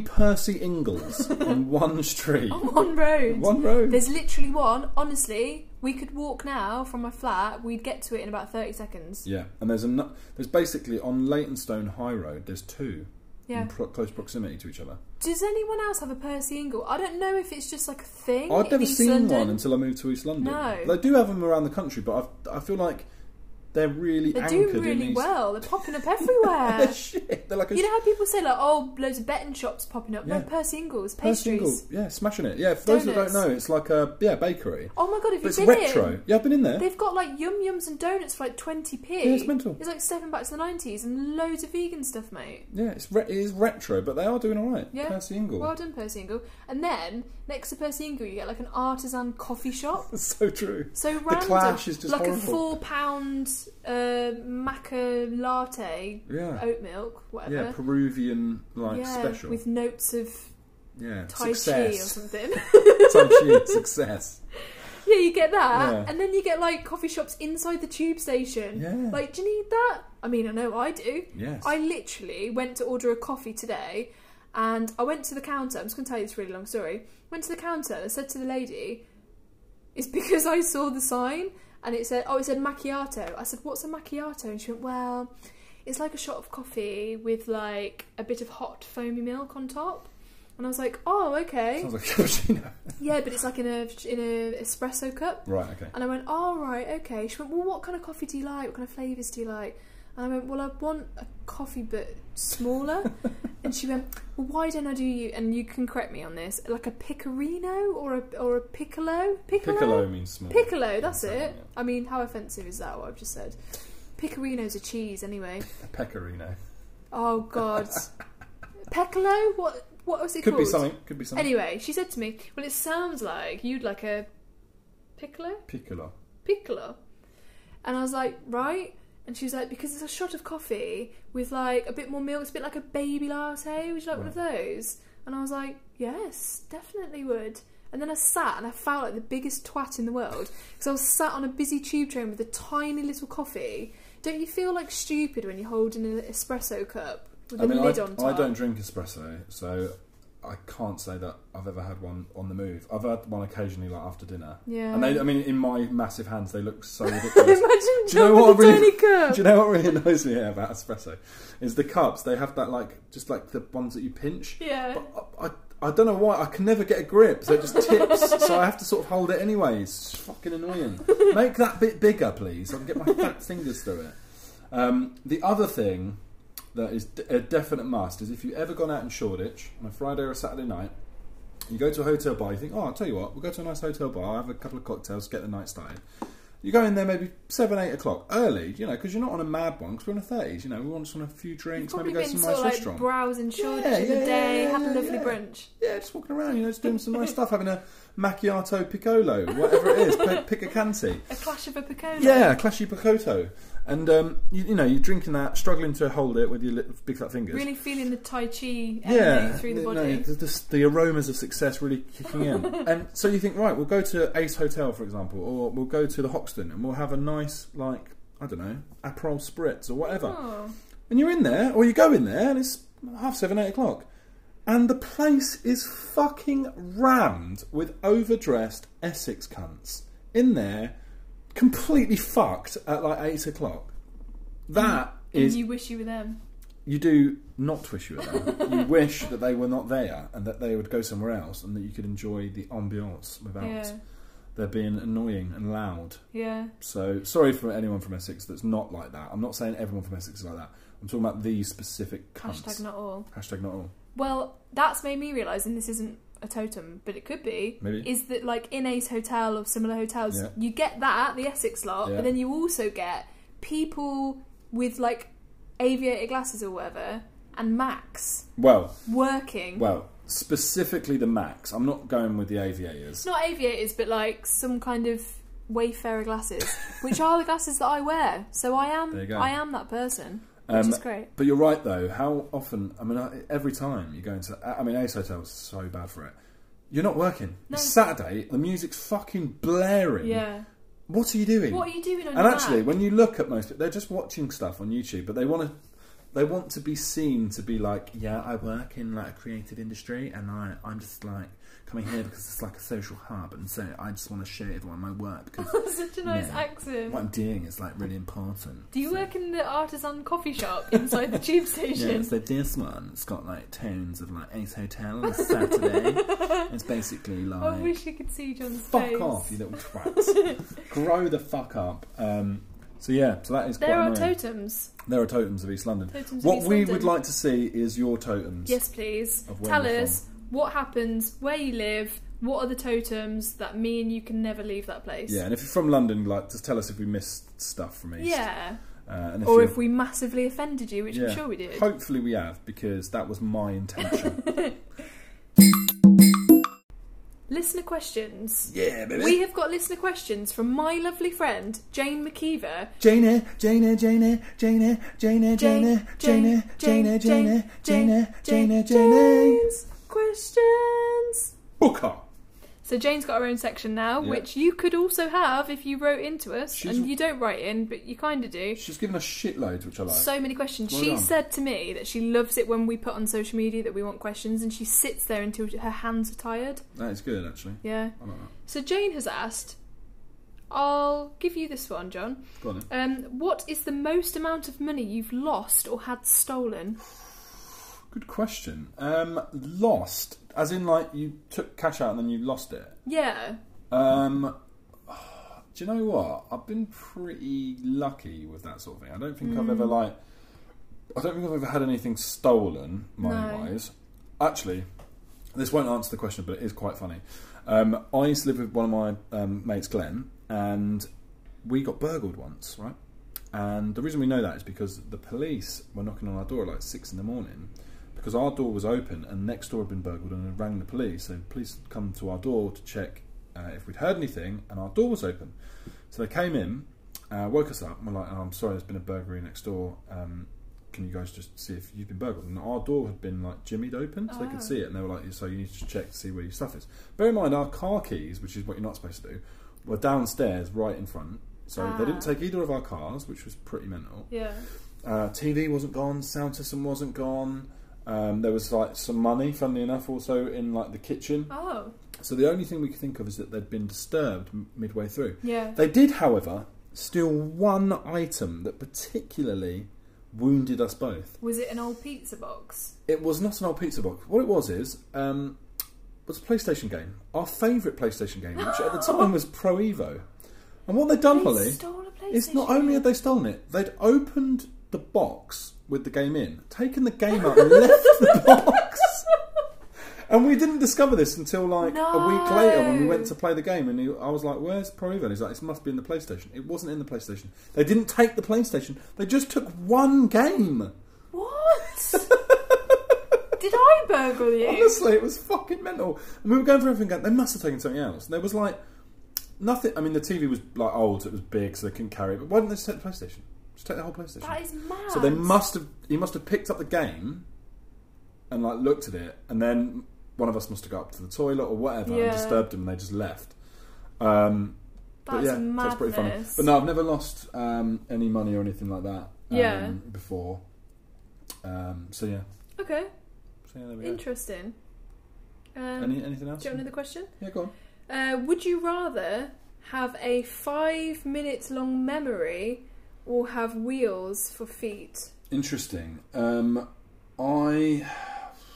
[SPEAKER 3] Percy Ingalls on one street.
[SPEAKER 2] One road.
[SPEAKER 3] One road.
[SPEAKER 2] Oh There's literally one. Honestly, we could walk now from my flat. We'd get to it in about 30 seconds.
[SPEAKER 3] Yeah, and there's a there's basically on Leytonstone High Road. There's two
[SPEAKER 2] Yeah.
[SPEAKER 3] in pro- close proximity to each other.
[SPEAKER 2] Does anyone else have a Percy Ingle? I don't know if it's just like a thing.
[SPEAKER 3] I'd
[SPEAKER 2] in
[SPEAKER 3] never
[SPEAKER 2] East
[SPEAKER 3] seen
[SPEAKER 2] London.
[SPEAKER 3] one until I moved to East London.
[SPEAKER 2] No.
[SPEAKER 3] They do have them around the country, but I've, I feel like they're really
[SPEAKER 2] They're
[SPEAKER 3] anchored
[SPEAKER 2] doing
[SPEAKER 3] in
[SPEAKER 2] really
[SPEAKER 3] East.
[SPEAKER 2] well. They're popping up everywhere.
[SPEAKER 3] Shit, they're like a
[SPEAKER 2] You know how people say like, oh, loads of betting shops popping up?
[SPEAKER 3] Yeah.
[SPEAKER 2] No, Percy Ingles,
[SPEAKER 3] Percy
[SPEAKER 2] pastries.
[SPEAKER 3] Ingle. Yeah, smashing it. Yeah, for those that don't
[SPEAKER 2] Donuts.
[SPEAKER 3] know, it's like a yeah bakery.
[SPEAKER 2] Oh my god, have
[SPEAKER 3] But
[SPEAKER 2] you
[SPEAKER 3] it's
[SPEAKER 2] been
[SPEAKER 3] retro.
[SPEAKER 2] in?
[SPEAKER 3] Yeah, I've been in there.
[SPEAKER 2] They've got like yum yums and donuts for like twenty p.
[SPEAKER 3] Yeah, it's mental.
[SPEAKER 2] It's like stepping back to the nineties and loads of vegan stuff, mate.
[SPEAKER 3] Yeah, it's re- it is retro, but they are doing all right.
[SPEAKER 2] Yeah,
[SPEAKER 3] Percy Ingle.
[SPEAKER 2] Well done, Percy Ingle. And then next to Percy Ingle, you get like an artisan coffee shop.
[SPEAKER 3] That's so true.
[SPEAKER 2] So
[SPEAKER 3] the
[SPEAKER 2] random,
[SPEAKER 3] clash is just
[SPEAKER 2] like a
[SPEAKER 3] horrible.
[SPEAKER 2] four pound uh, maca latte,
[SPEAKER 3] Yeah.
[SPEAKER 2] oat milk, whatever.
[SPEAKER 3] yeah, Peruvian like
[SPEAKER 2] Oh, Yeah,
[SPEAKER 3] special.
[SPEAKER 2] with notes of
[SPEAKER 3] yeah,
[SPEAKER 2] Tai Chi or
[SPEAKER 3] success.
[SPEAKER 2] something.
[SPEAKER 3] Tai Chi, success.
[SPEAKER 2] Yeah, you get that,
[SPEAKER 3] Yeah.
[SPEAKER 2] and then you get like coffee shops inside the tube station.
[SPEAKER 3] Yeah.
[SPEAKER 2] Like, do you need that? I mean, I know I do.
[SPEAKER 3] Yes.
[SPEAKER 2] I literally went to order a coffee today, and I went to the counter. I'm just going to tell you this really long story. Went to the counter and I said to the lady, "It's because I saw the sign, and it said, oh, it said macchiato." I said, "What's a macchiato?" And she went, "Well, it's like a shot of coffee with like a bit of hot foamy milk on top." And I was like, "Oh, okay."
[SPEAKER 3] Sounds like cappuccino.
[SPEAKER 2] Yeah, but it's like in a in a espresso cup.
[SPEAKER 3] Right, okay.
[SPEAKER 2] And I went, all right, okay. She went, well, what kind of coffee do you like? What kind of flavours do you like? And I went, well, I want a coffee but smaller. and she went, well, why don't I do you? And you can correct me on this, like a picorino or a or a piccolo, piccolo,
[SPEAKER 3] Piccolo means small.
[SPEAKER 2] Piccolo, that's it.
[SPEAKER 3] Yeah.
[SPEAKER 2] I mean, how offensive is that? What I've just said. Picorino's a cheese, anyway.
[SPEAKER 3] A pecorino.
[SPEAKER 2] Oh God, piccolo. What what was it
[SPEAKER 3] Could
[SPEAKER 2] called?
[SPEAKER 3] be something. Could be something.
[SPEAKER 2] Anyway, she said to me, "Well, it sounds like you'd like a piccolo,
[SPEAKER 3] Piccolo.
[SPEAKER 2] piccolo," and I was like, "Right." And she was like, "Because it's a shot of coffee with like a bit more milk. It's a bit like a baby latte. Would you like one of those?" And I was like, "Yes, definitely would." And then I sat and I felt like the biggest twat in the world because I was sat on a busy tube train with a tiny little coffee. Don't you feel like stupid when you're holding an espresso cup with
[SPEAKER 3] I
[SPEAKER 2] a
[SPEAKER 3] mean, I,
[SPEAKER 2] lid on top?
[SPEAKER 3] I don't drink espresso, so I can't say that I've ever had one on the move. I've had one occasionally, like after dinner.
[SPEAKER 2] Yeah.
[SPEAKER 3] And they, I mean, in my massive hands, they look so ridiculous.
[SPEAKER 2] Imagine
[SPEAKER 3] Do you know
[SPEAKER 2] John
[SPEAKER 3] what
[SPEAKER 2] with a
[SPEAKER 3] really?
[SPEAKER 2] tiny cup.
[SPEAKER 3] Do you know what really annoys me about espresso is the cups. They have that like just like the ones that you pinch.
[SPEAKER 2] Yeah.
[SPEAKER 3] But I, I, I don't know why I can never get a grip, so it just tips. so I have to sort of hold it anyway. It's fucking annoying. Make that bit bigger, please. I can get my fat fingers through it. Um, the other thing that is d- a definite must is if you've ever gone out in Shoreditch on a Friday or a Saturday night, you go to a hotel bar, you think, oh, I'll tell you what, we'll go to a nice hotel bar, I'll have a couple of cocktails, get the night started. You go in there maybe 7, 8 o'clock, early, you know, because you're not on a mad one, because we're on a 30s, you know, we want just on a few drinks,
[SPEAKER 2] Probably
[SPEAKER 3] maybe go to
[SPEAKER 2] been
[SPEAKER 3] some
[SPEAKER 2] sort
[SPEAKER 3] nice
[SPEAKER 2] of like
[SPEAKER 3] restaurant.
[SPEAKER 2] browsing Shoreditch
[SPEAKER 3] Yeah,
[SPEAKER 2] in
[SPEAKER 3] yeah,
[SPEAKER 2] the day,
[SPEAKER 3] yeah,
[SPEAKER 2] have
[SPEAKER 3] yeah,
[SPEAKER 2] a lovely
[SPEAKER 3] yeah.
[SPEAKER 2] brunch.
[SPEAKER 3] Yeah, just walking around, you know, just doing some nice stuff, having a macchiato piccolo, whatever it is, pick, pick a canty.
[SPEAKER 2] A clash of a piccolo.
[SPEAKER 3] Yeah, clashy picoto. And, um, you, you know, you're drinking that, struggling to hold it with your li- big fat fingers.
[SPEAKER 2] Really feeling the Tai Chi
[SPEAKER 3] yeah,
[SPEAKER 2] energy through the
[SPEAKER 3] no,
[SPEAKER 2] body.
[SPEAKER 3] the, the, the aromas of success really kicking in. and so you think, right, we'll go to Ace Hotel, for example, or we'll go to the Hoxton and we'll have a nice, like, I don't know, Aperol Spritz or whatever.
[SPEAKER 2] Oh,
[SPEAKER 3] And you're in there, or you go in there, and it's half seven, eight o'clock. And the place is fucking rammed with overdressed Essex cunts in there, completely fucked at like eight o'clock. That is
[SPEAKER 2] Mm. you wish you were them.
[SPEAKER 3] you do not wish you were there. you wish that they were not there and that they would go somewhere else and that you could enjoy the ambiance without
[SPEAKER 2] Yeah.
[SPEAKER 3] there being annoying and loud.
[SPEAKER 2] Yeah.
[SPEAKER 3] So sorry for anyone from Essex that's not like that. I'm not saying everyone from Essex is like that. I'm talking about these specific cunts.
[SPEAKER 2] Hashtag not all.
[SPEAKER 3] Hashtag not all.
[SPEAKER 2] Well, that's made me realise, and this isn't a totem, but it could be.
[SPEAKER 3] Maybe.
[SPEAKER 2] Is that like in Ace Hotel or similar hotels,
[SPEAKER 3] Yeah.
[SPEAKER 2] you get that, the Essex lot,
[SPEAKER 3] Yeah.
[SPEAKER 2] but then you also get people with like aviator glasses or whatever, and Max
[SPEAKER 3] Well,
[SPEAKER 2] working.
[SPEAKER 3] well, specifically the Max. I'm not going with the aviators.
[SPEAKER 2] It's not aviators, but like some kind of wayfarer glasses, which are the glasses that I wear. So I am,
[SPEAKER 3] There you go.
[SPEAKER 2] I am that person, which
[SPEAKER 3] Um,
[SPEAKER 2] is great.
[SPEAKER 3] But you're right, though. How often? I mean, I- every time you go into, I mean, Ace Hotel is so bad for it. You're not working. It's Saturday. The music's fucking blaring.
[SPEAKER 2] Yeah.
[SPEAKER 3] What are you doing?
[SPEAKER 2] What are you doing on
[SPEAKER 3] And
[SPEAKER 2] your
[SPEAKER 3] actually,
[SPEAKER 2] Mac?
[SPEAKER 3] when you look at most, they're just watching stuff on YouTube, but they want to. They want to be seen to be like, yeah, I work in like a creative industry, and I I'm just like coming here because it's like a social hub, and so I just want to show everyone my work because
[SPEAKER 2] Such a nice
[SPEAKER 3] Yeah.
[SPEAKER 2] accent.
[SPEAKER 3] what I'm doing is like really important.
[SPEAKER 2] Do you work in the artisan coffee shop inside the tube station?
[SPEAKER 3] Yeah, so this one, it's got like tones of like Ace Hotel on a Saturday. it's basically like,
[SPEAKER 2] I wish you could see John's
[SPEAKER 3] fuck
[SPEAKER 2] face.
[SPEAKER 3] off, you little twats. Grow the fuck up. Um, so yeah, so that is
[SPEAKER 2] There
[SPEAKER 3] quite
[SPEAKER 2] are
[SPEAKER 3] annoying.
[SPEAKER 2] totems.
[SPEAKER 3] There are totems of East London.
[SPEAKER 2] Totems of
[SPEAKER 3] what
[SPEAKER 2] East
[SPEAKER 3] we
[SPEAKER 2] London.
[SPEAKER 3] would like to see is your totems.
[SPEAKER 2] Yes, please.
[SPEAKER 3] Of where
[SPEAKER 2] Tell
[SPEAKER 3] you're
[SPEAKER 2] us what happens, where you live, what are the totems that mean you can never leave that place.
[SPEAKER 3] Yeah, and if you're from London, like, just tell us if we missed stuff from East.
[SPEAKER 2] Yeah.
[SPEAKER 3] Uh, and if
[SPEAKER 2] Or
[SPEAKER 3] you're-
[SPEAKER 2] if we massively offended you, which I'm sure we did.
[SPEAKER 3] Hopefully we have, because that was my intention.
[SPEAKER 2] Listener questions.
[SPEAKER 3] yeah, baby.
[SPEAKER 2] We have got listener questions from my lovely friend Jane McKeever.
[SPEAKER 3] Jane, Jane, Jane, Jane, Jane, Jane, Jane, Jane, Jane, Jane, Jane, Jane, Jane, Jane.
[SPEAKER 2] Jane's questions.
[SPEAKER 3] Booker.
[SPEAKER 2] So Jane's got her own section now,
[SPEAKER 3] Yeah.
[SPEAKER 2] which you could also have if you wrote into us,
[SPEAKER 3] She's-
[SPEAKER 2] and you don't write in, but you kind of do.
[SPEAKER 3] She's given us shitloads, which I like.
[SPEAKER 2] So many questions.
[SPEAKER 3] Well
[SPEAKER 2] she
[SPEAKER 3] done.
[SPEAKER 2] said to me that she loves it when we put on social media that we want questions, and she sits there until her hands are tired.
[SPEAKER 3] that is good, actually.
[SPEAKER 2] Yeah.
[SPEAKER 3] I like that.
[SPEAKER 2] So Jane has asked. I'll give you this one, John.
[SPEAKER 3] Go on then.
[SPEAKER 2] Um, what is the most amount of money you've lost or had stolen?
[SPEAKER 3] Good question. Um, lost, as in like you took cash out and then you lost it.
[SPEAKER 2] Yeah.
[SPEAKER 3] Um, do you know what? I've been pretty lucky with that sort of thing. I don't think I've ever like, I don't think I've ever had anything stolen money wise. Actually, this won't answer the question, but it is quite funny. Um, I used to live with one of my um, mates, Glenn, and we got burgled once, right? And the reason we know that is because the police were knocking on our door at like six in the morning because our door was open and next door had been burgled and it rang the police. So the police had come to our door to check uh, if we'd heard anything and our door was open. So they came in, uh, woke us up, and were like, oh, I'm sorry, there's been a burglary next door. Um, can you guys just see if you've been burgled? And our door had been like jimmied open so they could see it. And they were like, so you need to check to see where your stuff is. Bear in mind, our car keys, which is what you're not supposed to do, were downstairs right in front. So they didn't take either of our cars, which was pretty mental.
[SPEAKER 2] Yeah.
[SPEAKER 3] Uh, TV wasn't gone, sound system wasn't gone. Um, there was like some money, funnily enough, also in like the kitchen.
[SPEAKER 2] Oh.
[SPEAKER 3] So the only thing we could think of is that they'd been disturbed m- midway through.
[SPEAKER 2] Yeah.
[SPEAKER 3] They did, however, steal one item that particularly wounded us both.
[SPEAKER 2] Was it an old pizza box?
[SPEAKER 3] It was not an old pizza box. What it was is um, was a PlayStation game, our favourite PlayStation game, which at the time was Pro Evo. And what they'd done,
[SPEAKER 2] They
[SPEAKER 3] Holly,
[SPEAKER 2] stole a
[SPEAKER 3] it's not
[SPEAKER 2] PlayStation
[SPEAKER 3] only had
[SPEAKER 2] game.
[SPEAKER 3] they stolen it, they'd opened the box with the game in, taken the game out, and left the box. And we didn't discover this until like a week
[SPEAKER 2] No.
[SPEAKER 3] later when we went to play the game, and he, I was like, "Where's Pro Evo?" And he's like, "This must be in the PlayStation." It wasn't in the PlayStation. They didn't take the PlayStation. They just took one game.
[SPEAKER 2] What? Did I burgle you?
[SPEAKER 3] Honestly, it was fucking mental. And we were going through everything. Going, they must have taken something else. And there was like nothing. I mean, the TV was like old, so it was big, so they couldn't carry it. But why didn't they just take the PlayStation? Just take the whole PlayStation.
[SPEAKER 2] That is mad.
[SPEAKER 3] So they must have. He must have picked up the game, and like looked at it, and then one of us must have got up to the toilet or whatever and
[SPEAKER 2] Yeah.
[SPEAKER 3] disturbed him, and they just left. Um, but
[SPEAKER 2] That's
[SPEAKER 3] yeah, so it's pretty funny.
[SPEAKER 2] madness.
[SPEAKER 3] But no, I've never lost um, any money or anything like that. Um,
[SPEAKER 2] Yeah.
[SPEAKER 3] Before, Um, so yeah,
[SPEAKER 2] Okay,
[SPEAKER 3] so yeah, there we go.
[SPEAKER 2] interesting. Um,
[SPEAKER 3] Any, anything else?
[SPEAKER 2] do you have another question?
[SPEAKER 3] Yeah, go on.
[SPEAKER 2] Uh, would you rather have a five minute long memory or have wheels for feet?
[SPEAKER 3] Interesting. Um, I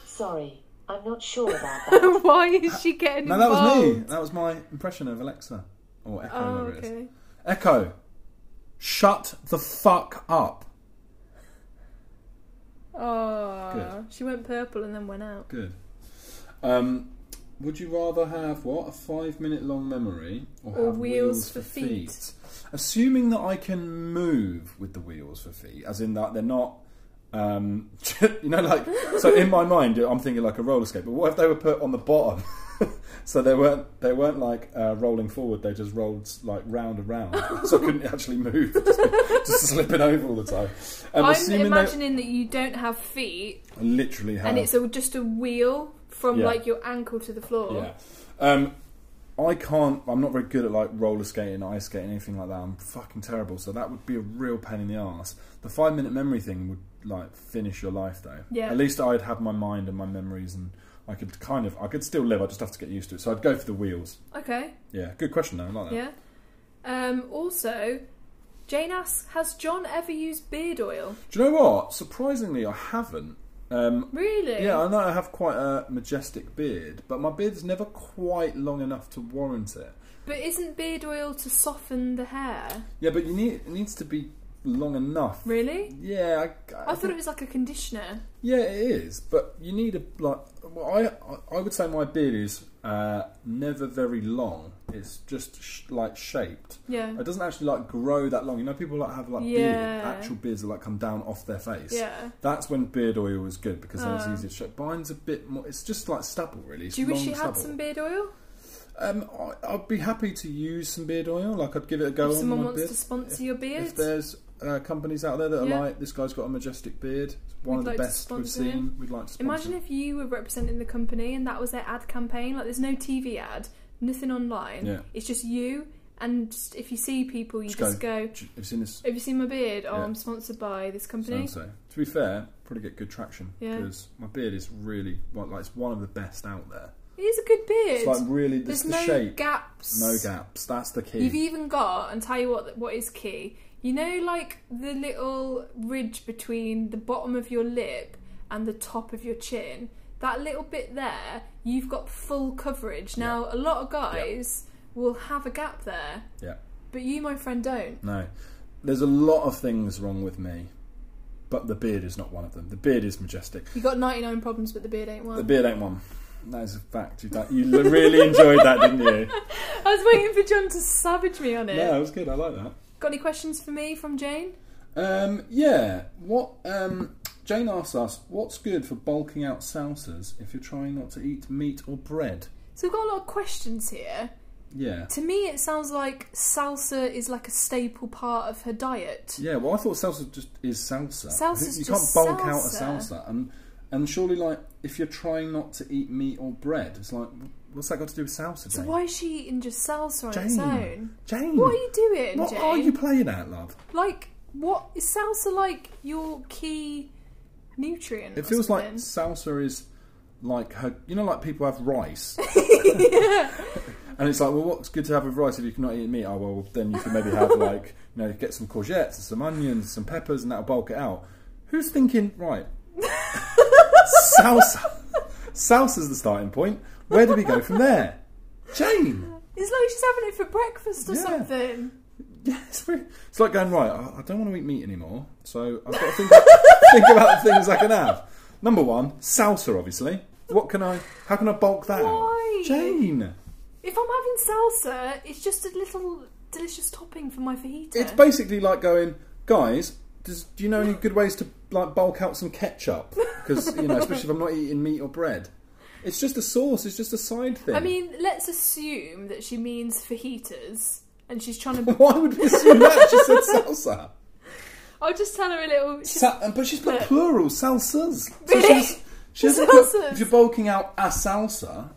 [SPEAKER 5] Sorry, I'm not sure about that.
[SPEAKER 2] Why is she getting
[SPEAKER 3] no, that was me. That was my impression of Alexa or Echo.
[SPEAKER 2] Oh,
[SPEAKER 3] whatever it is.
[SPEAKER 2] okay.
[SPEAKER 3] Echo, shut the fuck up.
[SPEAKER 2] Oh,
[SPEAKER 3] Good.
[SPEAKER 2] she went purple and then went out.
[SPEAKER 3] Good. Um, would you rather have what a five-minute long memory or,
[SPEAKER 2] Or wheels
[SPEAKER 3] have wheels,
[SPEAKER 2] for
[SPEAKER 3] for
[SPEAKER 2] feet?
[SPEAKER 3] feet? Assuming that I can move with the wheels for feet, as in that they're not. Um, you know, like so. In my mind, I'm thinking like a roller skate. But what if they were put on the bottom? so they weren't. They weren't like uh, rolling forward. They just rolled like round and round. so I couldn't actually move. Just, just slipping over all the time. Um,
[SPEAKER 2] I'm
[SPEAKER 3] assuming they
[SPEAKER 2] imagining that you don't have feet
[SPEAKER 3] literally have
[SPEAKER 2] and it's a, just a wheel from
[SPEAKER 3] Uh-huh. Yeah.
[SPEAKER 2] like your ankle to the floor.
[SPEAKER 3] Yeah. Um, I can't. I'm not very good at like roller skating, ice skating, anything like that. I'm fucking terrible. So that would be a real pain in the ass. The five minute memory thing would like finish your life though.
[SPEAKER 2] Yeah.
[SPEAKER 3] At least I'd have my mind and my memories, and I could kind of. I could still live. I just have to get used to it. So I'd go for the wheels.
[SPEAKER 2] Okay.
[SPEAKER 3] Yeah. Good question though. I like that.
[SPEAKER 2] Yeah. Um, also, Jane asks, has John ever used beard oil?
[SPEAKER 3] Do you know what? Surprisingly, I haven't. Um,
[SPEAKER 2] Really?
[SPEAKER 3] yeah, I know I have quite a majestic beard, but my beard's never quite long enough to warrant it.
[SPEAKER 2] But isn't beard oil to soften the hair?
[SPEAKER 3] Yeah, but you need it needs to be long enough.
[SPEAKER 2] Really?
[SPEAKER 3] Yeah, I,
[SPEAKER 2] I thought it was like a conditioner.
[SPEAKER 3] yeah, it is. But you need a like. Well, I I would say my beard is uh, never very long. It's just sh- like shaped.
[SPEAKER 2] Yeah.
[SPEAKER 3] It doesn't actually like grow that long. You know, people that have like
[SPEAKER 2] Yeah.
[SPEAKER 3] beard, actual beards that like come down off their face.
[SPEAKER 2] Yeah. Uh.
[SPEAKER 3] That's when beard oil is good because then it's easier to shape. Mine's a bit more. It's just like stubble, really. It's
[SPEAKER 2] Do you wish
[SPEAKER 3] long
[SPEAKER 2] you had
[SPEAKER 3] stubble.
[SPEAKER 2] some beard oil?
[SPEAKER 3] Um, I, I'd be happy to use some beard oil. Like I'd give it a go.
[SPEAKER 2] If
[SPEAKER 3] on
[SPEAKER 2] someone
[SPEAKER 3] my
[SPEAKER 2] wants
[SPEAKER 3] beard.
[SPEAKER 2] to sponsor your beard?
[SPEAKER 3] If there's uh, companies out there that are
[SPEAKER 2] Yeah.
[SPEAKER 3] like, this guy's got a majestic beard, it's one
[SPEAKER 2] We'd
[SPEAKER 3] of the
[SPEAKER 2] like to
[SPEAKER 3] best we've
[SPEAKER 2] sponsor
[SPEAKER 3] seen,
[SPEAKER 2] him.
[SPEAKER 3] we'd like to sponsor
[SPEAKER 2] Imagine if you were representing the company and that was their ad campaign. Like, there's no TV ad, nothing online.
[SPEAKER 3] Yeah.
[SPEAKER 2] It's just you, and just, if you see people, you
[SPEAKER 3] Just
[SPEAKER 2] just go,
[SPEAKER 3] go, "Do you- Have you seen this?
[SPEAKER 2] Have you seen my beard? Oh,
[SPEAKER 3] Yeah.
[SPEAKER 2] I'm sponsored by this company.
[SPEAKER 3] So-and-so?" To be fair, probably get good traction
[SPEAKER 2] Yeah.
[SPEAKER 3] because my beard is really, well, like, it's one of the best out there.
[SPEAKER 2] It is a good beard.
[SPEAKER 3] It's like really, it's
[SPEAKER 2] there's
[SPEAKER 3] the
[SPEAKER 2] no
[SPEAKER 3] shape,
[SPEAKER 2] gaps.
[SPEAKER 3] no gaps. That's the key.
[SPEAKER 2] You've e- even got, and tell you what, what is key. You know, like the little ridge between the bottom of your lip and the top of your chin. That little bit there, you've got full coverage. Now, a lot of guys will have a gap there,
[SPEAKER 3] yeah,
[SPEAKER 2] but you, my friend, don't.
[SPEAKER 3] no. There's a lot of things wrong with me, but the beard is not one of them. The beard is majestic.
[SPEAKER 2] You got 99 problems, but the beard ain't
[SPEAKER 3] The
[SPEAKER 2] one.
[SPEAKER 3] beard ain't one. That is a fact. You, don't- you really enjoyed that, didn't you?
[SPEAKER 2] I was waiting for John to savage me on it.
[SPEAKER 3] Yeah, it was good. I like that.
[SPEAKER 2] Got any questions for me from Jane?
[SPEAKER 3] Um, yeah. What um, Jane asks us, what's good for bulking out salsas if you're trying not to eat meat or bread?
[SPEAKER 2] So we've got a lot of questions here.
[SPEAKER 3] Yeah.
[SPEAKER 2] To me, it sounds like salsa is like a staple part of her diet.
[SPEAKER 3] Yeah. Well, I thought salsa just is salsa.
[SPEAKER 2] Salsa's
[SPEAKER 3] you
[SPEAKER 2] just
[SPEAKER 3] can't bulk out a
[SPEAKER 2] salsa.
[SPEAKER 3] salsa, and and surely like if you're trying not to eat meat or bread, it's like what's that got to do with salsa?
[SPEAKER 2] So
[SPEAKER 3] Jane?
[SPEAKER 2] why is she eating just salsa on its
[SPEAKER 3] Jane?
[SPEAKER 2] own?
[SPEAKER 3] Jane,
[SPEAKER 2] What are you doing,
[SPEAKER 3] What
[SPEAKER 2] Jane?
[SPEAKER 3] are you playing at, love?
[SPEAKER 2] like, what is salsa like your key nutrient?
[SPEAKER 3] It
[SPEAKER 2] or
[SPEAKER 3] feels like
[SPEAKER 2] something?
[SPEAKER 3] salsa is like her, you know, like people have rice. And it's like, well, what's good to have with rice if you cannot eat meat? Oh, well, then you can maybe have like, you know, get some courgettes, and some onions, some peppers, and that'll bulk it out. Who's thinking, right? salsa. Salsa's the starting point. Where do we go from there? Jane!
[SPEAKER 2] It's like she's having it for breakfast or
[SPEAKER 3] Yeah.
[SPEAKER 2] something.
[SPEAKER 3] Yeah, it's, very, it's like going right. I, I don't want to eat meat anymore, so I've got to think, think about the things I can have. Number one, salsa, obviously. What can I? How can I bulk that
[SPEAKER 2] Why?
[SPEAKER 3] out? Jane,
[SPEAKER 2] If I'm having salsa, it's just a little delicious topping for my fajita.
[SPEAKER 3] it's basically like going, guys. Does, do you know any good ways to like bulk out some ketchup? Because you know, especially if I'm not eating meat or bread, it's just a sauce. It's just a side thing.
[SPEAKER 2] I mean, let's assume that she means fajitas, and she's trying to.
[SPEAKER 3] why would we assume that? She said salsa.
[SPEAKER 2] I'll just tell her a little. She's
[SPEAKER 3] Sa- and- but she's put
[SPEAKER 2] But-
[SPEAKER 3] plural salsas.
[SPEAKER 2] Really?
[SPEAKER 3] she's, she hasn't put,
[SPEAKER 2] Salsas.
[SPEAKER 3] if you're bulking out a salsa,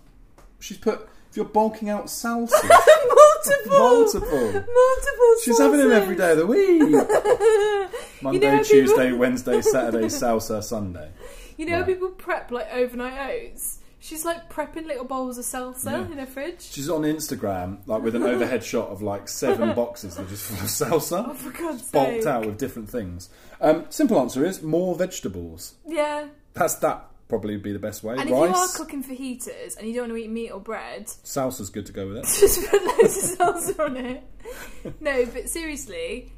[SPEAKER 3] she's put if you're bulking out salsa.
[SPEAKER 2] more Multiple.
[SPEAKER 3] Multiple.
[SPEAKER 2] Multiple.
[SPEAKER 3] She's having them
[SPEAKER 2] sources.
[SPEAKER 3] every day of the week. Monday,
[SPEAKER 2] know, people-
[SPEAKER 3] Tuesday, Wednesday, Saturday, salsa, Sunday.
[SPEAKER 2] You know, how
[SPEAKER 3] Right.
[SPEAKER 2] people prep like overnight oats. She's like prepping little bowls of salsa
[SPEAKER 3] Yeah.
[SPEAKER 2] in her fridge.
[SPEAKER 3] She's on Instagram like with an overhead shot of like seven boxes that are just full of salsa.
[SPEAKER 2] Oh, for God's
[SPEAKER 3] Bulked
[SPEAKER 2] sake!
[SPEAKER 3] out with different things. Um, simple answer is more vegetables.
[SPEAKER 2] Yeah.
[SPEAKER 3] That's that probably be the best way.
[SPEAKER 2] And if you are
[SPEAKER 3] Rice,
[SPEAKER 2] cooking fajitas and you don't want to eat meat or bread,
[SPEAKER 3] salsa's good to go with it.
[SPEAKER 2] just put loads of salsa on it. No, but seriously,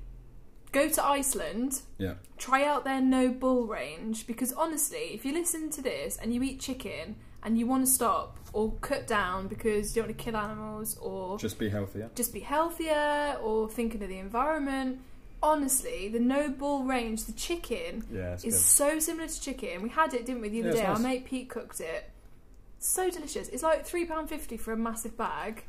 [SPEAKER 2] go to Iceland,
[SPEAKER 3] Yeah.
[SPEAKER 2] try out their no bull range because honestly, if you listen to this and you eat chicken and you want to stop or cut down because you don't want to kill animals or
[SPEAKER 3] Just be healthier.
[SPEAKER 2] just be healthier or thinking of the environment. Honestly, the no bull range, the chicken
[SPEAKER 3] Yeah, it's
[SPEAKER 2] is so similar to chicken. We had it, didn't we, the other
[SPEAKER 3] Yeah, it's
[SPEAKER 2] day?
[SPEAKER 3] nice.
[SPEAKER 2] Our mate Pete cooked it. So delicious. It's like three pound fifty for a massive bag,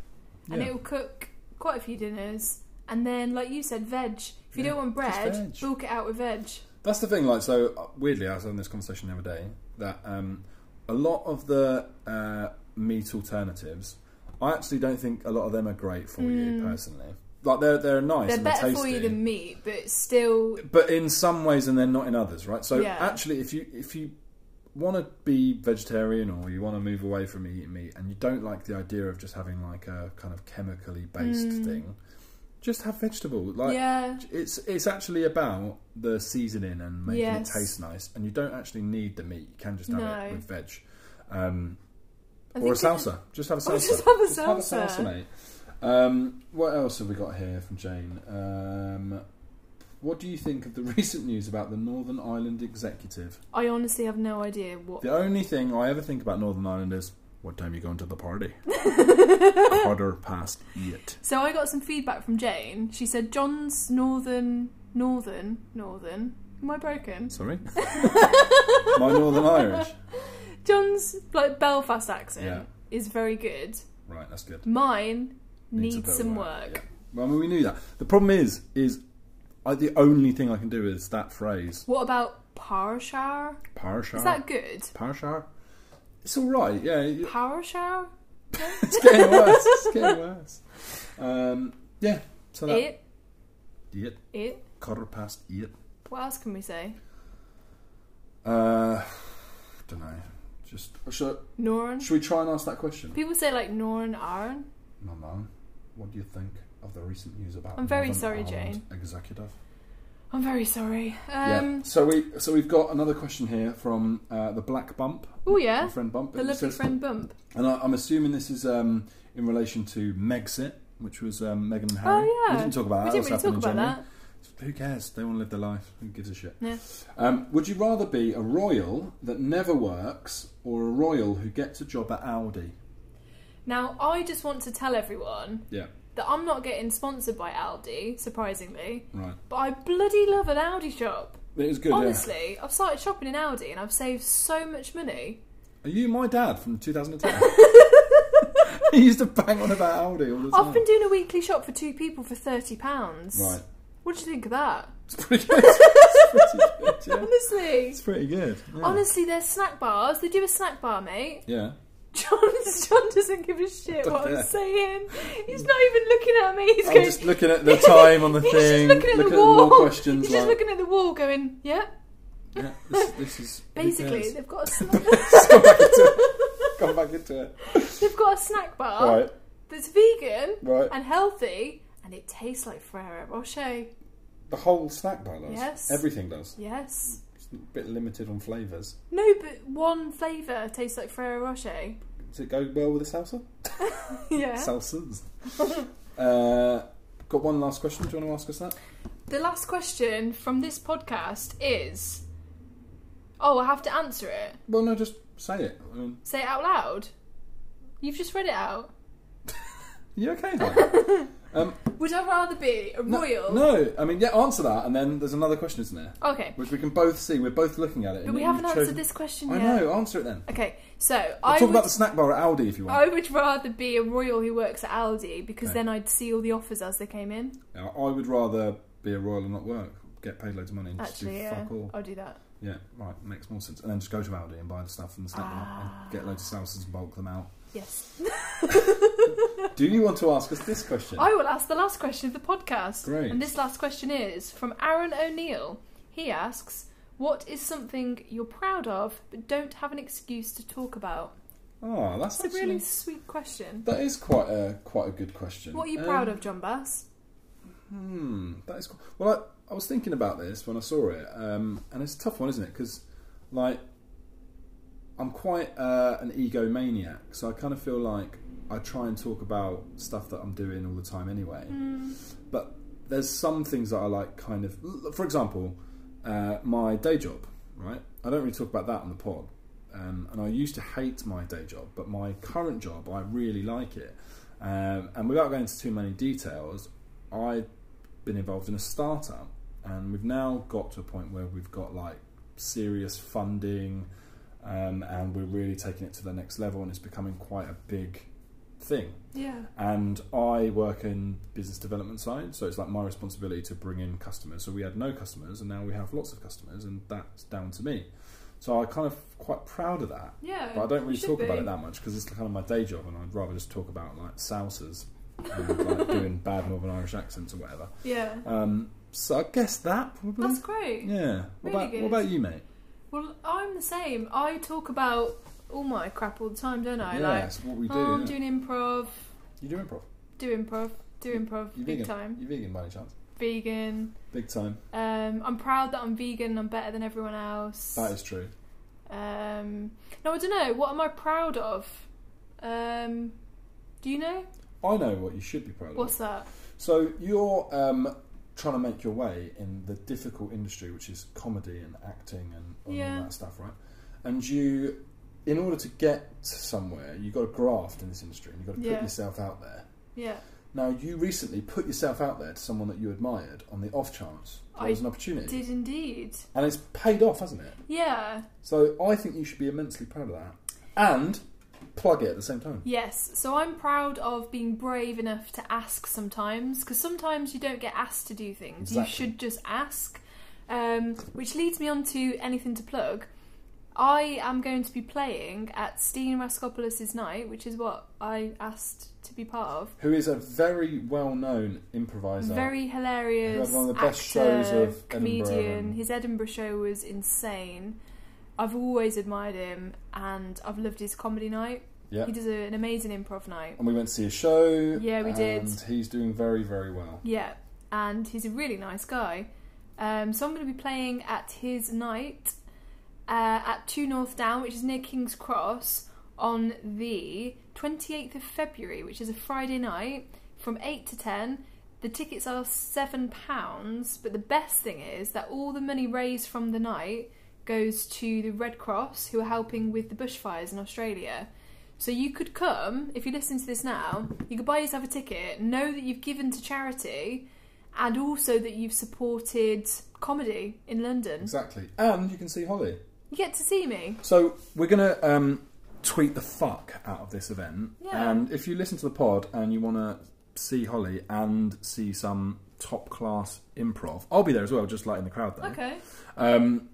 [SPEAKER 2] and
[SPEAKER 3] Yeah.
[SPEAKER 2] it will cook quite a few dinners. And then, like you said, veg. If you
[SPEAKER 3] Yeah,
[SPEAKER 2] don't want bread,
[SPEAKER 3] just veg.
[SPEAKER 2] bulk it out with veg.
[SPEAKER 3] That's the thing. Like, so uh, weirdly, I was having this conversation the other day that um, a lot of the uh, meat alternatives, I actually don't think a lot of them are great for you personally. Like, they're they're nice
[SPEAKER 2] Mm. They're
[SPEAKER 3] and
[SPEAKER 2] better
[SPEAKER 3] they're tasty,
[SPEAKER 2] for you than meat, but still,
[SPEAKER 3] but in some ways and then not in others, right? So
[SPEAKER 2] Yeah.
[SPEAKER 3] actually, if you if you want to be vegetarian or you want to move away from eating meat and you don't like the idea of just having like a kind of chemically based thing, just have vegetable. Like
[SPEAKER 2] Mm. yeah,
[SPEAKER 3] it's it's actually about the seasoning and making
[SPEAKER 2] Yes.
[SPEAKER 3] it taste nice, and you don't actually need the meat. You can just have
[SPEAKER 2] No.
[SPEAKER 3] it with veg, um,
[SPEAKER 2] I
[SPEAKER 3] or
[SPEAKER 2] think
[SPEAKER 3] a
[SPEAKER 2] it-
[SPEAKER 3] salsa. Just have a
[SPEAKER 2] Oh,
[SPEAKER 3] salsa.
[SPEAKER 2] just have a salsa.
[SPEAKER 3] mate. Um, what else have we got here from Jane? Um, what do you think of the recent news about the Northern Ireland executive?
[SPEAKER 2] I honestly have no idea what.
[SPEAKER 3] The only thing I ever think about Northern Ireland is what time you going to the party? Quarter past eight.
[SPEAKER 2] So I got some feedback from Jane. She said John's northern, northern, northern. Am I broken?
[SPEAKER 3] Sorry, my Northern Irish.
[SPEAKER 2] John's like Belfast accent
[SPEAKER 3] Yeah.
[SPEAKER 2] is very good.
[SPEAKER 3] Right, that's good.
[SPEAKER 2] Mine needs,
[SPEAKER 3] a bit of
[SPEAKER 2] some work.
[SPEAKER 3] yeah. Well, I mean, we knew that. The problem is, is I, the only thing I can do is that phrase,
[SPEAKER 2] What about Parashar?
[SPEAKER 3] Parashar.
[SPEAKER 2] Is that good?
[SPEAKER 3] Parashar? It's all right. Yeah, it-
[SPEAKER 2] Parashar?
[SPEAKER 3] it's getting worse. it's getting worse. Um, yeah. So that
[SPEAKER 2] It?
[SPEAKER 3] it
[SPEAKER 2] It?
[SPEAKER 3] quarter past it.
[SPEAKER 2] What else can we say?
[SPEAKER 3] Uh, don't know. Just should,
[SPEAKER 2] Norn?
[SPEAKER 3] should we try and ask that question?
[SPEAKER 2] People say like Norn Arn.
[SPEAKER 3] My mum, what do you think of the recent news about?
[SPEAKER 2] I'm very
[SPEAKER 3] Northern
[SPEAKER 2] sorry,
[SPEAKER 3] Ireland
[SPEAKER 2] Jane.
[SPEAKER 3] Executive.
[SPEAKER 2] I'm very sorry. Um,
[SPEAKER 3] yeah. So we so we've got another question here from uh, the Black Bump.
[SPEAKER 2] Oh, yeah.
[SPEAKER 3] Our friend Bump.
[SPEAKER 2] The
[SPEAKER 3] It
[SPEAKER 2] lovely
[SPEAKER 3] says-
[SPEAKER 2] friend Bump.
[SPEAKER 3] And I, I'm assuming this is um, in relation to Megxit, which was um, Meghan and Harry.
[SPEAKER 2] Oh, yeah.
[SPEAKER 3] We didn't talk about
[SPEAKER 2] We
[SPEAKER 3] that.
[SPEAKER 2] didn't
[SPEAKER 3] That's
[SPEAKER 2] really talk
[SPEAKER 3] happened in
[SPEAKER 2] about
[SPEAKER 3] January.
[SPEAKER 2] that.
[SPEAKER 3] Who cares? They want to live their life. Who gives a shit?
[SPEAKER 2] Yeah.
[SPEAKER 3] Um, would you rather be a royal that never works or a royal who gets a job at Audi?
[SPEAKER 2] Now, I just want to tell everyone
[SPEAKER 3] Yeah,
[SPEAKER 2] that I'm not getting sponsored by Aldi, surprisingly,
[SPEAKER 3] right.
[SPEAKER 2] but I bloody love an Aldi shop.
[SPEAKER 3] It was good.
[SPEAKER 2] Honestly, I've started shopping in Aldi and I've saved so much money.
[SPEAKER 3] yeah. Are you my dad from 2010? he used to bang on about Audi all the time.
[SPEAKER 2] I've been doing a weekly shop for two people for thirty pounds.
[SPEAKER 3] right.
[SPEAKER 2] What do you think of that?
[SPEAKER 3] It's pretty good. it's pretty good. Yeah.
[SPEAKER 2] Honestly,
[SPEAKER 3] It's pretty good. Yeah.
[SPEAKER 2] honestly, their snack bars. They do a snack bar, mate.
[SPEAKER 3] Yeah.
[SPEAKER 2] John, John doesn't give a shit what I'm
[SPEAKER 3] Yeah.
[SPEAKER 2] saying. He's not even looking at me. He's
[SPEAKER 3] I'm
[SPEAKER 2] going,
[SPEAKER 3] just looking at the time on the
[SPEAKER 2] He's
[SPEAKER 3] thing,
[SPEAKER 2] Just looking at
[SPEAKER 3] looking
[SPEAKER 2] the
[SPEAKER 3] at
[SPEAKER 2] wall.
[SPEAKER 3] more questions,
[SPEAKER 2] He's just
[SPEAKER 3] like-
[SPEAKER 2] looking at the wall, going, "Yeah."
[SPEAKER 3] Yeah, this, this is who
[SPEAKER 2] Basically,
[SPEAKER 3] cares?
[SPEAKER 2] they've got a snack,
[SPEAKER 3] come back into it. Come back into it.
[SPEAKER 2] they've got a snack bar
[SPEAKER 3] Right.
[SPEAKER 2] that's vegan
[SPEAKER 3] Right.
[SPEAKER 2] Oh. and healthy, and it tastes like Ferrero Rocher.
[SPEAKER 3] The whole snack bar does.
[SPEAKER 2] Yes.
[SPEAKER 3] Everything does.
[SPEAKER 2] Yes.
[SPEAKER 3] It's a bit limited on flavours.
[SPEAKER 2] No, but one flavour tastes like Ferrero Rocher.
[SPEAKER 3] Does it go well with the salsa?
[SPEAKER 2] Yeah.
[SPEAKER 3] Salsas. uh, got one last question. Do you want to ask us that?
[SPEAKER 2] the last question from this podcast is Oh, I have to answer it.
[SPEAKER 3] Well, no, just say it. I mean,
[SPEAKER 2] Say it out loud. You've just read it out.
[SPEAKER 3] you okay? Hannah?
[SPEAKER 2] Would I rather be a
[SPEAKER 3] No,
[SPEAKER 2] royal?
[SPEAKER 3] No, I mean, yeah, answer that, and then there's another question, isn't there?
[SPEAKER 2] Okay.
[SPEAKER 3] Which we can both see. We're both looking at it.
[SPEAKER 2] But we haven't answered this question
[SPEAKER 3] I
[SPEAKER 2] yet.
[SPEAKER 3] know. Answer it then.
[SPEAKER 2] Okay, so
[SPEAKER 3] We'll
[SPEAKER 2] I
[SPEAKER 3] talk
[SPEAKER 2] would,
[SPEAKER 3] about the snack bar at Aldi if you want.
[SPEAKER 2] I would rather be a royal who works at Aldi because
[SPEAKER 3] Okay.
[SPEAKER 2] then I'd see all the offers as they came in.
[SPEAKER 3] Yeah, I would rather be a royal and not work, get paid loads of money, and just
[SPEAKER 2] Actually,
[SPEAKER 3] do
[SPEAKER 2] yeah,
[SPEAKER 3] fuck all.
[SPEAKER 2] I'll do that.
[SPEAKER 3] Yeah, right. Makes more sense. And then just go to Aldi and buy the stuff from the snack mart
[SPEAKER 2] Ah.
[SPEAKER 3] and get loads of salsas and bulk them out.
[SPEAKER 2] Yes.
[SPEAKER 3] Do you want to ask us this question?
[SPEAKER 2] I will ask the last question of the podcast.
[SPEAKER 3] Great.
[SPEAKER 2] And this last question is from Aaron O'Neill. He asks, What is something you're proud of but don't have an excuse to talk about?
[SPEAKER 3] oh, that's
[SPEAKER 2] It's a
[SPEAKER 3] actually,
[SPEAKER 2] really sweet question.
[SPEAKER 3] that is quite a quite a good question.
[SPEAKER 2] What are you proud of, John Bass?
[SPEAKER 3] Hmm, that is cool. Well, I, I was thinking about this when I saw it, um, and it's a tough one, isn't it? Because, like, I'm quite uh, an egomaniac, so I kind of feel like I try and talk about stuff that I'm doing all the time anyway. But there's some things that I like, kind of. l- For example, uh, my day job, right? I don't really talk about that on the pod. Um, and I used to hate my day job, but my current job, I really like it. Um, and without going into too many details, I've been involved in a startup, and we've now got to a point where we've got like serious funding, um, and we're really taking it to the next level, and it's becoming quite a big thing
[SPEAKER 2] Yeah.
[SPEAKER 3] and I work in business development side, so it's like my responsibility to bring in customers. So we had no customers, and now we have lots of customers, and that's down to me. So I kind of quite proud of that.
[SPEAKER 2] Yeah,
[SPEAKER 3] but I don't
[SPEAKER 2] you
[SPEAKER 3] really
[SPEAKER 2] should
[SPEAKER 3] talk about
[SPEAKER 2] be.
[SPEAKER 3] it that much because it's kind of my day job, and I'd rather just talk about like salsas and like doing bad Northern Irish accents or whatever.
[SPEAKER 2] Yeah.
[SPEAKER 3] Um, so I guess that probably.
[SPEAKER 2] That's great.
[SPEAKER 3] yeah. What
[SPEAKER 2] Really
[SPEAKER 3] about
[SPEAKER 2] good.
[SPEAKER 3] what about you, mate?
[SPEAKER 2] Well, I'm the same. I talk about all my crap all the time, don't I?
[SPEAKER 3] yeah,
[SPEAKER 2] like,
[SPEAKER 3] that's what we do.
[SPEAKER 2] oh, I'm
[SPEAKER 3] yeah.
[SPEAKER 2] doing improv,
[SPEAKER 3] you do improv.
[SPEAKER 2] do improv, do improv,
[SPEAKER 3] You
[SPEAKER 2] big
[SPEAKER 3] vegan?
[SPEAKER 2] time,
[SPEAKER 3] You vegan by any chance?
[SPEAKER 2] vegan.
[SPEAKER 3] Big time.
[SPEAKER 2] Um, I'm proud that I'm vegan. I'm better than everyone else.
[SPEAKER 3] That is true.
[SPEAKER 2] Um, no, I don't know. What am I proud of? Um, do you know
[SPEAKER 3] I know what you should be proud of.
[SPEAKER 2] what's that?
[SPEAKER 3] So you're um, trying to make your way in the difficult industry, which is comedy and acting and, and
[SPEAKER 2] Yeah.
[SPEAKER 3] all that stuff, right? And you, in order to get somewhere, you've got to graft in this industry and you've got to
[SPEAKER 2] Yeah.
[SPEAKER 3] put yourself out there.
[SPEAKER 2] Yeah,
[SPEAKER 3] Now, you recently put yourself out there to someone that you admired on the off chance there
[SPEAKER 2] I
[SPEAKER 3] was an opportunity.
[SPEAKER 2] did indeed.
[SPEAKER 3] And it's paid off, hasn't it?
[SPEAKER 2] Yeah.
[SPEAKER 3] So I think you should be immensely proud of that. And plug it at the same time.
[SPEAKER 2] Yes, so I'm proud of being brave enough to ask sometimes, because sometimes you don't get asked to do things. You
[SPEAKER 3] Exactly.
[SPEAKER 2] should just ask. Um, which leads me on to anything to plug. I am going to be playing at Steen Raskopoulos' night, which is what I asked to be part of.
[SPEAKER 3] Who is a very well known improviser.
[SPEAKER 2] Very
[SPEAKER 3] He
[SPEAKER 2] hilarious.
[SPEAKER 3] had one of the best
[SPEAKER 2] actor,
[SPEAKER 3] shows of
[SPEAKER 2] comedian.
[SPEAKER 3] Edinburgh and-
[SPEAKER 2] His Edinburgh show was insane. I've always admired him, and I've loved his comedy night.
[SPEAKER 3] Yeah.
[SPEAKER 2] He does a, an amazing improv night.
[SPEAKER 3] and we went to see a show.
[SPEAKER 2] Yeah, we did.
[SPEAKER 3] And he's doing very, very well.
[SPEAKER 2] Yeah, and he's a really nice guy. Um, so I'm going to be playing at his night uh, at Two North Down, which is near King's Cross, on the 28th of February, which is a Friday night from 8 to 10. The tickets are £7, but the best thing is that all the money raised from the night goes to the Red Cross, who are helping with the bushfires in Australia. So you could come, if you listen to this now, you could buy yourself a ticket, know that you've given to charity, and also that you've supported comedy in London.
[SPEAKER 3] Exactly. And you can see Holly.
[SPEAKER 2] You get to see me.
[SPEAKER 3] So we're going to um, tweet the fuck out of this event.
[SPEAKER 2] Yeah.
[SPEAKER 3] And if you listen to the pod and you want to see Holly and see some top class improv, I'll be there as well, just like in the crowd though.
[SPEAKER 2] Okay.
[SPEAKER 3] Um,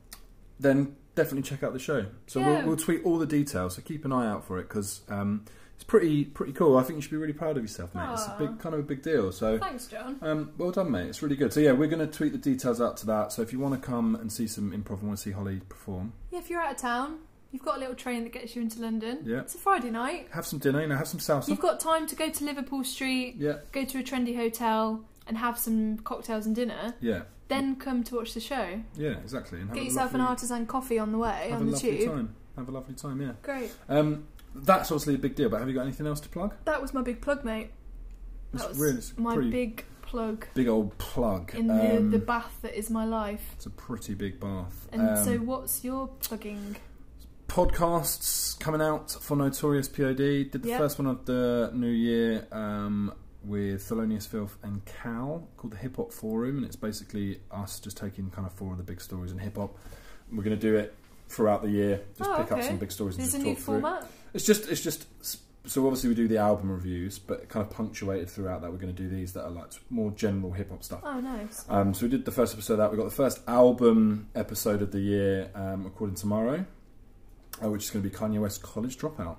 [SPEAKER 3] then definitely check out the show. So
[SPEAKER 2] Yeah.
[SPEAKER 3] we'll, we'll tweet all the details. So keep an eye out for it because um, it's pretty pretty cool. I think you should be really proud of yourself, mate. It's a
[SPEAKER 2] Aw.
[SPEAKER 3] big kind of a big deal. So
[SPEAKER 2] Thanks, John.
[SPEAKER 3] Um, well done, mate. It's really good. So yeah, we're going to tweet the details out to that. So if you want to come and see some improv and want to see Holly perform,
[SPEAKER 2] Yeah, if you're out of town, you've got a little train that gets you into London.
[SPEAKER 3] Yeah.
[SPEAKER 2] It's a Friday night.
[SPEAKER 3] have some dinner, you know, have some salsa.
[SPEAKER 2] You've got time to go to Liverpool Street,
[SPEAKER 3] Yeah.
[SPEAKER 2] go to a trendy hotel, and have some cocktails and dinner.
[SPEAKER 3] yeah,
[SPEAKER 2] Then come to watch the show.
[SPEAKER 3] yeah, exactly. And have
[SPEAKER 2] Get
[SPEAKER 3] a
[SPEAKER 2] yourself an
[SPEAKER 3] lovely-
[SPEAKER 2] artisan coffee on the way
[SPEAKER 3] Have
[SPEAKER 2] on
[SPEAKER 3] a
[SPEAKER 2] the
[SPEAKER 3] lovely
[SPEAKER 2] tube.
[SPEAKER 3] time. Have a lovely time. Yeah.
[SPEAKER 2] Great.
[SPEAKER 3] Um, that's obviously a big deal. But have you got anything else to plug?
[SPEAKER 2] That was my big plug, mate. That
[SPEAKER 3] It's
[SPEAKER 2] was
[SPEAKER 3] really- it's
[SPEAKER 2] my
[SPEAKER 3] pretty-
[SPEAKER 2] big plug
[SPEAKER 3] Big old plug.
[SPEAKER 2] in the,
[SPEAKER 3] Um,
[SPEAKER 2] the bath that is my life.
[SPEAKER 3] it's a pretty big bath.
[SPEAKER 2] And
[SPEAKER 3] Um,
[SPEAKER 2] so, what's your plugging?
[SPEAKER 3] podcasts coming out for Notorious POD. Did the
[SPEAKER 2] Yep.
[SPEAKER 3] first one of the new year um, with Thelonious Filth and Cal called the Hip Hop Forum, and it's basically us just taking kind of four of the big stories in hip hop. We're going to do it throughout the year. Just
[SPEAKER 2] Oh,
[SPEAKER 3] pick up
[SPEAKER 2] okay.
[SPEAKER 3] some big stories
[SPEAKER 2] Is
[SPEAKER 3] and
[SPEAKER 2] this a
[SPEAKER 3] just
[SPEAKER 2] new
[SPEAKER 3] talk through. it.
[SPEAKER 2] format?
[SPEAKER 3] It's just it's just s- so obviously we do the album reviews, but kind of punctuated throughout that, we're going to do these that are like more general hip hop stuff.
[SPEAKER 2] Oh, nice.
[SPEAKER 3] Um, so we did the first episode of that. We got the first album episode of the year, um, according to Tomorrow, uh, which is going to be Kanye West College Dropout.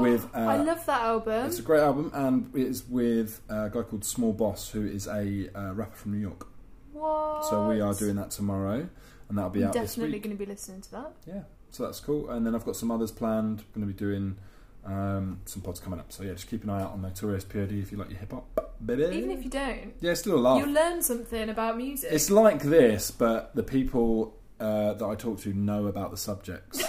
[SPEAKER 3] with uh,
[SPEAKER 2] I love that album.
[SPEAKER 3] it's a great album, and it is with a guy called Small Boss, who is a uh, rapper from New York.
[SPEAKER 2] What?
[SPEAKER 3] So we are doing that tomorrow, and that'll be
[SPEAKER 2] I'm
[SPEAKER 3] out this
[SPEAKER 2] definitely
[SPEAKER 3] week.
[SPEAKER 2] going to be listening to that.
[SPEAKER 3] Yeah, so that's cool. And then I've got some others planned. going to be doing um, some pods coming up. So yeah, just keep an eye out on Notorious POD if you like your hip hop, baby.
[SPEAKER 2] Even if you don't,
[SPEAKER 3] yeah, it's still a laugh.
[SPEAKER 2] you'll learn something about music.
[SPEAKER 3] Oh. It's like this, but the people uh, that I talk to know about the subjects,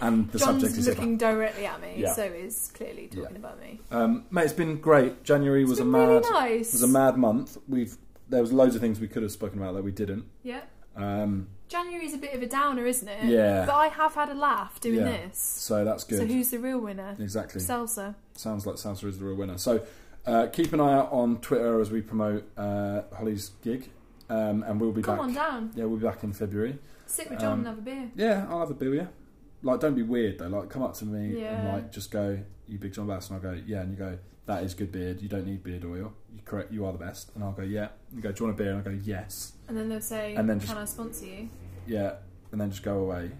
[SPEAKER 3] and the subject
[SPEAKER 2] John's
[SPEAKER 3] is hip hop.
[SPEAKER 2] looking directly at me,
[SPEAKER 3] Yeah.
[SPEAKER 2] so is clearly talking
[SPEAKER 3] Yeah.
[SPEAKER 2] about me.
[SPEAKER 3] Um, mate, it's been great. January was
[SPEAKER 2] been
[SPEAKER 3] a mad,
[SPEAKER 2] really nice.
[SPEAKER 3] was a mad month. We've there was loads of things we could have spoken about that we didn't.
[SPEAKER 2] Yeah.
[SPEAKER 3] Um,
[SPEAKER 2] January's a bit of a downer, isn't it?
[SPEAKER 3] Yeah.
[SPEAKER 2] But I have had a laugh doing
[SPEAKER 3] yeah,
[SPEAKER 2] this.
[SPEAKER 3] so that's good.
[SPEAKER 2] So who's the real winner?
[SPEAKER 3] exactly.
[SPEAKER 2] Salsa.
[SPEAKER 3] Sounds like Salsa is the real winner. So uh, keep an eye out on Twitter as we promote uh, Holly's gig, um, and we'll be
[SPEAKER 2] Come
[SPEAKER 3] back.
[SPEAKER 2] on down.
[SPEAKER 3] Yeah, we'll be back in February.
[SPEAKER 2] Sit with John
[SPEAKER 3] Um,
[SPEAKER 2] and have a beer.
[SPEAKER 3] Yeah, I'll have a beer. with you. Like, don't be weird though. Like, come up to me and
[SPEAKER 2] Yeah.
[SPEAKER 3] like just go, "You big John Bass," and I'll go, "Yeah," and you go, "That is good beard. You don't need beard oil. You correct. You are the best." And I'll go, "Yeah." And you go, "Do you want a beer?" And I'll go, "Yes."
[SPEAKER 2] And then they'll say,
[SPEAKER 3] and then just- Um,
[SPEAKER 2] Can I sponsor you?
[SPEAKER 3] Yeah, and then just go away.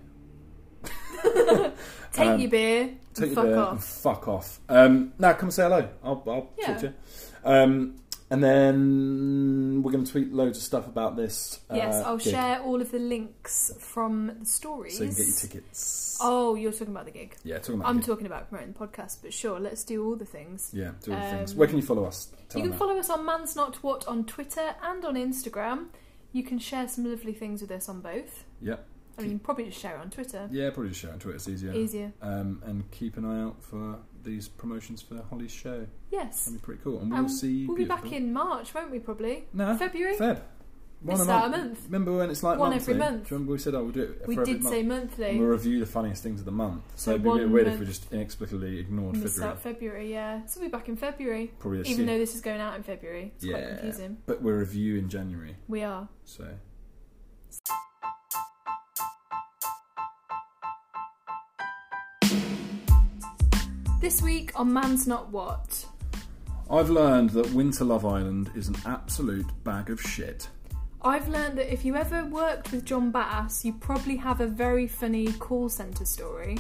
[SPEAKER 2] Take
[SPEAKER 3] Um,
[SPEAKER 2] your beer. and
[SPEAKER 3] Take your
[SPEAKER 2] fuck
[SPEAKER 3] beer and
[SPEAKER 2] off.
[SPEAKER 3] fuck off. Um, now come say hello. I'll, I'll talk
[SPEAKER 2] Yeah.
[SPEAKER 3] to you. Um, and then we're going to tweet loads of stuff about this. Uh,
[SPEAKER 2] yes, I'll
[SPEAKER 3] gig,
[SPEAKER 2] share all of the links from the stories.
[SPEAKER 3] So you can get your tickets.
[SPEAKER 2] Oh, you're talking about the gig.
[SPEAKER 3] yeah, talking about.
[SPEAKER 2] I'm
[SPEAKER 3] the gig.
[SPEAKER 2] talking about promoting the podcast, but sure, let's do all the things.
[SPEAKER 3] Yeah, do all the things.
[SPEAKER 2] Um,
[SPEAKER 3] Where can you follow us?
[SPEAKER 2] you
[SPEAKER 3] Tell them
[SPEAKER 2] can
[SPEAKER 3] that.
[SPEAKER 2] follow us on Man's Not What on Twitter and on Instagram. You can share some lovely things with us on both.
[SPEAKER 3] Yeah,
[SPEAKER 2] I mean, you can probably just share it on Twitter.
[SPEAKER 3] yeah, probably just share it on Twitter. It's easier.
[SPEAKER 2] Easier.
[SPEAKER 3] Um, and keep an eye out for these promotions for Holly's show.
[SPEAKER 2] Yes.
[SPEAKER 3] That'll be pretty cool. And we'll
[SPEAKER 2] And
[SPEAKER 3] see.
[SPEAKER 2] we'll be back
[SPEAKER 3] beautiful-
[SPEAKER 2] in March, won't we, probably?
[SPEAKER 3] No,
[SPEAKER 2] February?
[SPEAKER 3] Feb. One
[SPEAKER 2] It's
[SPEAKER 3] a
[SPEAKER 2] about
[SPEAKER 3] month.
[SPEAKER 2] a month.
[SPEAKER 3] Remember when it's like
[SPEAKER 2] One
[SPEAKER 3] monthly?
[SPEAKER 2] every month.
[SPEAKER 3] Do you remember we said, "Oh, we'll do it."
[SPEAKER 2] we
[SPEAKER 3] for every
[SPEAKER 2] did
[SPEAKER 3] month.
[SPEAKER 2] say
[SPEAKER 3] And
[SPEAKER 2] monthly.
[SPEAKER 3] we'll review the funniest things of the month. So
[SPEAKER 2] So
[SPEAKER 3] it'd be a bit
[SPEAKER 2] one
[SPEAKER 3] weird if
[SPEAKER 2] month-
[SPEAKER 3] we just inexplicably ignored
[SPEAKER 2] Missed
[SPEAKER 3] February.
[SPEAKER 2] out February, yeah. So we'll be back in February.
[SPEAKER 3] Probably this
[SPEAKER 2] Even
[SPEAKER 3] year.
[SPEAKER 2] though this is going out in February. It's quite confusing.
[SPEAKER 3] But we're reviewing January,
[SPEAKER 2] We are.
[SPEAKER 3] so.
[SPEAKER 2] This week on Man's Not What,
[SPEAKER 3] I've learned that Winter Love Island is an absolute bag of shit.
[SPEAKER 2] I've learned that if you ever worked with John Bass, you probably have a very funny call centre story.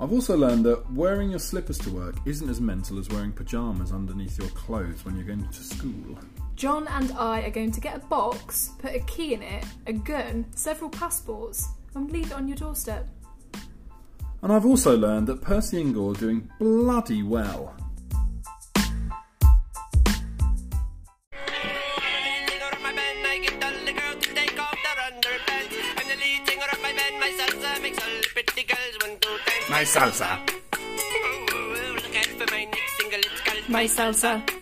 [SPEAKER 3] I've also learned that wearing your slippers to work isn't as mental as wearing pyjamas underneath your clothes when you're going to school.
[SPEAKER 2] John and I are going to get a box, put a key in it, a gun, several passports, and leave it on your doorstep.
[SPEAKER 3] And I've also learned that Percy and Gore are doing bloody well.
[SPEAKER 7] singer of my band, I get all the girls to take off their underpants. I'm the lead singer of my band, my salsa makes all the pretty girls want to dance.
[SPEAKER 3] My salsa.
[SPEAKER 7] Ooh, ooh, ooh, look out for my next single, it's called
[SPEAKER 2] My salsa.